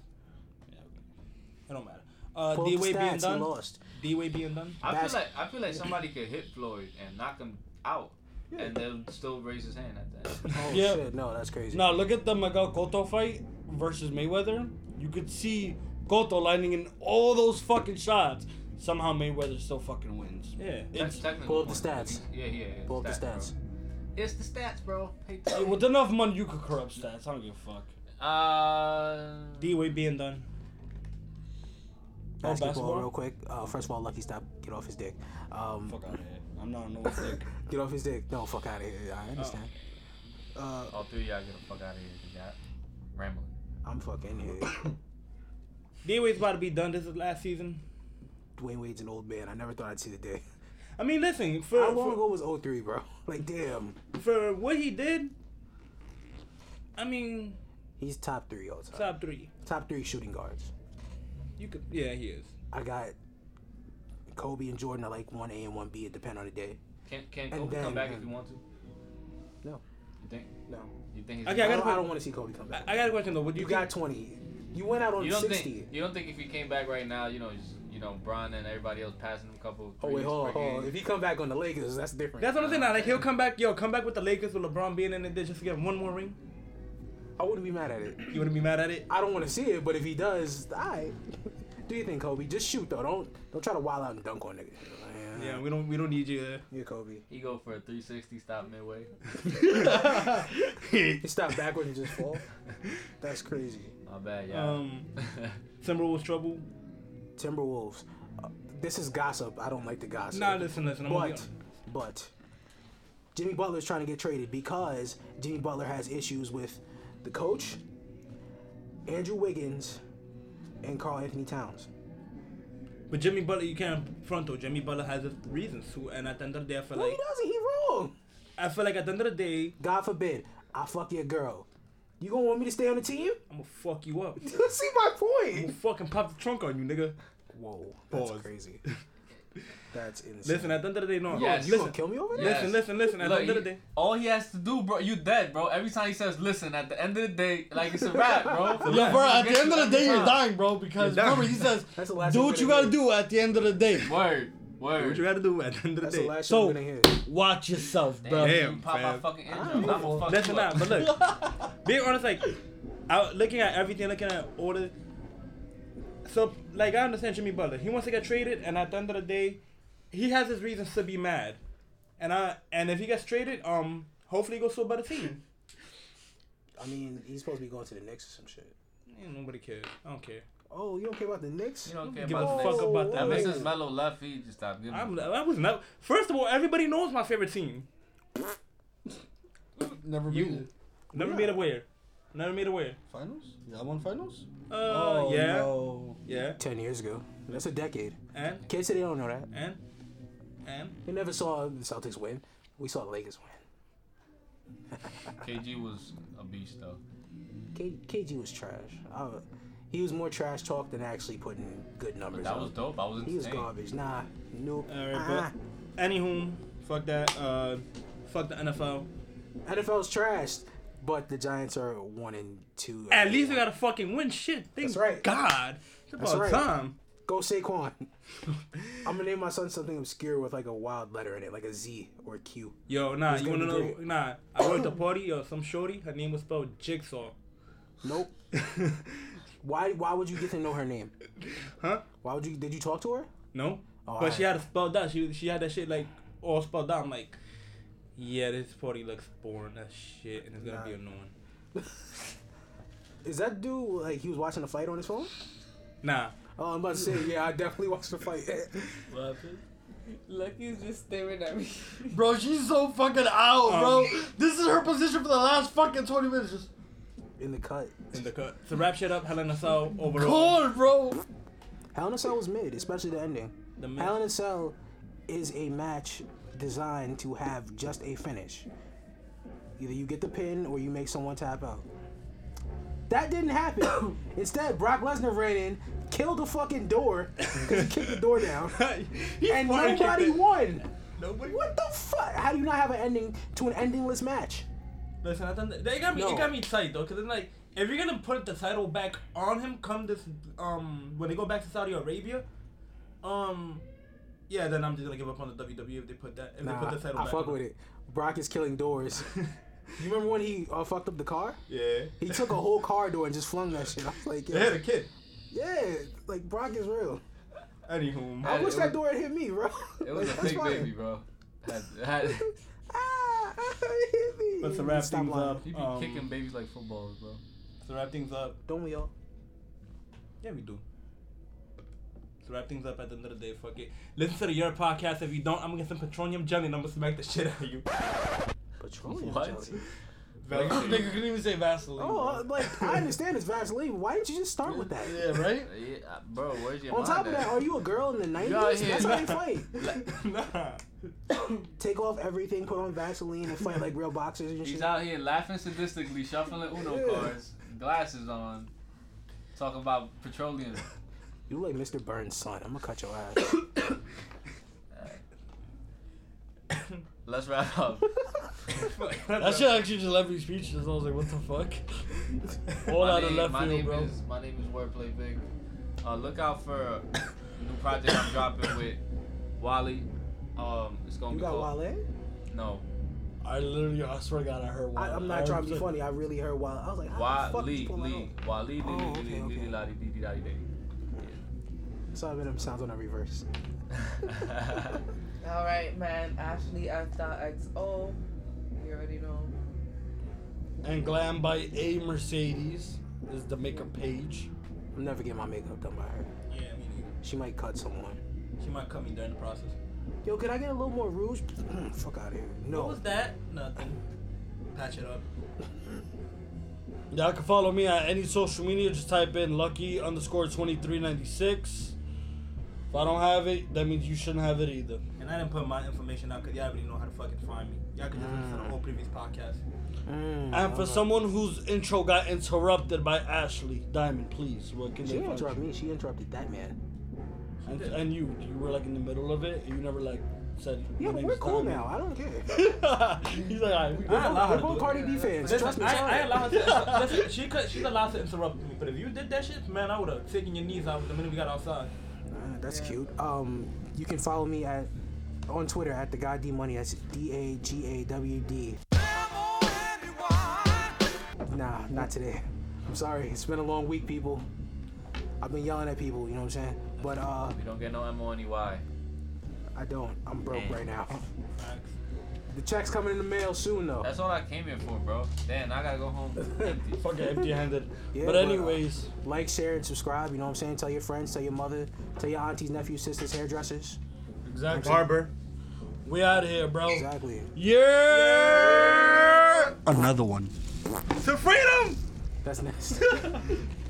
Speaker 6: It don't matter. Uh,
Speaker 2: Pull up
Speaker 6: D
Speaker 2: the
Speaker 6: Way being
Speaker 2: stats. He
Speaker 6: done.
Speaker 2: lost.
Speaker 6: D Way being done.
Speaker 3: I
Speaker 2: Bas-
Speaker 3: feel like I feel like somebody could hit Floyd and knock him out, and they'll still raise his hand at that.
Speaker 2: Oh
Speaker 5: Yeah.
Speaker 2: shit! No, that's crazy.
Speaker 5: Now look at the Miguel Cotto fight versus Mayweather. You could see Cotto lining in all those fucking shots. Somehow Mayweather still fucking wins.
Speaker 6: Yeah.
Speaker 5: It's
Speaker 3: Technical
Speaker 2: Pull up the
Speaker 3: points.
Speaker 2: stats.
Speaker 3: Yeah, yeah. yeah
Speaker 2: Pull up the
Speaker 3: bro.
Speaker 2: stats.
Speaker 3: It's the stats, bro. Pay
Speaker 5: yeah,
Speaker 3: attention.
Speaker 5: uh, with enough money you could corrupt stats. I don't give a fuck.
Speaker 3: Uh,
Speaker 6: D Way being done.
Speaker 2: Basketball,
Speaker 5: basketball?
Speaker 2: real quick. Uh, first of all, Lucky Stop, get off his dick. Um,
Speaker 5: Fuck out of here. I'm not no thick.
Speaker 2: get off his dick. No, fuck out of here. I understand. Uh,
Speaker 3: all three of y'all get the fuck out of here. 'cause Y'all rambling.
Speaker 2: I'm fucking here.
Speaker 6: D Way's about to be done. This is last season.
Speaker 2: Dwayne Wade's an old man. I never thought I'd see the day.
Speaker 6: I mean, listen for
Speaker 2: How long
Speaker 6: for,
Speaker 2: ago was 03, bro? Like, damn.
Speaker 6: for what he did. I mean,
Speaker 2: He's top three all time.
Speaker 6: top three.
Speaker 2: Top three shooting guards.
Speaker 6: You could. Yeah, he is.
Speaker 2: I got Kobe and Jordan are like 1A and 1B. It depend on the day.
Speaker 3: Can
Speaker 2: And
Speaker 3: can Kobe
Speaker 2: then-
Speaker 3: come back if you want to?
Speaker 2: No,
Speaker 3: You think?
Speaker 2: no.
Speaker 3: You think? He's
Speaker 6: Okay, I
Speaker 2: I
Speaker 6: got a
Speaker 2: don't, I
Speaker 6: question.
Speaker 2: don't want to see Kobe come back.
Speaker 6: I got a question though. Would you,
Speaker 2: You
Speaker 6: think-
Speaker 2: got 20. You went out on
Speaker 3: You don't
Speaker 2: 60.
Speaker 3: think? You don't think if he came back right now, you know, he's- you know, Bron and everybody else passing him a couple.
Speaker 2: Oh wait,
Speaker 3: threes
Speaker 2: hold
Speaker 3: per
Speaker 2: on, hold on.
Speaker 3: game.
Speaker 2: If he come back on the Lakers, that's different.
Speaker 6: That's what I'm saying. Now, like he'll come back, yo, come back with the Lakers with LeBron being in it there just to get one more ring.
Speaker 2: I wouldn't be mad at it.
Speaker 6: You wouldn't be mad at it.
Speaker 2: I don't want to see it, but if he does, all right. Do you think Kobe? Just shoot though. Don't don't try to wild out and dunk on niggas. Yeah,
Speaker 6: Yeah, we don't we don't need you there.
Speaker 2: you're Kobe.
Speaker 3: He go for a 360 stop midway.
Speaker 2: He stopped backward and just fall. That's crazy.
Speaker 3: My bad, y'all.
Speaker 6: Um, Timberwolves trouble.
Speaker 2: Timberwolves. Uh, this is gossip. I don't like the gossip.
Speaker 6: Nah, listen, listen. I'm gonna be
Speaker 2: But, but, Jimmy Butler is trying to get traded because Jimmy Butler has issues with the coach, Andrew Wiggins, and Carl Anthony Towns.
Speaker 6: But Jimmy Butler, you can't front though. Jimmy Butler has his reasons to, and at the end of the day, I feel
Speaker 2: No, he
Speaker 6: like
Speaker 2: doesn't. He wrong.
Speaker 6: I feel like at the end of the day,
Speaker 2: God forbid I fuck your girl. You gonna want me to stay on the team?
Speaker 6: I'm gonna fuck you up. I'm
Speaker 2: See my
Speaker 6: gonna
Speaker 2: point.
Speaker 6: fucking pop the trunk on you, nigga.
Speaker 2: Whoa, that's
Speaker 6: Pause.
Speaker 2: crazy. That's insane.
Speaker 6: Listen, at the end of the day, no. no,
Speaker 3: Yes.
Speaker 2: you gonna
Speaker 6: Listen,
Speaker 2: kill me over there?
Speaker 6: listen, listen, listen. At
Speaker 3: Look,
Speaker 6: the end of
Speaker 3: he-
Speaker 6: the day,
Speaker 3: all he has to do, bro, you dead, bro. Every time he says, "Listen," at the end of the day, like it's a wrap, bro.
Speaker 5: Yo, bro, at
Speaker 3: Get
Speaker 5: the end of
Speaker 3: you
Speaker 5: the day, you're
Speaker 3: every time.
Speaker 5: dying, bro, because
Speaker 6: You're dying.
Speaker 5: remember, he says,
Speaker 2: That's the last
Speaker 5: do
Speaker 2: thing
Speaker 5: what
Speaker 2: we're
Speaker 5: you
Speaker 2: gonna
Speaker 5: gotta do at the end of the day.
Speaker 3: Word,
Speaker 6: what you
Speaker 3: word.
Speaker 6: gotta do at the end of the
Speaker 2: That's the
Speaker 6: day.
Speaker 2: last
Speaker 5: So-
Speaker 2: shit we're gonna hear.
Speaker 5: Watch yourself, bro.
Speaker 6: Damn.
Speaker 3: you pop my
Speaker 6: fam.
Speaker 3: fucking engine,
Speaker 2: Ah,
Speaker 3: I'm gonna fuck
Speaker 6: Listen,
Speaker 3: you
Speaker 6: nah,
Speaker 3: up.
Speaker 6: but look, being honest, like, I, looking at everything, looking at all the. So, like, I understand Jimmy Butler. He wants to get traded, and at the end of the day, he has his reasons to be mad. And I and if he gets traded, um, hopefully he goes to a better team.
Speaker 2: I mean, he's supposed to be going to the Knicks or some shit.
Speaker 6: Ain't nobody cares. I don't care.
Speaker 2: Oh, you don't care about the Knicks?
Speaker 3: You don't care
Speaker 6: Give
Speaker 3: about
Speaker 6: a
Speaker 3: the
Speaker 6: fuck
Speaker 3: Knicks.
Speaker 6: about
Speaker 3: Ever
Speaker 6: that.
Speaker 3: since Melo left, he just stopped giving.
Speaker 6: I'm, I was never. First of all, everybody knows my favorite team.
Speaker 5: Never
Speaker 6: You.
Speaker 5: made it.
Speaker 6: Never
Speaker 2: Yeah.
Speaker 6: made aware. Never made aware.
Speaker 5: Finals? Yeah, I won finals? Oh,
Speaker 6: Uh, yeah,
Speaker 5: no.
Speaker 6: yeah,
Speaker 2: Ten years ago. That's a decade.
Speaker 6: and
Speaker 2: Kids today don't know that.
Speaker 6: and and
Speaker 2: We never saw the Celtics win. We saw the Lakers win.
Speaker 3: KG was a beast though.
Speaker 2: K- KG was trash. I, he was more trash talk than actually putting good numbers.
Speaker 3: That
Speaker 2: up.
Speaker 3: was dope. I was
Speaker 2: He was
Speaker 3: insane.
Speaker 2: garbage. Nah, nope. Ah,
Speaker 6: Alright, anywho, fuck that. Uh, fuck the NFL.
Speaker 2: Ah. NFL's trashed, but the Giants are one and two.
Speaker 6: At least we gotta fucking win shit. Thank
Speaker 2: That's right.
Speaker 6: God. It's
Speaker 2: That's
Speaker 6: about
Speaker 2: right.
Speaker 6: time.
Speaker 2: go Saquon. I'm gonna name my son something obscure with like a wild letter in it, like a Z or a Q.
Speaker 6: Yo, nah,
Speaker 2: It's
Speaker 6: you
Speaker 2: gonna
Speaker 6: wanna
Speaker 2: be
Speaker 6: know?
Speaker 2: great.
Speaker 6: Nah, I went to party. Yo, some shorty. Her name was spelled Jigsaw.
Speaker 2: Nope. why? Why would you get to know her name?
Speaker 6: Huh?
Speaker 2: Why would you? Did you talk to her?
Speaker 6: No,
Speaker 2: Oh,
Speaker 6: but she
Speaker 2: alright.
Speaker 6: had it spelled out. She she had that shit like all spelled out. I'm like, yeah, this party looks boring as shit, and it's gonna be
Speaker 2: Nah.
Speaker 6: annoying.
Speaker 2: Is that dude like he was watching a fight on his phone?
Speaker 6: Nah,
Speaker 2: Oh, I'm about to say, yeah, I definitely watched the fight.
Speaker 4: Lucky's just staring at me.
Speaker 5: Bro, she's so fucking out,
Speaker 6: Um,
Speaker 5: bro. This is her position for the last fucking 20 minutes. Just
Speaker 2: in the cut.
Speaker 6: in the cut. So wrap shit up. Helen Asal overall.
Speaker 5: cold, bro.
Speaker 2: Hell in a Cell was mid, especially the ending.
Speaker 6: The
Speaker 2: Hell in
Speaker 6: man.
Speaker 2: a Cell is a match designed to have just a finish. Either you get the pin or you make someone tap out. That didn't happen. Instead, Brock Lesnar ran in, killed the fucking door, because he kicked the door down,
Speaker 6: He
Speaker 2: and
Speaker 6: fucking kicked
Speaker 2: nobody
Speaker 6: it.
Speaker 2: won.
Speaker 6: Nobody.
Speaker 2: What the fuck? How do you not have an ending to an endingless match?
Speaker 6: Listen, I done that. It got me.
Speaker 2: No.
Speaker 6: It got me tight though, because it's like if you're gonna put the title back on him, come this um when they go back to Saudi Arabia, um, yeah, then I'm just gonna give up on the WWE if they put that if they
Speaker 2: Nah,
Speaker 6: put the title
Speaker 2: I
Speaker 6: back.
Speaker 2: fuck
Speaker 6: on
Speaker 2: with it. Brock is killing doors. you remember when he uh, fucked up the car?
Speaker 6: Yeah.
Speaker 2: He took a whole car door and just flung that shit. I was like,
Speaker 6: They had a
Speaker 2: yeah,
Speaker 6: kid.
Speaker 2: yeah like Brock is real.
Speaker 6: Anywho,
Speaker 2: I
Speaker 3: It
Speaker 2: wish
Speaker 3: was-
Speaker 2: that door had hit me, bro.
Speaker 3: It was a
Speaker 2: That's
Speaker 3: big
Speaker 2: fine.
Speaker 3: baby, bro. Had, had,
Speaker 2: Ah, it hit me.
Speaker 6: but to wrap
Speaker 2: Stop
Speaker 6: things
Speaker 2: lying.
Speaker 6: up,
Speaker 3: he be
Speaker 6: um,
Speaker 3: kicking babies like footballs, bro.
Speaker 6: to wrap things up,
Speaker 2: Don't we all?
Speaker 6: yeah, we do. To wrap things up at the end of the day, fuck it. Listen to the Your podcast. If you don't, I'm gonna get some petroleum jelly and I'm gonna smack the shit out of you.
Speaker 2: Petroleum
Speaker 3: What?
Speaker 2: jelly.
Speaker 5: This nigga couldn't even say Vaseline.
Speaker 2: Oh, uh,
Speaker 5: bro.
Speaker 2: like I understand it's Vaseline. but Why didn't you just start with that?
Speaker 5: Yeah, right?
Speaker 3: Yeah, uh, bro, where's your
Speaker 2: On
Speaker 3: mind
Speaker 2: top of
Speaker 3: at?
Speaker 2: that, are you a girl in the
Speaker 3: out
Speaker 2: nineties?
Speaker 3: here.
Speaker 2: That's how you fight.
Speaker 6: nah.
Speaker 2: Take off everything, put on Vaseline, and fight like real boxers and
Speaker 3: He's
Speaker 2: shit.
Speaker 3: out here laughing sadistically, shuffling Uno
Speaker 2: Yeah.
Speaker 3: cards, glasses on, talking about petroleum.
Speaker 2: You like Mr. Burns' son. I'm gonna cut your ass.
Speaker 3: Let's wrap up.
Speaker 5: That shit actually just left me speechless. I was like, what the fuck? All
Speaker 3: my
Speaker 5: out of
Speaker 3: name,
Speaker 5: left
Speaker 3: my
Speaker 5: field,
Speaker 3: name
Speaker 5: bro.
Speaker 3: Is, my name is Wordplay Big. Uh, look out for a new project I'm dropping with Wally. Um, it's gonna
Speaker 2: You
Speaker 3: be
Speaker 2: got
Speaker 3: called,
Speaker 2: Wale?
Speaker 3: No,
Speaker 5: I literally, I swear to God, I heard one.
Speaker 2: I, I'm
Speaker 5: I
Speaker 2: not trying to be
Speaker 5: was like-
Speaker 2: funny. I really heard Wale. I was like, how the fuck did you pull
Speaker 3: Wally,
Speaker 2: that
Speaker 3: Lee,
Speaker 2: off?
Speaker 3: Wally, Lee,
Speaker 2: Oh, okay,
Speaker 3: Lee, Lee,
Speaker 2: okay.
Speaker 3: Lee, Lottie, Dee, Dee, Dottie, Dee.
Speaker 2: So I made him sounds on a reverse.
Speaker 3: Yeah.
Speaker 7: All right, man. Ashley F. dot XO. You already know.
Speaker 5: And Glam by A Mercedes is the makeup page.
Speaker 2: I'm never getting my makeup done by her.
Speaker 6: Yeah, I mean,
Speaker 2: She might cut someone.
Speaker 6: she might cut me during the process.
Speaker 2: Yo, can I get a little more rouge? Fuck out of here. No.
Speaker 6: What was that? Nothing. Patch it up.
Speaker 5: Y'all can follow me at any social media. Just type in lucky underscore 2396. If I don't have it, that means you shouldn't have it either.
Speaker 6: And I didn't put my information out because y'all already know how to fucking find me. Y'all can just listen to the whole previous podcast.
Speaker 2: Mm,
Speaker 5: And for
Speaker 2: alright.
Speaker 5: someone whose intro got interrupted by Ashley Diamond, please. What can
Speaker 2: She
Speaker 5: they
Speaker 2: didn't
Speaker 5: find
Speaker 2: interrupt
Speaker 5: you?
Speaker 2: me. She interrupted that man.
Speaker 5: And, and you, you were like in the middle of it, and you never like said.
Speaker 2: Yeah,
Speaker 5: "My
Speaker 2: but
Speaker 5: name
Speaker 2: we're
Speaker 5: is
Speaker 2: cool
Speaker 5: Diamond."
Speaker 2: now. I don't care.
Speaker 5: He's like, all right, we
Speaker 2: Ah,
Speaker 6: I
Speaker 5: good.
Speaker 6: allow her
Speaker 2: We're
Speaker 6: to do
Speaker 2: both
Speaker 6: it.
Speaker 2: Cardi B fans.
Speaker 6: Listen,
Speaker 2: Trust me.
Speaker 6: I,
Speaker 2: sorry.
Speaker 6: I allow her to. listen, she could, she's allowed to interrupt me, but if you did that shit, man, I would have taken your knees out the minute we got outside.
Speaker 2: Uh, that's cute. Um, you can follow me at on Twitter at the God D Money. That's D A G A W D. Nah, not today. I'm sorry. It's been a long week, people. I've been yelling at people. You know what I'm saying? But uh,
Speaker 3: we don't get no M O N E Y.
Speaker 2: I don't. I'm broke right now.
Speaker 6: Thanks.
Speaker 2: The check's coming in the mail soon, though.
Speaker 3: That's all I came here for, bro. Damn, I gotta go home empty.
Speaker 5: Fucking empty-handed.
Speaker 2: Yeah,
Speaker 5: but
Speaker 2: but, uh,
Speaker 5: anyways,
Speaker 2: Like, share, and subscribe. You know what I'm saying? Tell your friends, tell your mother, tell your aunties, nephews, sisters, hairdressers.
Speaker 5: exactly. Barber, we out of here, bro.
Speaker 2: Exactly.
Speaker 5: Yeah. Another one.
Speaker 2: That's next.